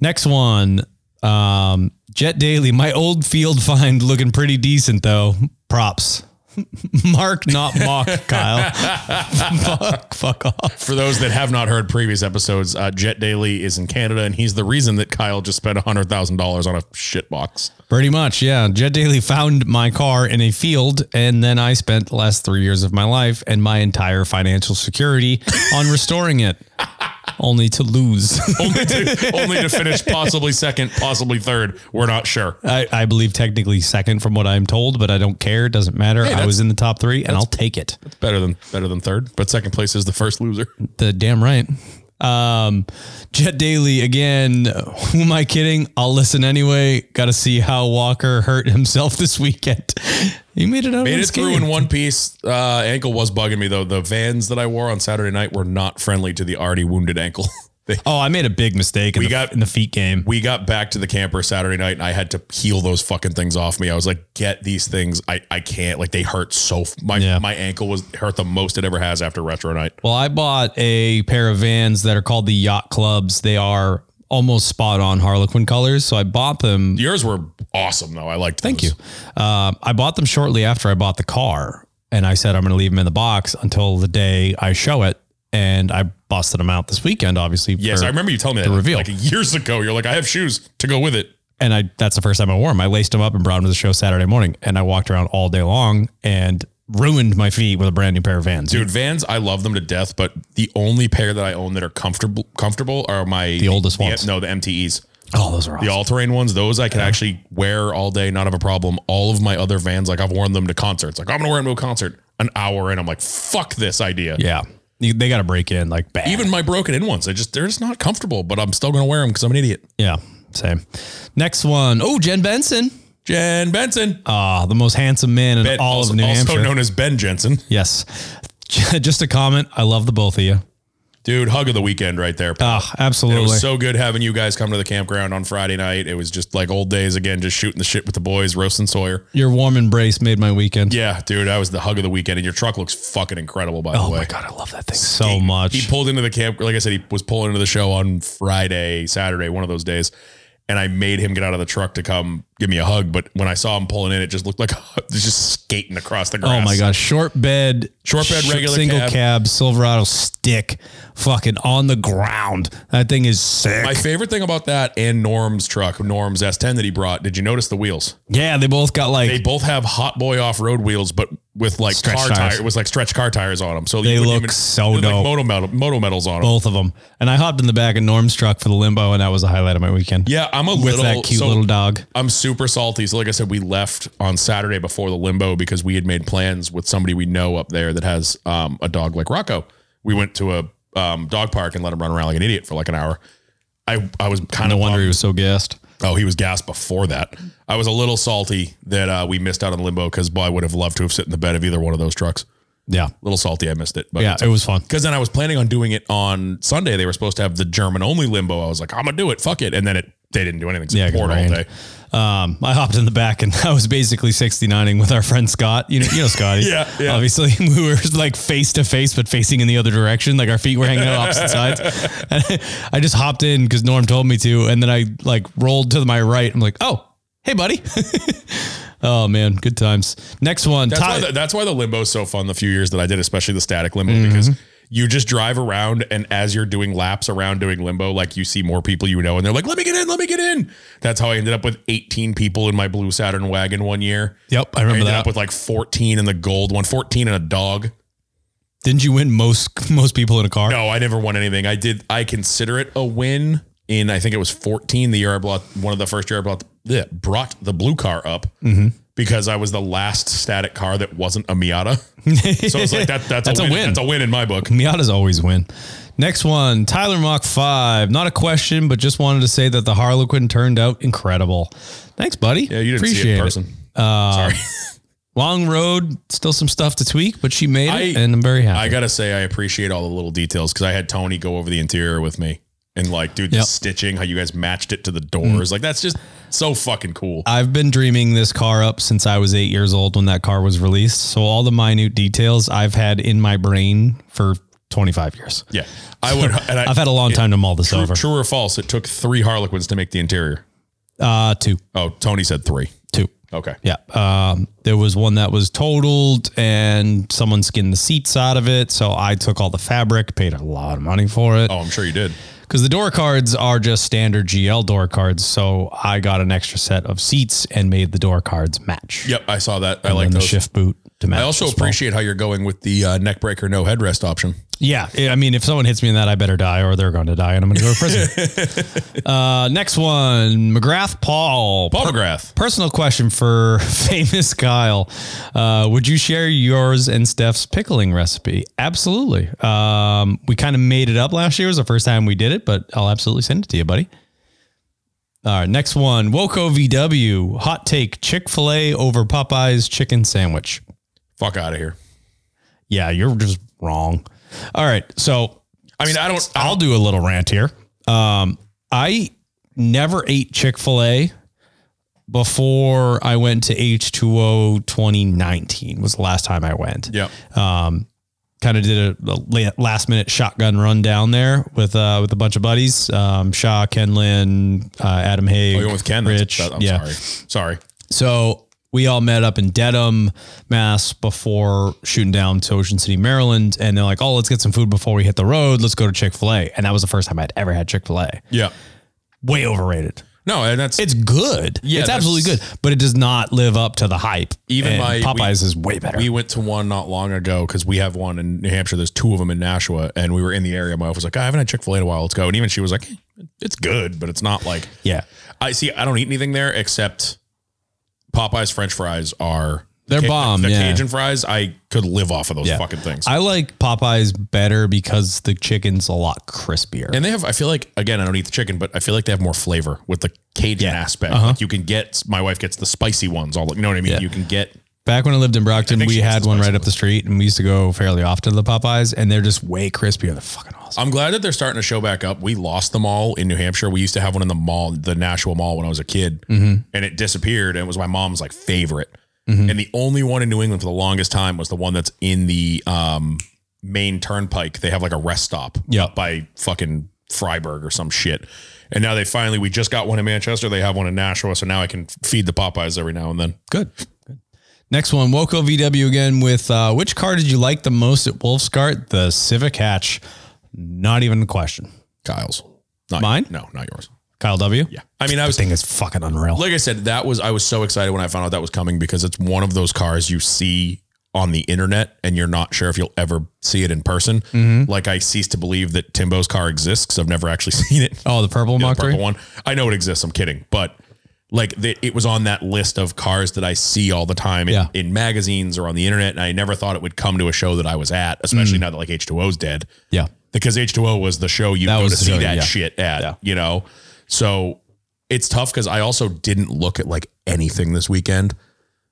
Speaker 2: Next one, um, Jet Daily. My old field find looking pretty decent though. Props. Mark, not mock, Kyle. fuck, fuck off.
Speaker 1: For those that have not heard previous episodes, uh, Jet Daily is in Canada, and he's the reason that Kyle just spent hundred thousand dollars on a shit box.
Speaker 2: Pretty much, yeah. Jet Daily found my car in a field, and then I spent the last three years of my life and my entire financial security on restoring it, only to lose.
Speaker 1: only, to, only to finish possibly second, possibly third. We're not sure.
Speaker 2: I, I believe technically second from what I'm told, but I don't care. It doesn't matter. I
Speaker 1: that's-
Speaker 2: was in the top three, and I'll take it.
Speaker 1: Better than better than third, but second place is the first loser.
Speaker 2: The damn right. Um, Jet Daily again. Who am I kidding? I'll listen anyway. Got to see how Walker hurt himself this weekend. he made it out.
Speaker 1: Made
Speaker 2: of
Speaker 1: it
Speaker 2: this
Speaker 1: through
Speaker 2: game.
Speaker 1: in one piece. Uh, ankle was bugging me though. The Vans that I wore on Saturday night were not friendly to the already wounded ankle. They-
Speaker 2: Oh, I made a big mistake. In
Speaker 1: We
Speaker 2: the,
Speaker 1: got-
Speaker 2: in the feet game.
Speaker 1: we got back to the camper Saturday night and I had to heal those fucking things off me. I was like, get these things. I, I can't like they hurt so f- my,
Speaker 2: Yeah.
Speaker 1: my ankle was hurt the most it ever has after retro night.
Speaker 2: Well, I bought a pair of Vans that are called the Yacht Clubs. They are almost spot on Harlequin colors, so I bought them.
Speaker 1: Yours were awesome though. I liked
Speaker 2: Thank you. Um, I bought them shortly after I bought the car, and I said I'm going to leave them in the box until the day I show it. And I busted them out this weekend, obviously.
Speaker 1: Yes,
Speaker 2: for-
Speaker 1: I remember you telling me that
Speaker 2: reveal.
Speaker 1: like years ago. You're like, I have shoes to go with it.
Speaker 2: and I that's the first time I wore them. I laced them up and brought them to the show Saturday morning, and I walked around all day long and ruined my feet with a brand new pair of Vans.
Speaker 1: Dude, Vans, I love them to death, but the only pair that I own that are comfortable comfortable are my
Speaker 2: The oldest ones.
Speaker 1: no, the MTEs.
Speaker 2: oh, those are
Speaker 1: The
Speaker 2: awesome.
Speaker 1: all terrain ones, those I can actually wear all day, not have a problem. All of my other vans, like I've worn them to concerts. Like I'm gonna wear them to a concert an hour in. I'm like, fuck this idea.
Speaker 2: yeah, You- they got to break in like bad.
Speaker 1: Even my broken in ones, I just they're just not comfortable, but I'm still gonna wear them because I'm an idiot.
Speaker 2: yeah, same. Next one. Oh, Jen Benson.
Speaker 1: Jen Benson,
Speaker 2: Ah, the most handsome man in
Speaker 1: Ben-
Speaker 2: all
Speaker 1: also,
Speaker 2: of New
Speaker 1: also
Speaker 2: Hampshire.
Speaker 1: known as Ben Jensen,
Speaker 2: yes. Just a comment. I love the both of you.
Speaker 1: dude, hug of the weekend right there.
Speaker 2: Ah,
Speaker 1: It
Speaker 2: absolutely.
Speaker 1: was so good having you guys come to the campground on Friday night. It was just like old days again, just shooting the shit with the boys, roasting Sawyer.
Speaker 2: Your warm embrace made my weekend.
Speaker 1: Yeah, dude, that was the hug of the weekend, and your truck looks fucking incredible. By the
Speaker 2: Oh
Speaker 1: way,
Speaker 2: my god, I love that thing so much.
Speaker 1: He pulled into the camp. Like I said, he was pulling into the show on Friday, Saturday, one of those days. And I made him get out of the truck to come give me a hug. But when I saw him pulling in, it just looked like it was just skating across the
Speaker 2: Oh
Speaker 1: grass.
Speaker 2: my gosh, short bed,
Speaker 1: Short bed, regular
Speaker 2: single
Speaker 1: cab.
Speaker 2: cab. Silverado stick, fucking on the ground. That thing is sick.
Speaker 1: My favorite thing about that and Norm's truck, Norm's S10 that he brought, did you notice the wheels?
Speaker 2: yeah, they both got like
Speaker 1: They
Speaker 2: they,
Speaker 1: both have hot boy off road wheels, but with like
Speaker 2: Stretch
Speaker 1: car
Speaker 2: tires.
Speaker 1: tires. It was like stretch car tires on them. So you wouldn't
Speaker 2: look
Speaker 1: even-
Speaker 2: so
Speaker 1: they're
Speaker 2: dope.
Speaker 1: Like moto, metal, moto metals on them.
Speaker 2: both of them. And I hopped in the back of Norm's truck for the limbo, and that was the highlight of my weekend.
Speaker 1: Yeah, I'm a
Speaker 2: with
Speaker 1: little
Speaker 2: that cute
Speaker 1: so-
Speaker 2: little dog.
Speaker 1: I'm super salty. So, like I said, we left on Saturday before the limbo because we had made plans with somebody we know up there that has um, a dog like Rocco. We went to a um, dog park and let him run around like an idiot for like an hour. I, I was kind
Speaker 2: No
Speaker 1: of
Speaker 2: wonder he was so gassed.
Speaker 1: oh he was gassed before that. I was a little salty that uh, we missed out on the limbo because boy I would have loved to have sit in the bed of either one of those trucks.
Speaker 2: Yeah.
Speaker 1: little salty. I missed it. But
Speaker 2: Yeah. It was fun.
Speaker 1: because then I was planning on doing it on Sunday. They were supposed to have the German only limbo. I was like, I'm gonna do it. Fuck it. And then it they didn't do anything. So
Speaker 2: Yeah,
Speaker 1: yeah,
Speaker 2: 'cause it
Speaker 1: poured all
Speaker 2: rained.
Speaker 1: day.
Speaker 2: Um, I hopped in the back and I was basically 69ing with our friend Scott. You know, you know Scotty.
Speaker 1: Yeah, yeah.
Speaker 2: Obviously, we were like face to face, but facing in the other direction. Like our feet were hanging out opposite sides. And I just hopped in because Norm told me to. And then I like rolled to my right. I'm like, oh, hey, buddy. oh, man. Good times. Next one.
Speaker 1: That's
Speaker 2: Ty-
Speaker 1: why, the, that's why the limbo is so fun. The few years that I did, especially the static limbo, because
Speaker 2: Mm-hmm.
Speaker 1: you just drive around and as you're doing laps around doing limbo, like you see more people you know, and they're like, "Let me get in, let me get in." That's how I ended up with 18 people in my blue Saturn wagon one year.
Speaker 2: yep. I
Speaker 1: I
Speaker 2: remember
Speaker 1: ended
Speaker 2: that.
Speaker 1: up with like 14 in the gold one, 14 in a dog.
Speaker 2: Didn't you win most most people in a car?
Speaker 1: No, I never won anything. I did. I consider it a win. In I think it was 14, the year I brought one of the first year I brought bleh, brought the blue car up
Speaker 2: Mm-hmm.
Speaker 1: because I was the last static car that wasn't a Miata. So it's like that. That's,
Speaker 2: That's
Speaker 1: a,
Speaker 2: a
Speaker 1: win.
Speaker 2: win.
Speaker 1: That's a win in my book.
Speaker 2: Miatas always win. Next one, Tyler Mach 5. Not a question, but just wanted to say that the Harlequin turned out incredible. Thanks, buddy. Uh,
Speaker 1: Yeah, you didn't see it in person. Sorry,
Speaker 2: Long road, still some stuff to tweak, but she made it,
Speaker 1: I-
Speaker 2: and I'm very
Speaker 1: I
Speaker 2: happy.
Speaker 1: gotta say I appreciate all the little details because I had Tony go over the interior with me and like, dude, the
Speaker 2: Yep. Mm.
Speaker 1: stitching, how you guys matched it to the doors, like that's just so fucking cool.
Speaker 2: I've been dreaming this car up since I was eight years old when that car was released. So all the minute details I've had in my brain for 25 years.
Speaker 1: yeah, I would. And I,
Speaker 2: I've had a long time to mull this
Speaker 1: true,
Speaker 2: over.
Speaker 1: true or false? It took three Harlequins to make the interior.
Speaker 2: Uh, two,
Speaker 1: Oh, Tony said three.
Speaker 2: two.
Speaker 1: Okay.
Speaker 2: Yeah. Um, there was one that was totaled and someone skinned the seats out of it. So I took all the fabric, paid a lot of money for it.
Speaker 1: Oh, I'm sure you did.
Speaker 2: Because the door cards are just standard GL door cards. So I got an extra set of seats and made the door cards match.
Speaker 1: Yep, I saw that. I
Speaker 2: And
Speaker 1: like
Speaker 2: then the
Speaker 1: those.
Speaker 2: shift boot to match.
Speaker 1: I also
Speaker 2: as well.
Speaker 1: appreciate how you're going with the uh, neck breaker, no headrest option.
Speaker 2: Yeah, I- I mean, if someone hits me in that, I better die, or they're going to die, and I'm going to go to prison. uh, next one, McGrath Paul.
Speaker 1: Paul McGrath.
Speaker 2: Personal question for famous Kyle. Uh, would you share yours and Steph's pickling recipe? Absolutely. Um, we kind of made it up last year. It was the first time we did it, but I'll absolutely send it to you, buddy. All right, next one. Woco VW, hot take Chick fil A over Popeye's chicken sandwich.
Speaker 1: Fuck out of here.
Speaker 2: Yeah, you're just wrong. All right, so
Speaker 1: I mean, I don't. I
Speaker 2: I'll do a little rant here. Um, I never ate Chick fil A before I went to H2O 2019 was the last time I went.
Speaker 1: yeah.
Speaker 2: Kind of did a, a la- last minute shotgun run down there with uh, with a bunch of buddies. Um, Shaw, Ken Lin, uh, Adam Haig,
Speaker 1: Oh, you went with Ken. That's-
Speaker 2: Rich.
Speaker 1: that- I'm
Speaker 2: yeah.
Speaker 1: sorry. Sorry.
Speaker 2: So we all met up in Dedham, Mass before shooting down to Ocean City, Maryland. And they're like, oh, let's get some food before we hit the road. Let's go to Chick fil A. And that was the first time I'd ever had Chick fil A.
Speaker 1: Yeah.
Speaker 2: Way overrated.
Speaker 1: No, and that's
Speaker 2: It's good.
Speaker 1: Yeah,
Speaker 2: it's
Speaker 1: that's-
Speaker 2: absolutely good, but it does not live up to the hype.
Speaker 1: Even
Speaker 2: And
Speaker 1: my-
Speaker 2: Popeyes
Speaker 1: we-
Speaker 2: is way better.
Speaker 1: We went to one not long ago because we have one in New Hampshire. There's two of them in Nashua, and we were in the area. My wife was like, "Oh, "I haven't had Chick Fil A in a while. Let's go." And even she was like, "Eh, "It's good, but it's not like."
Speaker 2: yeah.
Speaker 1: I see. I don't eat anything there except Popeyes French fries are
Speaker 2: They're
Speaker 1: the,
Speaker 2: bomb,
Speaker 1: The
Speaker 2: yeah.
Speaker 1: Cajun fries, I could live off of those
Speaker 2: Yeah.
Speaker 1: fucking things.
Speaker 2: I like Popeyes better because the chicken's a lot crispier.
Speaker 1: and they have. I feel like again, I don't eat the chicken, but I feel like they have more flavor with the Cajun aspect. Like you can get. My wife gets the spicy ones. All you know what I mean.
Speaker 2: Uh-huh. Yeah.
Speaker 1: You can get.
Speaker 2: Back when I lived in Brockton,
Speaker 1: think
Speaker 2: we
Speaker 1: she was
Speaker 2: had
Speaker 1: the
Speaker 2: one right
Speaker 1: spicy
Speaker 2: up the street, and we used to go fairly often to the Popeyes, and they're just way crispier. They're fucking awesome.
Speaker 1: I'm glad that they're starting to show back up. We lost them all in New Hampshire. We used to have one in the mall, the Nashua Mall, when I was a kid,
Speaker 2: Mm-hmm.
Speaker 1: and it disappeared. And it was my mom's like favorite. And the only one in New England for the longest time was the one that's in the um, main turnpike. They have like a rest stop
Speaker 2: Yeah.
Speaker 1: by fucking Freiburg or some shit. And now they finally, we just got one in Manchester. They have one in Nashua. So now I can feed the Popeyes every now and then.
Speaker 2: Good. Good. Next one, Woco VW again with uh, which car did you like the most at Wolf's Cart? The Civic Hatch. Not even a question.
Speaker 1: Kyle's. Not
Speaker 2: Mine?
Speaker 1: No, not yours.
Speaker 2: Kyle W.
Speaker 1: Yeah. I mean, I was
Speaker 2: This thing is fucking unreal.
Speaker 1: like I said, that was I was so excited when I found out that was coming because it's one of those cars you see on the internet and you're not sure if you'll ever see it in person. Like I cease to believe that Timbo's car exists. 'cause I've never actually seen it.
Speaker 2: oh, the purple
Speaker 1: The
Speaker 2: Mach 3?
Speaker 1: purple one. I know it exists. I'm kidding, but like the, it was on that list of cars that I see all the time in,
Speaker 2: Yeah.
Speaker 1: in magazines or on the internet, and I never thought it would come to a show that I was at, especially now that like H2O's dead
Speaker 2: Yeah.
Speaker 1: because H2O was the show you
Speaker 2: That
Speaker 1: go
Speaker 2: was
Speaker 1: to
Speaker 2: the
Speaker 1: see
Speaker 2: show,
Speaker 1: that
Speaker 2: yeah.
Speaker 1: shit at,
Speaker 2: Yeah.
Speaker 1: you know? So it's tough because I also didn't look at like anything this weekend.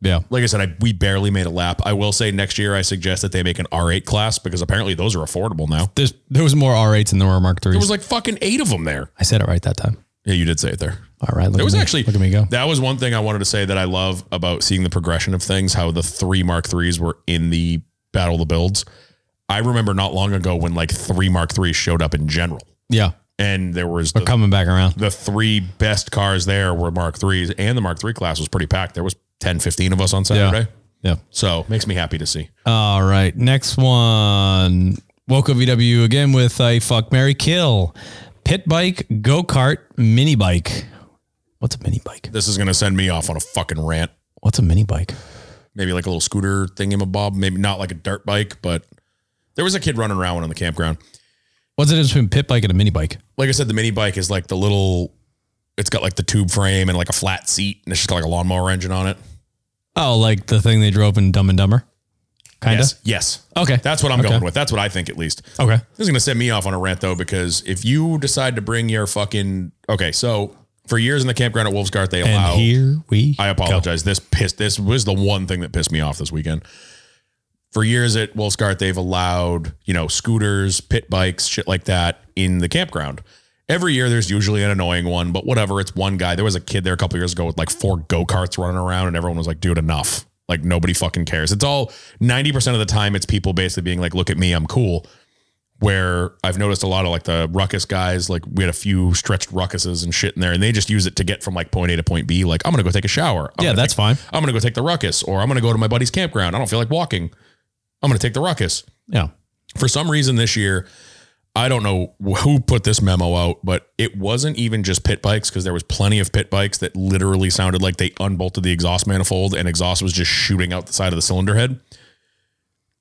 Speaker 2: Yeah.
Speaker 1: Like I said, I, we barely made a lap. I will say next year, I suggest that they make an R8 class because apparently those are affordable now.
Speaker 2: There's, there was more R8s than there were Mark 3s.
Speaker 1: There was like fucking eight of them there.
Speaker 2: I said it right that time.
Speaker 1: Yeah, you did say it there.
Speaker 2: All right. Look
Speaker 1: It
Speaker 2: at
Speaker 1: was
Speaker 2: me.
Speaker 1: actually
Speaker 2: Look at me go.
Speaker 1: That was one thing I wanted to say that I love about seeing the progression of things. How the three Mark threes were in the Battle of the Builds. I remember not long ago when like three Mark threes showed up in general,
Speaker 2: Yeah.
Speaker 1: and there was
Speaker 2: We're
Speaker 1: the,
Speaker 2: coming back around.
Speaker 1: the three best cars there were Mark threes, and the Mark three class was pretty packed. There was 10, 15 of us on Saturday,
Speaker 2: Yeah.
Speaker 1: so makes me happy to see.
Speaker 2: All right. Next one. Woke up VW again with a fuck Mary Kill. Pit bike, go kart, mini bike. What's a mini bike?
Speaker 1: This is gonna send me off on a fucking rant.
Speaker 2: What's a mini bike?
Speaker 1: Maybe like a little scooter thingamabob. Maybe not like a dirt bike, but there was a kid running around on the campground.
Speaker 2: What's the difference between pit bike and a mini bike?
Speaker 1: like I said, the mini bike is like the little. It's got like the tube frame and like a flat seat, and it's just got like a lawnmower engine on it.
Speaker 2: Oh, like the thing they drove in Dumb and Dumber? Kinda?
Speaker 1: Yes, yes,
Speaker 2: Okay.
Speaker 1: that's what I'm
Speaker 2: Okay.
Speaker 1: going with. That's what I think at least.
Speaker 2: Okay.
Speaker 1: This is going to send me off on a rant though, because if you decide to bring your fucking okay, so for years in the campground at Wolf's Garth, they
Speaker 2: And
Speaker 1: allow.
Speaker 2: here we
Speaker 1: I apologize. This pissed. This was the one thing that pissed me off this weekend. For years at Wolfsgart, they've allowed you know scooters, pit bikes, shit like that in the campground. Every year, there's usually an annoying one, but whatever. It's one guy. There was a kid there a couple years ago with like four go karts running around, and everyone was like, "Dude, enough!" Like nobody fucking cares. It's all ninety percent of the time, it's people basically being like, "Look at me, I'm cool." Where I've noticed a lot of like the ruckus guys, like we had a few stretched ruckuses and shit in there, and they just use it to get from like point A to point B. Like I'm gonna go take a shower. I'm
Speaker 2: Yeah,
Speaker 1: gonna
Speaker 2: that's fine.
Speaker 1: I'm going to go take the ruckus or I'm going to go to my buddy's campground. I don't feel like walking. I'm going to take the ruckus.
Speaker 2: Yeah.
Speaker 1: For some reason this year, I don't know who put this memo out, but it wasn't even just pit bikes because there was plenty of pit bikes that literally sounded like they unbolted the exhaust manifold and exhaust was just shooting out the side of the cylinder head.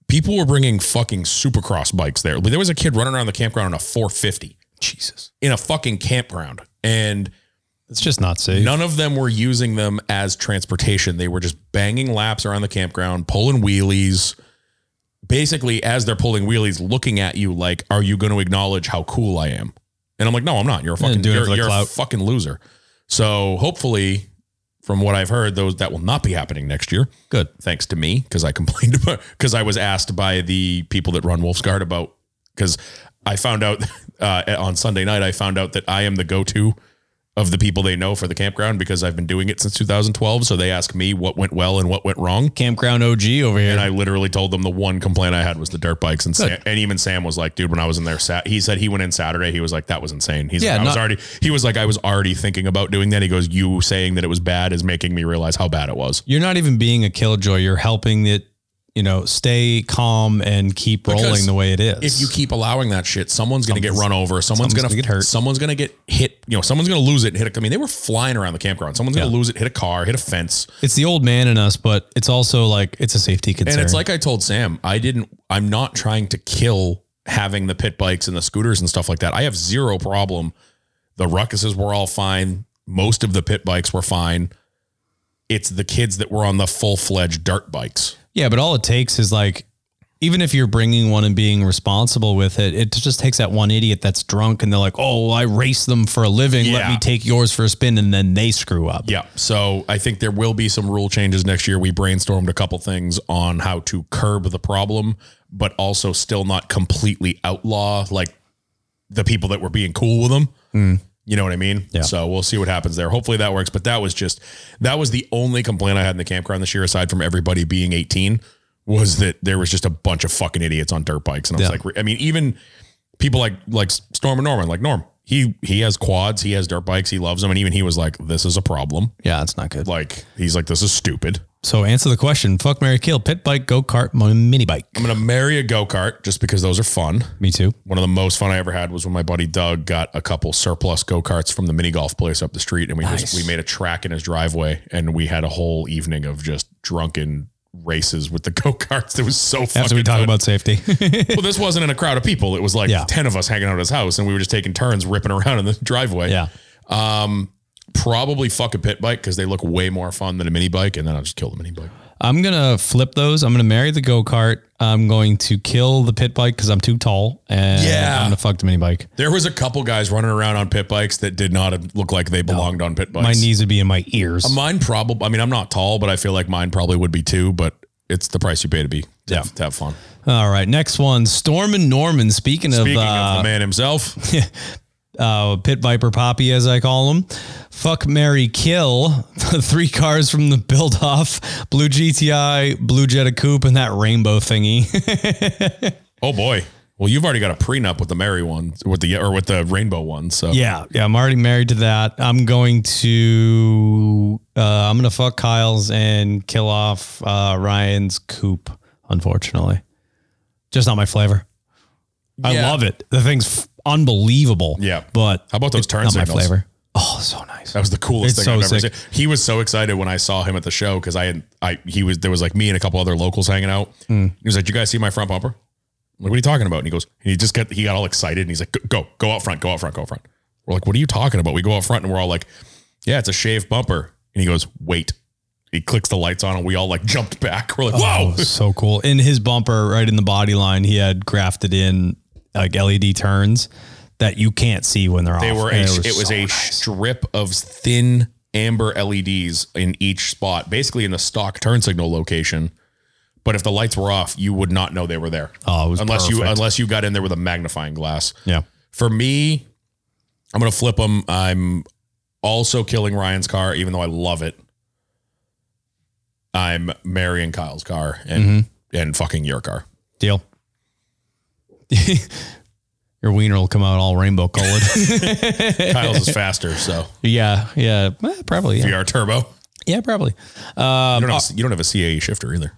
Speaker 1: People were bringing fucking supercross bikes there. There was a kid running around the campground in a 450
Speaker 2: Jesus.
Speaker 1: in a fucking campground. And
Speaker 2: It's just not safe.
Speaker 1: None of them were using them as transportation. They were just banging laps around the campground, pulling wheelies. Basically, as they're pulling wheelies, looking at you like, "Are you going to acknowledge how cool I am?" And I'm like, "No, I'm not. You're a
Speaker 2: Yeah,
Speaker 1: fucking
Speaker 2: doing it
Speaker 1: you're,
Speaker 2: for the
Speaker 1: you're a
Speaker 2: clout.
Speaker 1: fucking loser." So hopefully, from what I've heard, those that will not be happening next year.
Speaker 2: Good.
Speaker 1: Thanks to me because I complained about because I was asked by the people that run Wolf's Guard about because I found out uh, on Sunday night I found out that I am the go-to of the people they know for the campground because I've been doing it since 2012. So they ask me what went well and what went wrong.
Speaker 2: Campground OG over here.
Speaker 1: And I literally told them the one complaint I had was the dirt bikes. And Sam,
Speaker 2: Good.
Speaker 1: and even Sam was like, dude, when I was in there, sat, he said he went in Saturday. He was like, that was insane. He's
Speaker 2: Yeah,
Speaker 1: like, I was
Speaker 2: not-
Speaker 1: already, he was like, I was already thinking about doing that. He goes, you saying that it was bad is making me realize how bad it was.
Speaker 2: you're not even being a killjoy. You're helping it, you know, stay calm and keep
Speaker 1: Because
Speaker 2: rolling the way it is.
Speaker 1: If you keep allowing that shit, someone's going to get run over. Someone's
Speaker 2: something's
Speaker 1: going to
Speaker 2: gonna
Speaker 1: get
Speaker 2: get hurt.
Speaker 1: Someone's going to get hit. You know, someone's going to lose it and hit a, I mean, they were flying around the campground. Someone's going to
Speaker 2: Yeah.
Speaker 1: lose it, hit a car, hit a fence.
Speaker 2: it's the old man in us, but it's also like it's a safety concern.
Speaker 1: And it's like I told Sam, I didn't, I'm not trying to kill having the pit bikes and the scooters and stuff like that. I have zero problem. The ruckuses were all fine. Most of the pit bikes were fine. It's the kids that were on the full fledged dirt bikes.
Speaker 2: yeah, but all it takes is like, even if you're bringing one and being responsible with it, it just takes that one idiot that's drunk and they're like, "Oh, I race them for a living. Let
Speaker 1: Yeah.
Speaker 2: me take yours for a spin," and then they screw up.
Speaker 1: Yeah. So I think there will be some rule changes next year. We brainstormed a couple things on how to curb the problem, but also still not completely outlaw like the people that were being cool with them. You know what I mean?
Speaker 2: Hmm. Yeah.
Speaker 1: So we'll see what happens there. Hopefully that works. But that was just that was the only complaint I had in the campground this year, aside from everybody being 18, was that there was just a bunch of fucking idiots on dirt bikes. And I was
Speaker 2: Yeah.
Speaker 1: like, I mean, even people like like Storm and Norman, like Norm, he he has quads, he has dirt bikes, he loves them, and even he was like, this is a problem.
Speaker 2: yeah, it's not good.
Speaker 1: Like he's like, this is stupid.
Speaker 2: So answer the question: Fuck, Mary, kill, pit bike, go kart, mini bike.
Speaker 1: I'm gonna marry a go kart just because those are fun.
Speaker 2: Me too.
Speaker 1: One of the most fun I ever had was when my buddy Doug got a couple surplus go karts from the mini golf place up the street, and we just,
Speaker 2: Nice.
Speaker 1: we made a track in his driveway, and we had a whole evening of just drunken races with the go karts. That was so fun.
Speaker 2: After we talk about safety,
Speaker 1: well, this wasn't in a crowd of people. It was like
Speaker 2: Yeah.
Speaker 1: ten of us hanging out at his house, and we were just taking turns ripping around in the driveway.
Speaker 2: yeah.
Speaker 1: Probably fuck a pit bike because they look way more fun than a mini bike, and then I'll just kill the mini bike.
Speaker 2: I'm gonna flip those. I'm gonna marry the go kart. I'm going to kill the pit bike because I'm too tall, and
Speaker 1: Yeah.
Speaker 2: I'm gonna fuck the mini bike.
Speaker 1: There was a couple guys running around on pit bikes that did not look like they belonged on pit bikes.
Speaker 2: My knees would be in my ears.
Speaker 1: Mine probably. I mean, I'm not tall, but I feel like mine probably would be too. But it's the price you pay to be to, have, to have fun.
Speaker 2: All right, next one, Storm and Norman. Speaking,
Speaker 1: Speaking
Speaker 2: of, uh,
Speaker 1: of the man himself,
Speaker 2: uh, Pit Viper Poppy, as I call him. Fuck Mary Kill, the three cars from the build off Blue GTI, Blue Jetta Coupe, and that rainbow thingy.
Speaker 1: oh boy. Well, you've already got a prenup with the Mary one, with the or with the rainbow one. So
Speaker 2: yeah, yeah, I'm already married to that. I'm going to, uh, I'm going to fuck Kyle's and kill off uh, Ryan's Coupe, unfortunately. Just not my flavor. I
Speaker 1: Yeah.
Speaker 2: love it. The thing's f- unbelievable.
Speaker 1: Yeah.
Speaker 2: But
Speaker 1: How about those
Speaker 2: it's
Speaker 1: turn
Speaker 2: not
Speaker 1: signals?
Speaker 2: my flavor. Oh, so nice.
Speaker 1: That was the coolest
Speaker 2: It's
Speaker 1: thing I've
Speaker 2: so
Speaker 1: ever
Speaker 2: sick.
Speaker 1: seen. He was so excited when I saw him at the show because I had I he was there was like me and a couple other locals hanging out.
Speaker 2: Hmm.
Speaker 1: He was like, "You guys see my front bumper?" I'm like, "What are you talking about?" And he goes, and he just got he got all excited and he's like, "Go go, go out front, go out front, go out front." We're like, "What are you talking about?" We go out front and we're all like, "Yeah, it's a shaved bumper." And he goes, "Wait." He clicks the lights on and we all like jumped back. We're like,
Speaker 2: Oh,
Speaker 1: "Whoa!"
Speaker 2: so cool. In his bumper, right in the body line, he had grafted in like LED turns that you can't see when they're
Speaker 1: They
Speaker 2: off.
Speaker 1: were a,
Speaker 2: And
Speaker 1: it was,
Speaker 2: Oh, so
Speaker 1: a
Speaker 2: nice.
Speaker 1: strip of thin amber LEDs in each spot, basically in the stock turn signal location. But if the lights were off, you would not know they were there.
Speaker 2: Oh, it was
Speaker 1: unless you
Speaker 2: perfect.
Speaker 1: unless you got in there with a magnifying glass.
Speaker 2: yeah.
Speaker 1: For me, I'm gonna flip them. I'm also killing Ryan's car, even though I love it. I'm marrying Kyle's car and
Speaker 2: Mm-hmm.
Speaker 1: and fucking your car.
Speaker 2: Deal. Your wiener will come out all rainbow colored.
Speaker 1: Kyle's is faster, so
Speaker 2: yeah, yeah, Eh, probably. Yeah,
Speaker 1: VR turbo.
Speaker 2: yeah probably. Um,
Speaker 1: You
Speaker 2: uh,
Speaker 1: don't, have, you don't have a CAE shifter either.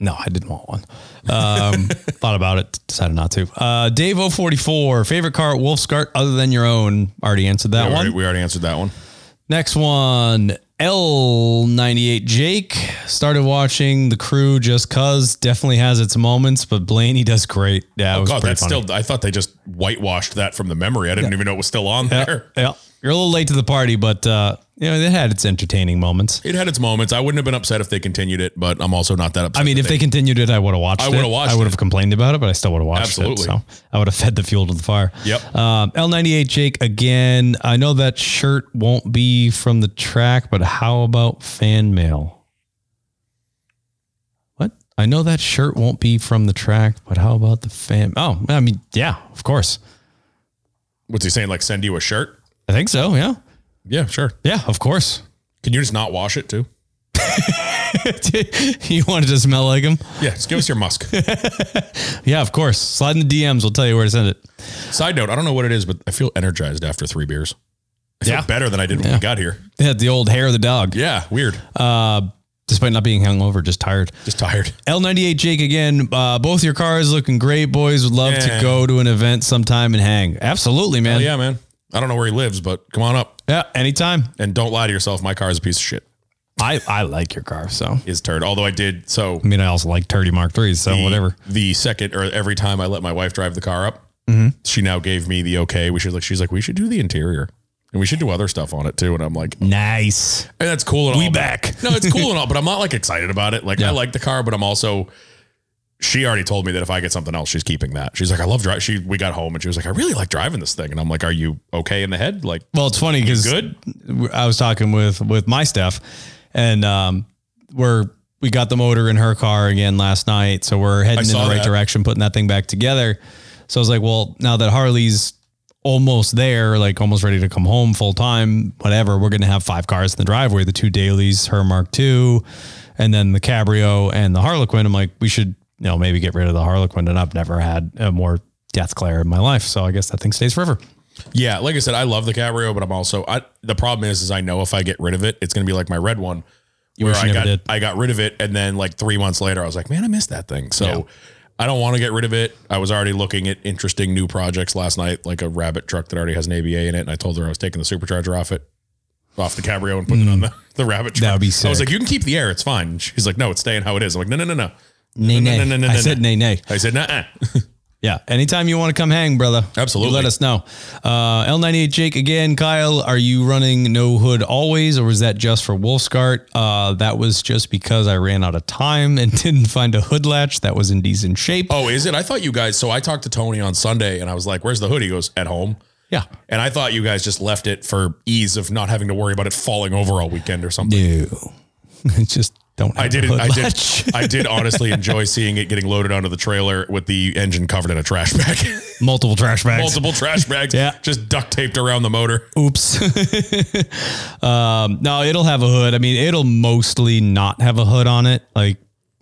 Speaker 2: No, I didn't want one. Um, thought about it, decided not to. Uh, Dave 044, favorite car at Wolf's Cart other than your own. Already answered that
Speaker 1: We
Speaker 2: one.
Speaker 1: already- we already answered that one.
Speaker 2: Next one, L98 Jake started watching The Crew just cuz definitely has its moments, but Blaney does great. Yeah, it was
Speaker 1: Oh, God,
Speaker 2: pretty
Speaker 1: that's
Speaker 2: funny.
Speaker 1: still. I thought they just whitewashed that from the memory. I didn't even know it was still on there.
Speaker 2: yeah. You're a little late to the party, but uh, you know it had its entertaining moments.
Speaker 1: It had its moments. I wouldn't have been upset if they continued it, but I'm also not that upset.
Speaker 2: I mean,
Speaker 1: that
Speaker 2: if they continued it, I would have watched
Speaker 1: I
Speaker 2: it.
Speaker 1: would've watched
Speaker 2: I would have
Speaker 1: it.
Speaker 2: complained about it, but I still would have watched
Speaker 1: Absolutely.
Speaker 2: it. So I would have fed the fuel to the fire.
Speaker 1: Yep.
Speaker 2: Um, L98 Jake again. I know that shirt won't be from the track, but how about fan mail? What? I know that shirt won't be from the track, but how about the fan? Oh, I mean, yeah, of course.
Speaker 1: what's he saying? Like send you a shirt?
Speaker 2: I think so. Yeah.
Speaker 1: Yeah, sure.
Speaker 2: Yeah, of course.
Speaker 1: Can you just not wash it too?
Speaker 2: you wanted to smell like him?
Speaker 1: Yeah, just give us your musk.
Speaker 2: Yeah, of course. Slide in the DMs. We'll tell you where to send it.
Speaker 1: Side note: I don't know what it is, but I feel energized after three beers. I feel
Speaker 2: Yeah.
Speaker 1: better than I did when we got here.
Speaker 2: They had the old hair of the dog.
Speaker 1: Yeah, weird.
Speaker 2: despite not being hungover, just tired.
Speaker 1: just tired.
Speaker 2: L98 Jake again. Uh, both your cars looking great, boys. Would love
Speaker 1: Yeah.
Speaker 2: to go to an event sometime and hang. Absolutely, man.
Speaker 1: Oh, yeah, man. I don't know where he lives, but come on up
Speaker 2: Yeah, anytime.
Speaker 1: and don't lie to yourself. My car is a piece of shit.
Speaker 2: I, I like your car, so
Speaker 1: Is turd. Although I did so.
Speaker 2: I mean, I also like 30 Mark 3s, so
Speaker 1: the-
Speaker 2: whatever.
Speaker 1: The second or every time I let my wife drive the car up,
Speaker 2: Mm-hmm.
Speaker 1: she now gave me the okay. We should like she's like we should do the interior and we should do other stuff on it too. And I'm like, and
Speaker 2: Nice.
Speaker 1: that's cool and all.
Speaker 2: We
Speaker 1: but-
Speaker 2: back.
Speaker 1: no, it's cool and all, but I'm not like excited about it. Like I
Speaker 2: Yeah.
Speaker 1: like the car, but I'm also. She already told me that if I get something else, she's keeping that. She's like, I love drive. She we got home and she was like, I really like driving this thing. And I'm like, Are you okay in the head? Like
Speaker 2: Well, it's funny because
Speaker 1: good?
Speaker 2: I was talking with with my staff, and um, we're we got the motor in her car again last night, so we're heading in the
Speaker 1: saw
Speaker 2: right
Speaker 1: that.
Speaker 2: direction, putting that thing back together. So I was like, well, now that Harley's almost there, like almost ready to come home full time, whatever, we're gonna have five cars in the driveway: the two dailies, her Mark II, and then the Cabrio and the Harlequin. I'm like, we should, you know, maybe get rid of the Harlequin, and I've never had a more death glare in my life, so I guess that thing stays forever.
Speaker 1: Yeah, like I said, I love the Cabrio, but I'm also I the problem is is I know if I get rid of it, it's gonna be like my red one. where
Speaker 2: wish you
Speaker 1: I
Speaker 2: never
Speaker 1: got
Speaker 2: did.
Speaker 1: I got rid of it and then like three months later I was like, Man, I missed that thing. So I don't want to get rid of it. I was already looking at interesting new projects last night, like a rabbit truck that already has an ABA in it, and I told her I was taking the supercharger off it off the cabrio and putting it on the, the rabbit truck.
Speaker 2: Mm. That would be
Speaker 1: I was
Speaker 2: sick.
Speaker 1: like, You can keep the air, it's fine. And She's like, No, it's staying how it is. I'm like, No, no, no, no.
Speaker 2: Nay,
Speaker 1: No,
Speaker 2: nay.
Speaker 1: no, no, no,
Speaker 2: I
Speaker 1: no,
Speaker 2: said
Speaker 1: no.
Speaker 2: nay, nay.
Speaker 1: I said, nah.
Speaker 2: Yeah. Anytime you want to come hang, brother.
Speaker 1: Absolutely.
Speaker 2: you let us know. Uh, L98 Jake again. Kyle, are you running no hood always, or was that just for Wolfscart? Uh, that was just because I ran out of time and didn't find a hood latch that was in decent shape.
Speaker 1: Oh, is it? I thought you guys. So I talked to Tony on Sunday, and I was like, "Where's the hood?" He goes, "At home."
Speaker 2: Yeah.
Speaker 1: And I thought you guys just left it for ease of not having to worry about it falling over all weekend or something.
Speaker 2: No. just don't. Have
Speaker 1: I
Speaker 2: a
Speaker 1: did.
Speaker 2: hood
Speaker 1: I did.
Speaker 2: latch.
Speaker 1: I did honestly enjoy seeing it getting loaded onto the trailer with the engine covered in a trash bag,
Speaker 2: Multiple trash bags.
Speaker 1: multiple trash bags,
Speaker 2: Yeah.
Speaker 1: just duct taped around the motor.
Speaker 2: Oops. um, no, it'll have a hood. I mean, it'll mostly not have a hood on it. Like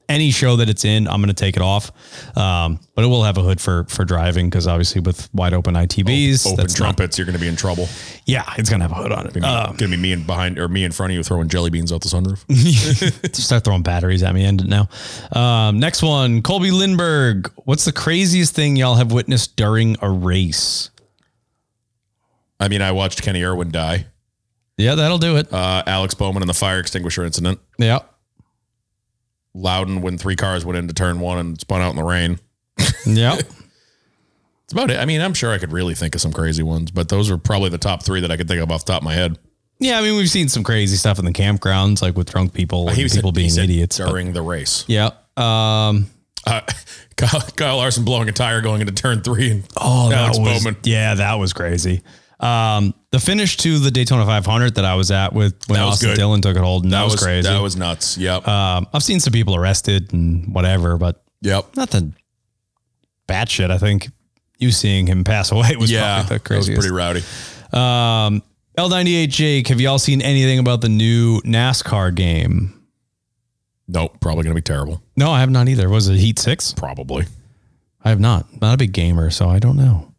Speaker 2: any show that it's in, I'm going to take it off. Um, but it will have a hood for for driving because obviously with wide open ITBs,
Speaker 1: Open
Speaker 2: that's not-
Speaker 1: trumpets, you're going to be in trouble.
Speaker 2: yeah, it's going to have a hood on it.
Speaker 1: Gonna,
Speaker 2: Uh,
Speaker 1: be- gonna be me and behind or me in front of you throwing jelly beans out the sunroof.
Speaker 2: start throwing batteries at me. End it now. Um, next one, Colby Lindberg. What's the craziest thing y'all have witnessed during a race?
Speaker 1: I mean, I watched Kenny Irwin die.
Speaker 2: Yeah, that'll do it.
Speaker 1: Uh, Alex Bowman and the fire extinguisher incident.
Speaker 2: yeah.
Speaker 1: Loudon when three cars went into turn one and spun out in the rain.
Speaker 2: Yeah.
Speaker 1: That's about it. I mean, I'm sure I could really think of some crazy ones, but those were probably the top three that I could think of off the top of my head.
Speaker 2: Yeah, I mean, we've seen some crazy stuff in the campgrounds, like with drunk people and
Speaker 1: said-
Speaker 2: people being
Speaker 1: said
Speaker 2: idiots. but-
Speaker 1: during the race.
Speaker 2: yeah. Um,
Speaker 1: Uh, Kyle, Kyle Larson blowing a tire going into turn three and
Speaker 2: oh, that
Speaker 1: Alex
Speaker 2: was
Speaker 1: Bowman.
Speaker 2: yeah, that was crazy. Um, the finish to the Daytona 500 that I was at with when
Speaker 1: That was
Speaker 2: Austin
Speaker 1: good.
Speaker 2: Dillon took it hold, and that, was, crazy.
Speaker 1: That was nuts. Yep.
Speaker 2: um, I've seen some people arrested and whatever, but
Speaker 1: yep.
Speaker 2: nothing bad shit. I think you seeing him pass away was
Speaker 1: Yeah.
Speaker 2: probably the
Speaker 1: That was
Speaker 2: craziest.
Speaker 1: pretty rowdy.
Speaker 2: um, L98 Jake, have y'all seen anything about the new NASCAR game?
Speaker 1: Nope. Probably going to be terrible.
Speaker 2: No, I have not either. Was it Heat Six?
Speaker 1: Probably.
Speaker 2: I have not. Not a big gamer, so I don't know.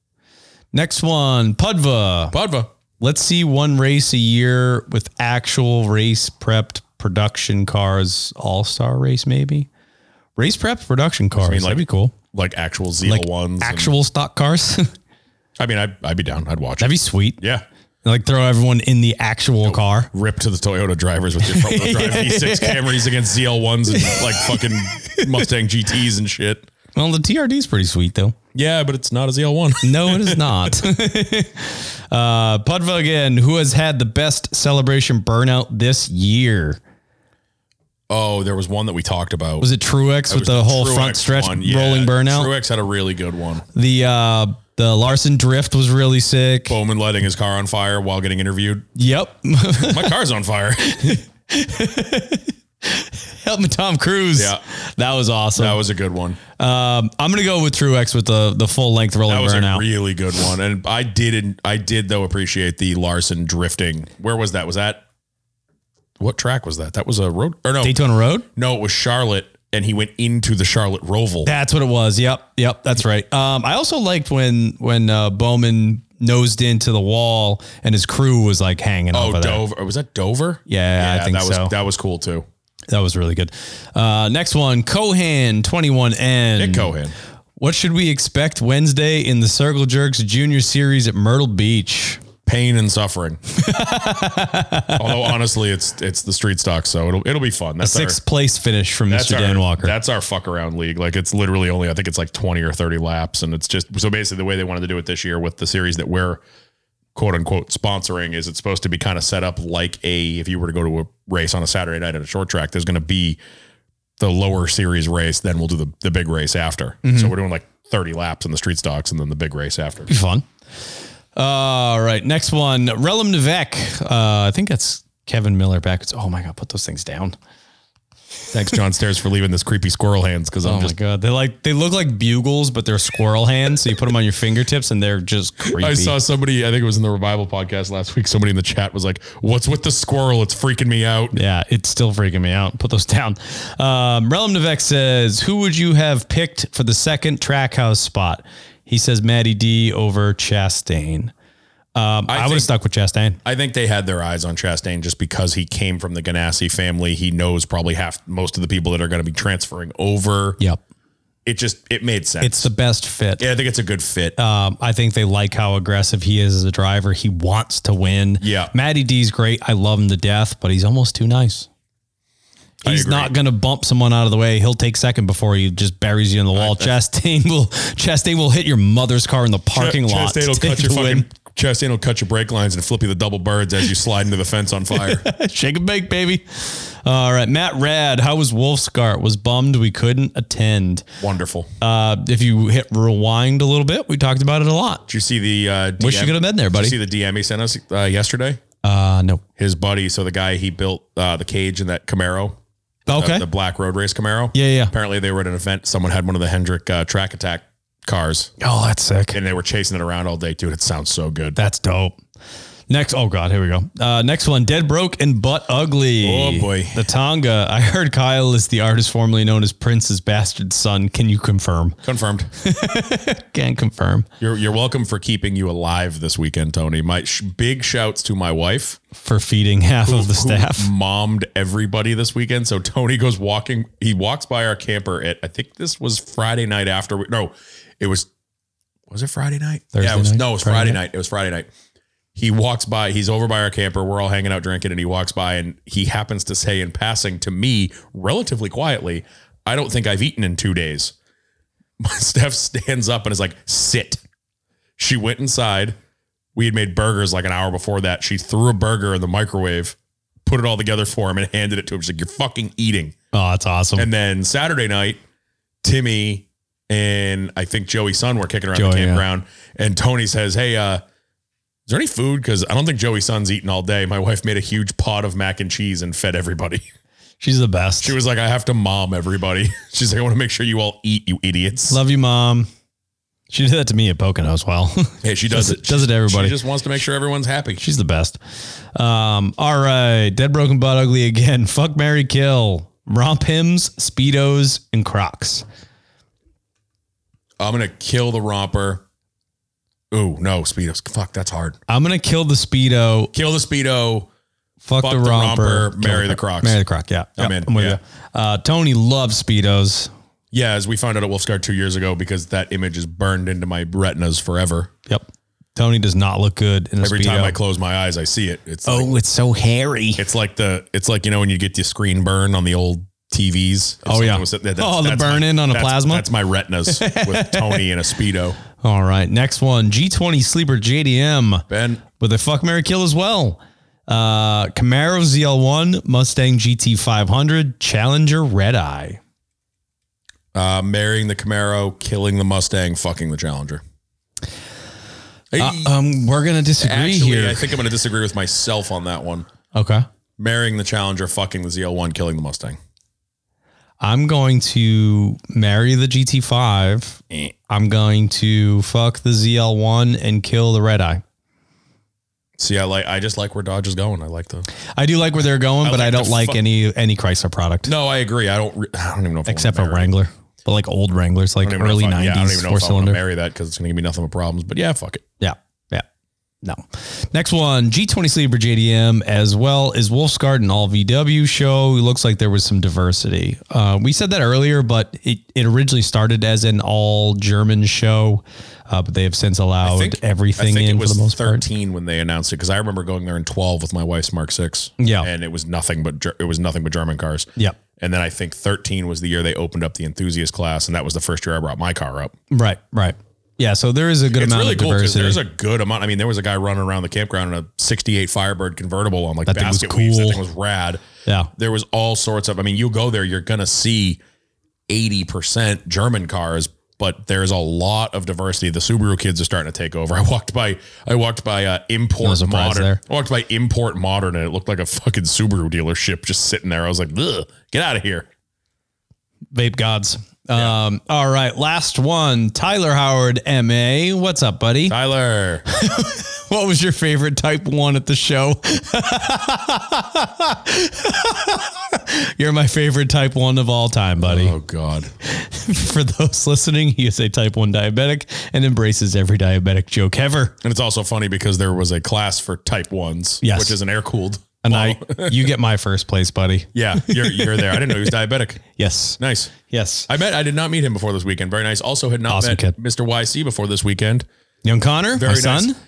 Speaker 2: Next one, Pudva.
Speaker 1: Podva.
Speaker 2: Let's see one race a year with actual race prepped production cars, all star race, maybe. Race prepped production cars.
Speaker 1: mean,
Speaker 2: That'd
Speaker 1: like,
Speaker 2: be cool.
Speaker 1: Like actual ZL
Speaker 2: Like
Speaker 1: ones. and-
Speaker 2: actual stock cars.
Speaker 1: I mean, I'd, I'd be down. I'd watch it.
Speaker 2: That'd be sweet.
Speaker 1: Yeah.
Speaker 2: Like throw everyone in the actual car.
Speaker 1: Rip to the Toyota drivers with your front wheel drive V6 Camrys against ZL1s and like fucking Mustang GTs and shit.
Speaker 2: Well, the TRD's pretty sweet though.
Speaker 1: Yeah, but it's not a ZL1.
Speaker 2: No, it is not. uh, Pudva again, who has had the best celebration burnout this year?
Speaker 1: Oh, there was one that we talked about.
Speaker 2: Was it Truex with the whole
Speaker 1: Truex
Speaker 2: front stretch
Speaker 1: one, yeah.
Speaker 2: rolling burnout?
Speaker 1: Truex had a really good one.
Speaker 2: The uh the Larson drift was really sick.
Speaker 1: Bowman lighting his car on fire while getting interviewed.
Speaker 2: Yep.
Speaker 1: My car's on fire.
Speaker 2: Help me Tom Cruise.
Speaker 1: Yeah.
Speaker 2: That was awesome.
Speaker 1: That was a good one.
Speaker 2: um I'm gonna go with Truex with the the full length rolling
Speaker 1: That was a
Speaker 2: burnout.
Speaker 1: really good one. And I didn't I did though appreciate the Larson drifting. Where was that? Was that what track was that? That was a road or no.
Speaker 2: Daytona Road?
Speaker 1: No, it was Charlotte and he went into the Charlotte Roval.
Speaker 2: That's what it was. Yep. Yep. That's right. Um I also liked when when uh Bowman nosed into the wall and his crew was like hanging
Speaker 1: oh,
Speaker 2: over there.
Speaker 1: Dover. Was that Dover?
Speaker 2: Yeah, I think
Speaker 1: that was
Speaker 2: so.
Speaker 1: that was cool too.
Speaker 2: That was really good. Uh next one, Cohan 21N.
Speaker 1: Nick Cohen.
Speaker 2: What should we expect Wednesday in the Circle Jerks Junior Series at Myrtle Beach?
Speaker 1: Pain and suffering. Although honestly, it's it's the street stock, so it'll it'll be fun. That's our-
Speaker 2: sixth place finish from Mr. Dan
Speaker 1: our,
Speaker 2: Walker.
Speaker 1: That's our fuck around league. Like it's literally only I think it's like twenty or thirty laps, and it's just so basically the way they wanted to do it this year with the series that we're quote unquote sponsoring is it's supposed to be kind of set up like a if you were to go to a race on a Saturday night at a short track, there's going to be the lower series race, then we'll do the the big race after.
Speaker 2: Mm-hmm.
Speaker 1: So we're doing like thirty laps in the street stocks, and then the big race after.
Speaker 2: Be fun. All right, next one, Relum Nevek. Uh, I think that's Kevin Miller backwards. Oh my god, put those things down.
Speaker 1: Thanks, John Stairs, for leaving this creepy squirrel hands because I'm
Speaker 2: Oh my
Speaker 1: just.
Speaker 2: god, they like they look like bugles, but they're squirrel hands. So you put them on your fingertips, and they're just creepy.
Speaker 1: I saw somebody, I think it was in the revival podcast last week. Somebody in the chat was like, What's with the squirrel? It's freaking me out.
Speaker 2: Yeah, it's still freaking me out. Put those down. Um, Relum Nevek says, "Who would you have picked for the second Trackhouse spot?" He says, "Maddie D over Chastain." Um, I, would
Speaker 1: think-
Speaker 2: have stuck with Chastain.
Speaker 1: I think they had their eyes on Chastain just because he came from the Ganassi family. He knows probably half most of the people that are going to be transferring over.
Speaker 2: Yep,
Speaker 1: It just it made sense.
Speaker 2: it's the best fit.
Speaker 1: yeah, I think it's a good fit.
Speaker 2: Um, I think they like how aggressive he is as a driver. He wants to win.
Speaker 1: Yeah.
Speaker 2: Matty D's great. I love him to death, but he's almost too nice. He's
Speaker 1: agree.
Speaker 2: not going to bump someone out of the way. He'll take second before he just buries you in the wall. Chastain will Chastain will hit your mother's car in the parking
Speaker 1: Ch-
Speaker 2: lot.
Speaker 1: Chastain will
Speaker 2: to take
Speaker 1: cut your
Speaker 2: the
Speaker 1: fucking
Speaker 2: win.
Speaker 1: Chastain will cut your brake lines and flip you the double birds as you slide into the fence on fire.
Speaker 2: Shake and bake, baby. All right, Matt Rad. How was Wolfscart? Was bummed we couldn't attend.
Speaker 1: Wonderful.
Speaker 2: Uh, if you hit rewind a little bit, we talked about it a lot.
Speaker 1: Did you see the? Uh, DM,
Speaker 2: Wish you could have been there, buddy.
Speaker 1: Did you see the DM he sent us uh, yesterday?
Speaker 2: Uh, no.
Speaker 1: His buddy, so the guy he built uh, the cage in that Camaro, the-
Speaker 2: Okay.
Speaker 1: the black road race Camaro.
Speaker 2: Yeah, yeah.
Speaker 1: Apparently, they were at an event. Someone had one of the Hendrick uh, track attack cars,
Speaker 2: Oh, that's sick.
Speaker 1: and they were chasing it around all day, dude. It sounds so good.
Speaker 2: That's dope. Next, oh god, here we go. Uh, next one, dead broke and butt ugly.
Speaker 1: Oh, boy.
Speaker 2: the Tonga. I heard Kyle is the artist formerly known as Prince's bastard son. Can you confirm?
Speaker 1: Confirmed.
Speaker 2: Can confirm.
Speaker 1: You're you're welcome for keeping you alive this weekend, Tony. My sh- big shouts to my wife.
Speaker 2: For feeding half of the staff.
Speaker 1: who mommed everybody this weekend. So Tony goes walking. He walks by our camper at I think this was Friday night after. We, no, it was was it Friday night? yeah,
Speaker 2: Thursday
Speaker 1: it was.
Speaker 2: night?
Speaker 1: No, it was Friday,
Speaker 2: Friday
Speaker 1: night. It was Friday night. He walks by. He's over by our camper. We're all hanging out drinking, and he walks by and he happens to say in passing to me, relatively quietly, "I don't think I've eaten in two days." Steph stands up and is like, "Sit." She went inside. We had made burgers like an hour before that. She threw a burger in the microwave, put it all together for him, and handed it to him. She's like, You're fucking eating.
Speaker 2: Oh, that's awesome.
Speaker 1: And then Saturday night, Timmy and I think Joey's son were kicking around the
Speaker 2: Joey, yeah.
Speaker 1: campground. And Tony says, Hey, uh, is there any food? Because I don't think Joey's son's eating all day. My wife made a huge pot of mac and cheese and fed everybody.
Speaker 2: She's the best.
Speaker 1: She was like, I have to mom everybody. She's like, I want to make sure you all eat, you idiots.
Speaker 2: Love you, mom. She did that to me at Pocono as well.
Speaker 1: Hey, she does,
Speaker 2: Does it-
Speaker 1: it.
Speaker 2: does it to everybody.
Speaker 1: She just wants to make sure everyone's happy.
Speaker 2: She's the best. Um, all right. Dead broken butt ugly again. Fuck Mary Kill. Romp hymns, speedos, and crocs.
Speaker 1: I'm gonna kill the romper. Ooh, no, Speedos. Fuck, that's hard.
Speaker 2: I'm gonna kill the speedo
Speaker 1: Kill the Speedo.
Speaker 2: Fuck,
Speaker 1: Fuck
Speaker 2: the,
Speaker 1: the
Speaker 2: romper,
Speaker 1: romper, marry the Crocs.
Speaker 2: marry the croc. Yeah,
Speaker 1: I'm
Speaker 2: Yep,
Speaker 1: in,
Speaker 2: with
Speaker 1: yeah.
Speaker 2: you. Uh, Tony loves speedos.
Speaker 1: Yeah, as we found out at Wolfscar two years ago, because that image is burned into my retinas forever.
Speaker 2: Yep, Tony does not look good in a
Speaker 1: Every
Speaker 2: speedo.
Speaker 1: time I close my eyes, I see it. It's like,
Speaker 2: oh, it's so hairy.
Speaker 1: it's like the it's like you know when you get the screen burn on the old TVs. If
Speaker 2: Oh, yeah.
Speaker 1: something was- that- that's-
Speaker 2: Oh, the
Speaker 1: that's
Speaker 2: burn
Speaker 1: my-
Speaker 2: in on a
Speaker 1: that's-
Speaker 2: plasma?
Speaker 1: That's my retinas with Tony and a Speedo.
Speaker 2: All right, next one. G20 sleeper JDM
Speaker 1: Ben,
Speaker 2: with a fuck Mary kill as well. Uh, Camaro ZL1, Mustang GT500, Challenger Red Eye.
Speaker 1: uh, marrying the Camaro, killing the Mustang, fucking the Challenger. Hey,
Speaker 2: Um, we're gonna disagree
Speaker 1: actually,
Speaker 2: here.
Speaker 1: I think I'm going to disagree with myself on that one.
Speaker 2: okay,
Speaker 1: marrying the Challenger, fucking the ZL1, killing the Mustang.
Speaker 2: I'm going to marry the GT5
Speaker 1: Eh.
Speaker 2: I'm going to fuck the ZL1 and kill the red eye.
Speaker 1: See, I like. I just like where Dodge is going. I like the.
Speaker 2: I do like where they're going,
Speaker 1: I
Speaker 2: but
Speaker 1: like
Speaker 2: I don't
Speaker 1: the
Speaker 2: like
Speaker 1: fu-
Speaker 2: any any Chrysler product
Speaker 1: No, I agree. I don't. Re- I don't even know if I
Speaker 2: except for
Speaker 1: wanna marry-
Speaker 2: Wrangler, but like old Wranglers,
Speaker 1: I
Speaker 2: like
Speaker 1: don't even know
Speaker 2: early
Speaker 1: if I- yeah, I don't
Speaker 2: '90s
Speaker 1: even know if I
Speaker 2: four
Speaker 1: want to
Speaker 2: cylinder.
Speaker 1: marry that because it's going to give me nothing but problems. But yeah, fuck it.
Speaker 2: yeah, yeah. No. Next one, G20 Sleeper JDM as well as Wolfsgard and all VW show. It looks like there was some diversity. Uh, we said that earlier, but it, it originally started as an all German show, uh, but they have since allowed everything
Speaker 1: I think
Speaker 2: in
Speaker 1: it was
Speaker 2: for the most part.
Speaker 1: 13 when they announced it because I remember going there in 12 with my wife's Mark Six.
Speaker 2: Yeah.
Speaker 1: and it was nothing but Ger- it was nothing but German cars.
Speaker 2: Yep.
Speaker 1: And then I think 13 was the year they opened up the enthusiast class, and that was the first year I brought my car up.
Speaker 2: Right, right. Yeah, so there is a good
Speaker 1: It's
Speaker 2: amount
Speaker 1: really
Speaker 2: of
Speaker 1: cool because
Speaker 2: diversity.
Speaker 1: there's a good amount. I mean, there was a guy running around the campground in a 68 Firebird convertible on like
Speaker 2: That thing was
Speaker 1: basket weaves. That
Speaker 2: cool.
Speaker 1: thing was rad.
Speaker 2: yeah.
Speaker 1: There was all sorts of. I mean, you go there, you're gonna see 80 percent German cars, but there's a lot of diversity. The Subaru kids are starting to take over. I walked by, I walked by uh, import
Speaker 2: surprise
Speaker 1: modern.
Speaker 2: there.
Speaker 1: I walked by import modern, and it looked like a fucking Subaru dealership just sitting there. I was like, Ugh, get out of here.
Speaker 2: Vape gods. Um, all right, last one. Tyler Howard, MA. What's up, buddy?
Speaker 1: Tyler,
Speaker 2: What was your favorite type one at the show? You're my favorite type one of all time, buddy.
Speaker 1: oh god,
Speaker 2: For those listening, he is a type one diabetic and embraces every diabetic joke ever.
Speaker 1: and it's also funny because there was a class for Type Ones,
Speaker 2: Yes.
Speaker 1: which is an air cooled.
Speaker 2: And I, you get my first place, buddy.
Speaker 1: Yeah, you're, you're there. I didn't know he was diabetic.
Speaker 2: Yes.
Speaker 1: Nice.
Speaker 2: Yes.
Speaker 1: I met. I did not meet him before this weekend. Very nice. Also, had not
Speaker 2: Awesome
Speaker 1: met
Speaker 2: kid.
Speaker 1: Mr. YC before this weekend.
Speaker 2: Young Connor, my
Speaker 1: Very
Speaker 2: son.
Speaker 1: nice.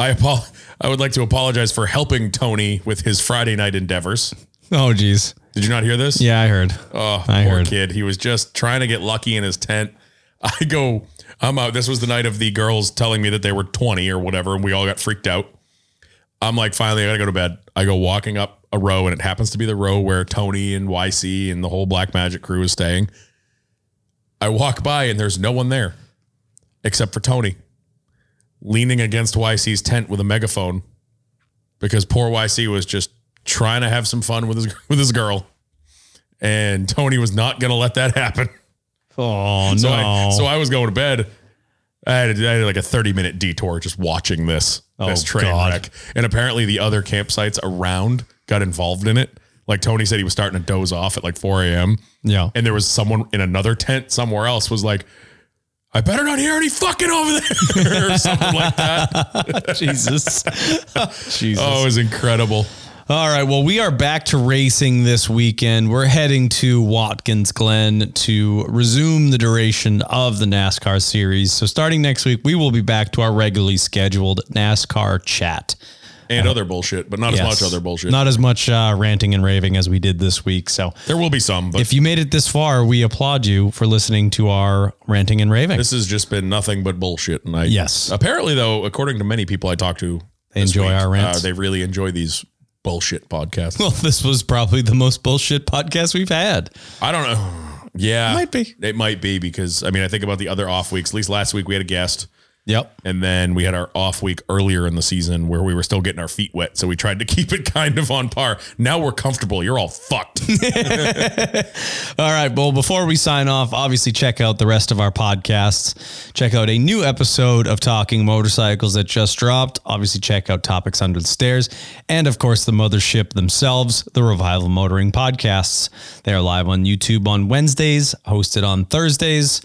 Speaker 1: I apo- I would like to apologize for helping Tony with his Friday night endeavors.
Speaker 2: Oh, geez.
Speaker 1: Did you not hear this?
Speaker 2: Yeah, I heard.
Speaker 1: Oh,
Speaker 2: I
Speaker 1: poor
Speaker 2: heard.
Speaker 1: kid. He was just trying to get lucky in his tent. I go, I'm out. This was the night of the girls telling me that they were 20 or whatever, and we all got freaked out. I'm like, finally, I gotta go to bed. I go walking up a row, and it happens to be the row where Tony and YC and the whole Black Magic crew is staying. I walk by, and there's no one there except for Tony leaning against YC's tent with a megaphone because poor YC was just trying to have some fun with his with his girl and Tony was not going to let that happen.
Speaker 2: Oh no.
Speaker 1: So, I, so I was going to bed. I had, I had like a 30 minute detour just watching this,
Speaker 2: Oh,
Speaker 1: this train
Speaker 2: God.
Speaker 1: wreck. And apparently the other campsites around got involved in it. Like Tony said, he was starting to doze off at like 4 a.m.
Speaker 2: yeah.
Speaker 1: And there was someone in another tent somewhere else was like, I better not hear any fucking over there or something like that.
Speaker 2: Jesus. Jesus.
Speaker 1: Oh, it was incredible.
Speaker 2: All right. Well, we are back to racing this weekend. We're heading to Watkins Glen to resume the duration of the NASCAR series. So, starting next week, we will be back to our regularly scheduled NASCAR chat.
Speaker 1: And other bullshit, but not as
Speaker 2: Yes.
Speaker 1: much other bullshit.
Speaker 2: Not as much uh, ranting and raving as we did this week. So,
Speaker 1: there will be some, but
Speaker 2: if you made it this far, we applaud you for listening to our ranting and raving.
Speaker 1: this has just been nothing but bullshit. And I,
Speaker 2: Yes.
Speaker 1: apparently though, according to many people I talk to,
Speaker 2: They
Speaker 1: this uh,
Speaker 2: enjoy our rants.
Speaker 1: they really enjoy these bullshit podcasts.
Speaker 2: well, this was probably the most bullshit podcast we've had.
Speaker 1: I don't know. Yeah,
Speaker 2: Might be.
Speaker 1: It might be because I mean, I think about the other off weeks. At least last week we had a guest,
Speaker 2: Yep.
Speaker 1: and then we had our off week earlier in the season where we were still getting our feet wet, so we tried to keep it kind of on par. Now we're comfortable. You're all fucked.
Speaker 2: All right. Well, before we sign off, obviously check out the rest of our podcasts. Check out a new episode of Talking Motorcycles that just dropped. Obviously, check out Topics Under the Stairs. And of course, the mothership themselves, the Revival Motoring Podcasts. They are live on YouTube on Wednesdays, hosted on Thursdays.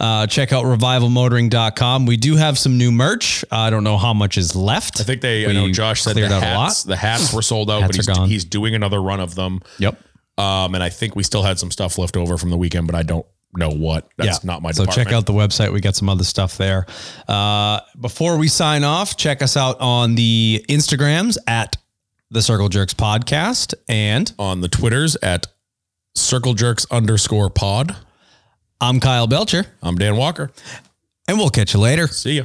Speaker 2: Uh, check out revivalmotoring.com. We do have some new merch. I don't know how much is left.
Speaker 1: I think they. I know Josh said the hats, the hats were sold out,
Speaker 2: Hats
Speaker 1: but
Speaker 2: are
Speaker 1: he's,
Speaker 2: gone.
Speaker 1: he's doing another run of them.
Speaker 2: Yep.
Speaker 1: Um, and I think we still had some stuff left over from the weekend, but I don't know what. That's not my
Speaker 2: So
Speaker 1: department.
Speaker 2: check out the website. We got some other stuff there. Uh, before we sign off, check us out on the Instagrams at the Circle Jerks Podcast and
Speaker 1: on the Twitters at circle jerks underscore pod.
Speaker 2: I'm Kyle Belcher,
Speaker 1: I'm Dan Walker.
Speaker 2: and we'll catch you later.
Speaker 1: See ya.